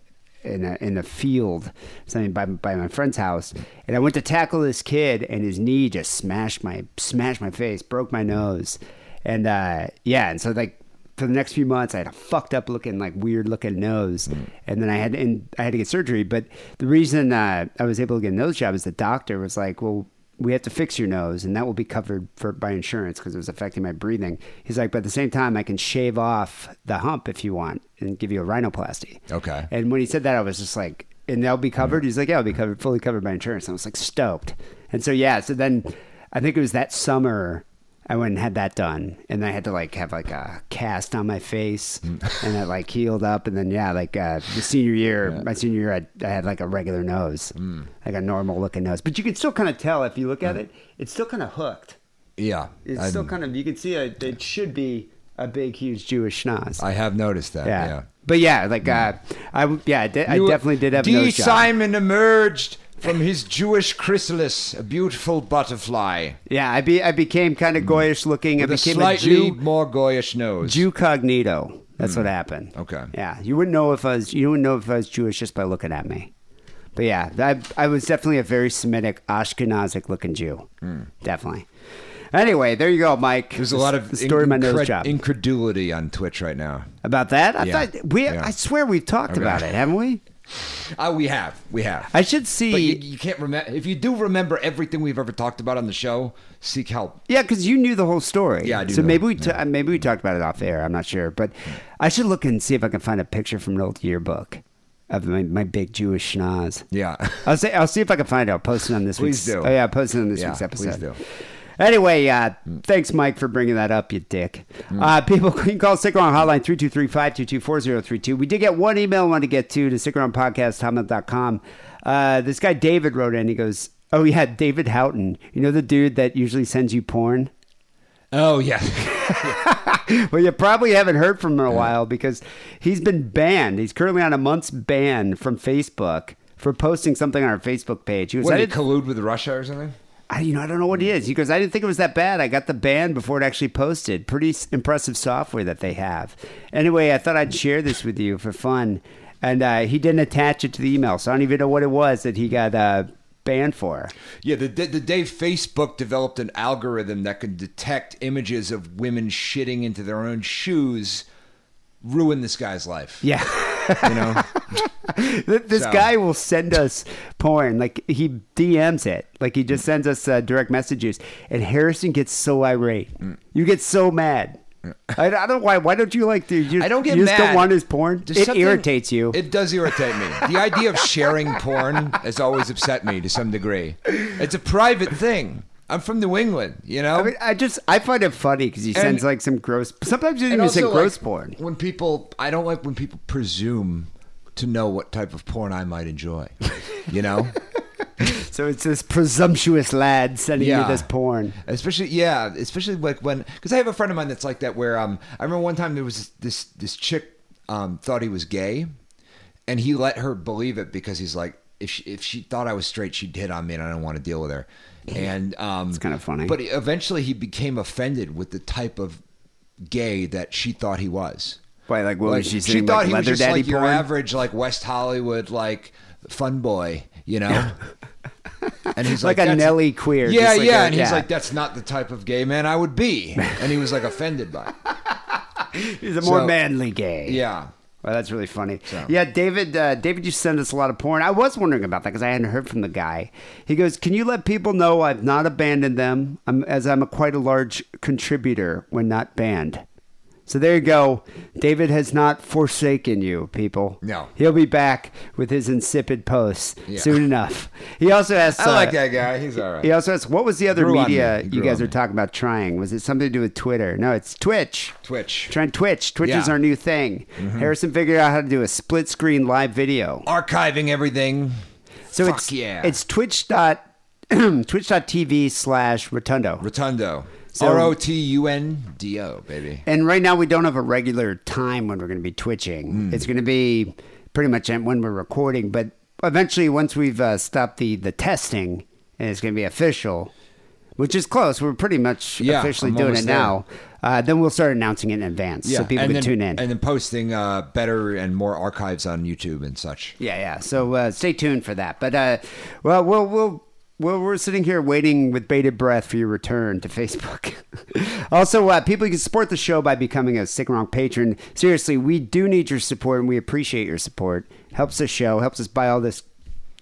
Speaker 3: in a, in a field, something by, by my friend's house. And I went to tackle this kid and his knee just smashed my, smashed my face, broke my nose. And uh, yeah. And so like, for the next few months I had a fucked up looking like weird looking nose and then I had and I had to get surgery but the reason uh, I was able to get a nose job is the doctor was like well we have to fix your nose and that will be covered for, by insurance because it was affecting my breathing he's like but at the same time I can shave off the hump if you want and give you a rhinoplasty
Speaker 4: Okay.
Speaker 3: and when he said that I was just like and that'll be covered he's like yeah it'll be covered fully covered by insurance and I was like stoked and so yeah so then I think it was that summer I went and had that done, and I had to like have like a cast on my face, and it like healed up, and then yeah, like uh, the senior year, my senior year, I, I had like a regular nose, like a normal looking nose, but you can still kind of tell if you look at it, it's still kind of hooked.
Speaker 4: Yeah.
Speaker 3: It's
Speaker 4: I'm-
Speaker 3: still kind of you can see it, it should be a big, huge Jewish schnoz.
Speaker 4: I have noticed that.
Speaker 3: yeah.
Speaker 4: Yeah.
Speaker 3: but yeah, like uh, I yeah, I, de- I
Speaker 4: You-
Speaker 3: definitely did have a
Speaker 4: D.
Speaker 3: nose job.
Speaker 4: Simon emerged from his Jewish chrysalis, a beautiful butterfly
Speaker 3: Yeah, I be I became kind of goyish looking. I
Speaker 4: Mm. with a
Speaker 3: became a
Speaker 4: slightly
Speaker 3: Jew.
Speaker 4: more goyish nose.
Speaker 3: Jew cognito. That's what happened.
Speaker 4: Okay.
Speaker 3: Yeah, you wouldn't know if I was you wouldn't know if I was Jewish just by looking at me. But yeah, I I was definitely a very Semitic Ashkenazic looking Jew. Definitely. Anyway, there you go, Mike.
Speaker 4: Mm. There's a lot of
Speaker 3: the story of my nose
Speaker 4: incred-
Speaker 3: job
Speaker 4: incredulity on Twitch right now.
Speaker 3: about that. I
Speaker 4: Yeah.
Speaker 3: thought we
Speaker 4: Yeah.
Speaker 3: I swear we've talked
Speaker 4: Okay.
Speaker 3: about it, haven't we?
Speaker 4: Oh, we have, we have.
Speaker 3: I should
Speaker 4: but you,
Speaker 3: see.
Speaker 4: you can't remember. If you do remember everything we've ever talked about on the show, seek help.
Speaker 3: Yeah, because you knew the whole story.
Speaker 4: Yeah, I do
Speaker 3: So
Speaker 4: know.
Speaker 3: maybe we ta- maybe we talked about it off air. I'm not sure, but I should look and see if I can find a picture from an old yearbook of my, my big Jewish schnoz.
Speaker 4: Yeah.
Speaker 3: I'll say I'll see if I can find it. I'll post it on this week's.
Speaker 4: Please do.
Speaker 3: Oh yeah, I'll post it on this
Speaker 4: Yeah,
Speaker 3: week's
Speaker 4: please
Speaker 3: episode.
Speaker 4: do.
Speaker 3: Anyway, uh, thanks, Mike, for bringing that up, you dick.
Speaker 4: Mm.
Speaker 3: Uh, people, you can call Stick Around Hotline 323 522 4032. We did get one email I wanted to get to to stickaroundpodcast.com. Uh, this guy, David, wrote in. He goes, Oh, yeah, David Houghton. You know the dude that usually sends you porn?
Speaker 4: oh yeah.
Speaker 3: well, you probably haven't heard from him in a while because he's been banned. He's currently on a month's ban from Facebook for posting something on our Facebook page. He was,
Speaker 4: What
Speaker 3: I,
Speaker 4: did he
Speaker 3: didn't,
Speaker 4: collude with Russia or something?
Speaker 3: I, you know, I don't know what it is. He goes, I didn't think it was that bad. I got the ban before it actually posted. Pretty s- impressive software that they have. Anyway, I thought I'd share this with you for fun. And uh, he didn't attach it to the email, so I don't even know what it was that he got uh, banned for.
Speaker 4: Yeah, the, the, the day Facebook developed an algorithm that could detect images of women shitting into their own shoes, ruined this guy's life.
Speaker 3: Yeah.
Speaker 4: You know?
Speaker 3: Th- this
Speaker 4: So-
Speaker 3: guy will send us porn like he dms it like he just sends us uh, direct messages and harrison gets so irate you get so mad I, I don't why why don't you like dude you,
Speaker 4: I don't get
Speaker 3: you
Speaker 4: mad.
Speaker 3: just Hmm. don't want his porn
Speaker 4: There's
Speaker 3: it
Speaker 4: something-
Speaker 3: irritates you
Speaker 4: It does irritate me. The idea of sharing porn has always upset me to some degree. It's a private thing. I'm from New England, you know?
Speaker 3: I, mean, I just I find it funny because he sends like some gross. Sometimes he doesn't
Speaker 4: And
Speaker 3: even send
Speaker 4: also,
Speaker 3: gross
Speaker 4: like,
Speaker 3: porn.
Speaker 4: When people, I don't like when people presume to know what type of porn I might enjoy, you know?
Speaker 3: So it's this presumptuous lad sending you this porn.
Speaker 4: Especially, yeah, especially like when, because I have a friend of mine that's like that. Where um, I remember one time there was this this chick um thought he was gay, and he let her believe it because he's like, if she, if she thought I was straight, she'd hit on me, and I don't want to deal with her. And um, it's
Speaker 3: kinda funny.
Speaker 4: But eventually, he became offended with the type of gay that she thought he was.
Speaker 3: Why, like, what was she
Speaker 4: She
Speaker 3: sending, like,
Speaker 4: thought he was
Speaker 3: leather
Speaker 4: just
Speaker 3: daddy
Speaker 4: like your
Speaker 3: porn?
Speaker 4: average like West Hollywood like fun boy, you know. And he's
Speaker 3: Like
Speaker 4: like,
Speaker 3: a
Speaker 4: "That's-
Speaker 3: Nelly queer,
Speaker 4: Yeah,
Speaker 3: just like
Speaker 4: yeah.
Speaker 3: a-
Speaker 4: and he's
Speaker 3: yeah.
Speaker 4: like, that's not the type of gay man I would be. And he was like offended by it.
Speaker 3: He's a more
Speaker 4: So-
Speaker 3: manly gay.
Speaker 4: Yeah.
Speaker 3: Well, that's really funny.
Speaker 4: So-
Speaker 3: Yeah, David. Uh, David, you send us a lot of porn. I was wondering about that because I hadn't heard from the guy. He goes, "Can you let people know I've not abandoned them, I'm, as I'm a quite a large contributor when not banned." So there you go. David has not forsaken you, people.
Speaker 4: No.
Speaker 3: He'll be back with his insipid posts
Speaker 4: Yeah.
Speaker 3: soon enough. He also asked.
Speaker 4: I like
Speaker 3: uh,
Speaker 4: that guy. He's all right.
Speaker 3: He also asked, what was the other
Speaker 4: Grew on
Speaker 3: media
Speaker 4: me. He
Speaker 3: you
Speaker 4: grew
Speaker 3: guys
Speaker 4: on
Speaker 3: are
Speaker 4: me.
Speaker 3: talking about trying? Was it something to do with Twitter? No, it's Twitch.
Speaker 4: Twitch.
Speaker 3: Trying Twitch. Twitch is
Speaker 4: Yeah. Mm-hmm.
Speaker 3: our new thing. Harrison figured out how to do a split screen live video.
Speaker 4: Archiving everything.
Speaker 3: So
Speaker 4: Oh, Fuck
Speaker 3: it's
Speaker 4: yeah.
Speaker 3: it's twitch dot twitch.tv slash rotundo.
Speaker 4: Rotundo.
Speaker 3: So-
Speaker 4: R O T U N D O, baby.
Speaker 3: And right now we don't have a regular time when we're going to be
Speaker 4: Hmm.
Speaker 3: twitching. It's going to be pretty much when we're recording, but eventually once we've uh, stopped the the testing and it's going to be official, which is close. We're pretty much
Speaker 4: Yeah,
Speaker 3: officially
Speaker 4: I'm
Speaker 3: doing it
Speaker 4: almost there.
Speaker 3: now. Uh, then we'll start announcing it in advance so people
Speaker 4: and
Speaker 3: can
Speaker 4: then,
Speaker 3: tune in.
Speaker 4: And then posting uh, better and more archives on YouTube and such.
Speaker 3: Yeah, yeah. So uh, stay tuned for that. But uh, well, we'll we'll. Well, we're sitting here waiting with bated breath for your return to Facebook. also, uh, people, you can support the show by becoming a Sick and Wrong patron. Seriously, we do need your support, and we appreciate your support. Helps the show, helps us buy all this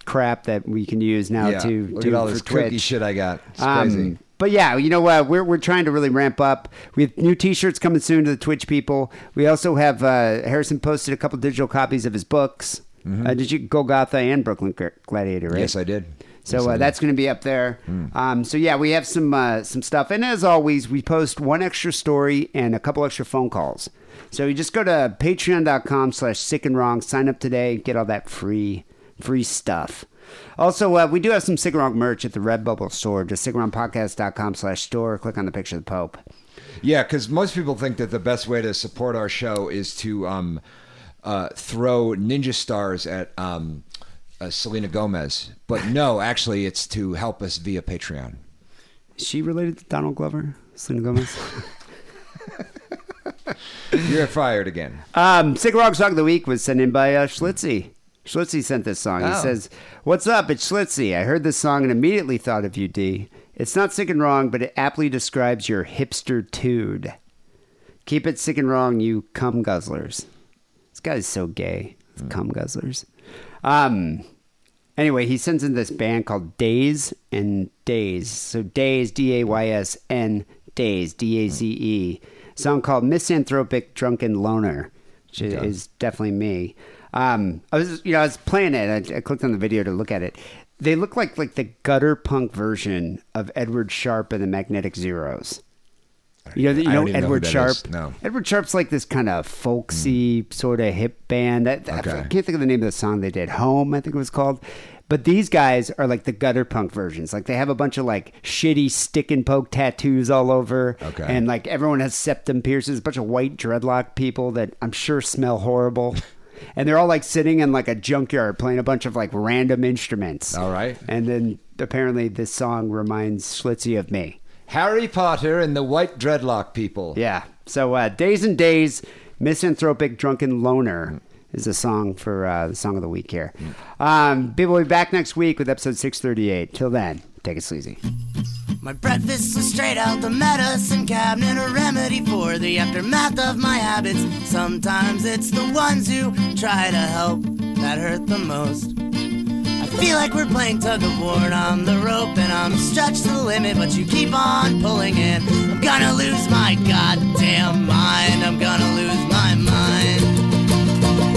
Speaker 3: crap that we can use now
Speaker 4: yeah.
Speaker 3: to
Speaker 4: Look
Speaker 3: do
Speaker 4: at all
Speaker 3: for
Speaker 4: this
Speaker 3: Twitch.
Speaker 4: cookie shit I got. It's
Speaker 3: Um,
Speaker 4: crazy.
Speaker 3: But yeah, you know what? We're, we're trying to really ramp up. We have new T-shirts coming soon to the Twitch people. We also have uh, Harrison posted a couple digital copies of his books. Uh, did you Golgotha and Brooklyn Gl- Gladiator? Right?
Speaker 4: Mm-hmm. Yes, I did.
Speaker 3: So
Speaker 4: Yes, I
Speaker 3: uh,
Speaker 4: did.
Speaker 3: that's going to be up there. Um, so yeah, we have some uh, some stuff, and as always, we post one extra story and a couple extra phone calls. So you just go to Patreon.com/slash Sick and Wrong, sign up today, get all that free free stuff. Also, uh, we do have some Sick and Wrong merch at the Redbubble store. Just sickandwrongpodcast.com/slash store. Click on the picture of the Pope.
Speaker 4: Yeah, because most people think that the best way to support our show is to um, uh, throw ninja stars at um, uh, Selena Gomez. But no, actually, it's to help us via Patreon.
Speaker 3: Is she related to Donald Glover, Selena Gomez?
Speaker 4: You're fired again.
Speaker 3: Um, Sick Rock Song of the Week was sent in by uh, Schlitzy. Schlitzy sent this song. He
Speaker 4: Oh.
Speaker 3: says, What's up? It's Schlitzy. I heard this song and immediately thought of you, D. It's not sick and wrong, but it aptly describes your hipster tude. Keep it sick and wrong, you cum guzzlers. This guy's so gay. Cum guzzlers. Um, anyway, he sends in this band called Days and Days. So Days, D A Y S N, Days, D A Z E. Song called Misanthropic Drunken Loner, which is definitely me. Um, I was, you know, I was playing it. I, I clicked on the video to look at it. They look like like the gutter punk version of Edward Sharp and the Magnetic Zeros. You know, you know
Speaker 4: I don't even know who
Speaker 3: Edward
Speaker 4: that
Speaker 3: Sharp.
Speaker 4: is. No.
Speaker 3: Edward Sharp's like this kind of folksy sort of hip band. I, I
Speaker 4: Mm. Okay.
Speaker 3: can't think of the name of the song they did. Home, I think it was called. But these guys are like the gutter punk versions. Like they have a bunch of like shitty stick and poke tattoos all over.
Speaker 4: Okay.
Speaker 3: And like everyone has septum piercings, a bunch of white dreadlock people that I'm sure smell horrible. and they're all like sitting in like a junkyard playing a bunch of like random instruments.
Speaker 4: All right.
Speaker 3: And then apparently this song reminds Schlitzy of me.
Speaker 4: Harry Potter and the White Dreadlock people.
Speaker 3: Yeah. So uh, days and days, misanthropic drunken loner is a song for uh, the song of the week here. Um, people will be back next week with episode six thirty eight. Till then, take it sleazy.
Speaker 9: My breakfast was straight out the medicine cabinet, a remedy for the aftermath of my habits. Sometimes it's the ones who try to help that hurt the most. I feel like we're playing tug of war and I'm the rope and I'm stretched to the limit, but you keep on pulling in. I'm gonna lose my goddamn mind. I'm gonna lose my mind.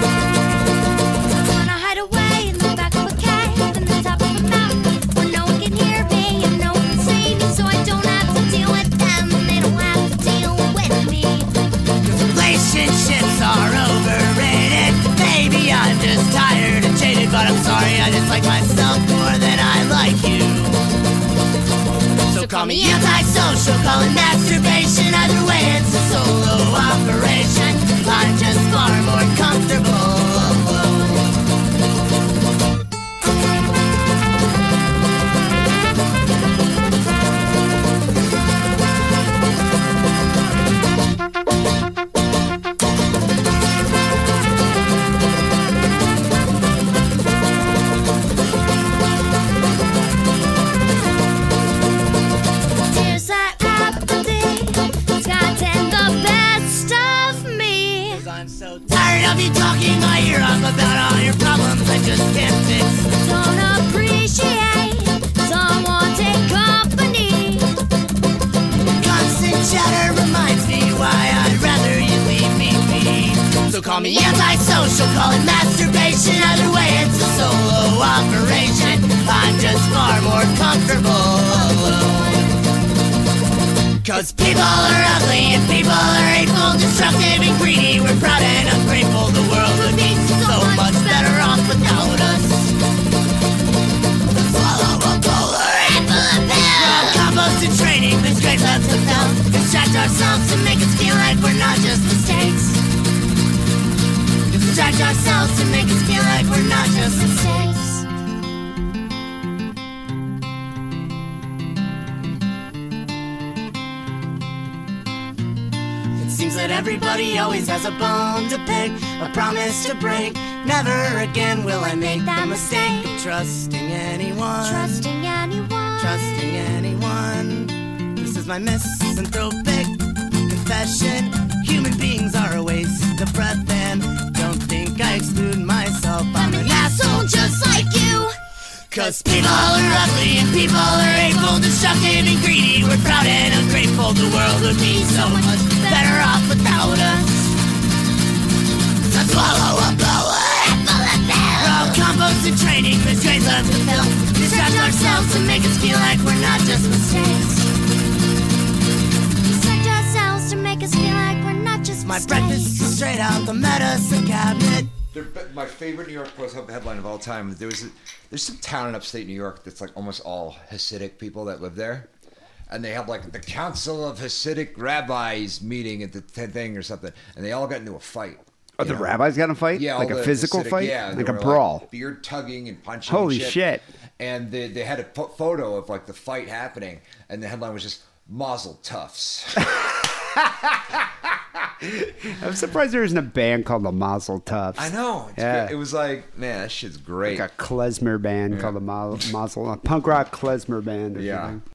Speaker 10: When I hide away in the back of a cave, in the top of a mountain, where no one can hear me and no one can see me, so I don't have to deal with them, and they don't have to deal with me.
Speaker 9: Relationships are overrated. Maybe I'm just tired and jaded, but I'm sorry, I just like myself more than I like you. So call me antisocial, call it masturbation. Either way, it's a solo operation. I'm just far more comfortable alone. talking my ear off about all your problems I just can't fix.
Speaker 10: Don't appreciate someone take company.
Speaker 9: Constant chatter reminds me why I'd rather you leave me be. So call me antisocial, call it masturbation. Either way, it's a solo operation. I'm just far more comfortable alone. Cause people are ugly and people are hateful, destructive and greedy. We're proud and ungrateful. The world would be so much better off without us. Swallow a polar apple a pill. Raw combos and training, disgrace us with health. Distract ourselves to make us feel like we're not just mistakes. Distract ourselves to make us feel like we're not just mistakes. It seems that everybody always has a bone to pick, a promise to break. Never again will I make the
Speaker 10: That
Speaker 9: mistake of
Speaker 10: mistake.
Speaker 9: trusting anyone.
Speaker 10: Trusting anyone.
Speaker 9: trusting anyone. This is my misanthropic confession. Human beings are a waste of breath, and don't think I exclude myself. I'm an asshole just like you. Cause people are ugly and people are hateful, destructive and greedy. We're proud and ungrateful. The world would be so much better off without us. So swallow a blower. Raw combos and training, betrays us with help. Distract ourselves to make us feel like we're not just mistakes.
Speaker 10: Distract ourselves to make us feel like we're not just
Speaker 9: My
Speaker 10: mistakes.
Speaker 9: breakfast is straight out the medicine cabinet.
Speaker 4: They're- but My favorite New York Post headline of all time. There was a, there's some town in upstate New York that's like almost all Hasidic people that live there, and they have like the Council of Hasidic Rabbis meeting at the th- thing or something, and they all got into a fight.
Speaker 3: Oh, the rabbis got in a fight?
Speaker 4: Yeah, all
Speaker 3: like a
Speaker 4: the
Speaker 3: physical
Speaker 4: Hasidic-
Speaker 3: fight?
Speaker 4: yeah, they
Speaker 3: like a
Speaker 4: were,
Speaker 3: brawl.
Speaker 4: beard tugging and punching.
Speaker 3: Holy
Speaker 4: and
Speaker 3: shit.
Speaker 4: And they, they had a po- photo of like the fight happening, and the headline was just "Mazel Tufts."
Speaker 3: I'm surprised there isn't a band called the Mazel Tufts.
Speaker 4: I know. It's
Speaker 3: Yeah.
Speaker 4: great. It was like, man, that shit's great.
Speaker 3: Like a klezmer band called the Mo- Mazel, punk rock klezmer band. Or
Speaker 4: Yeah.
Speaker 3: something.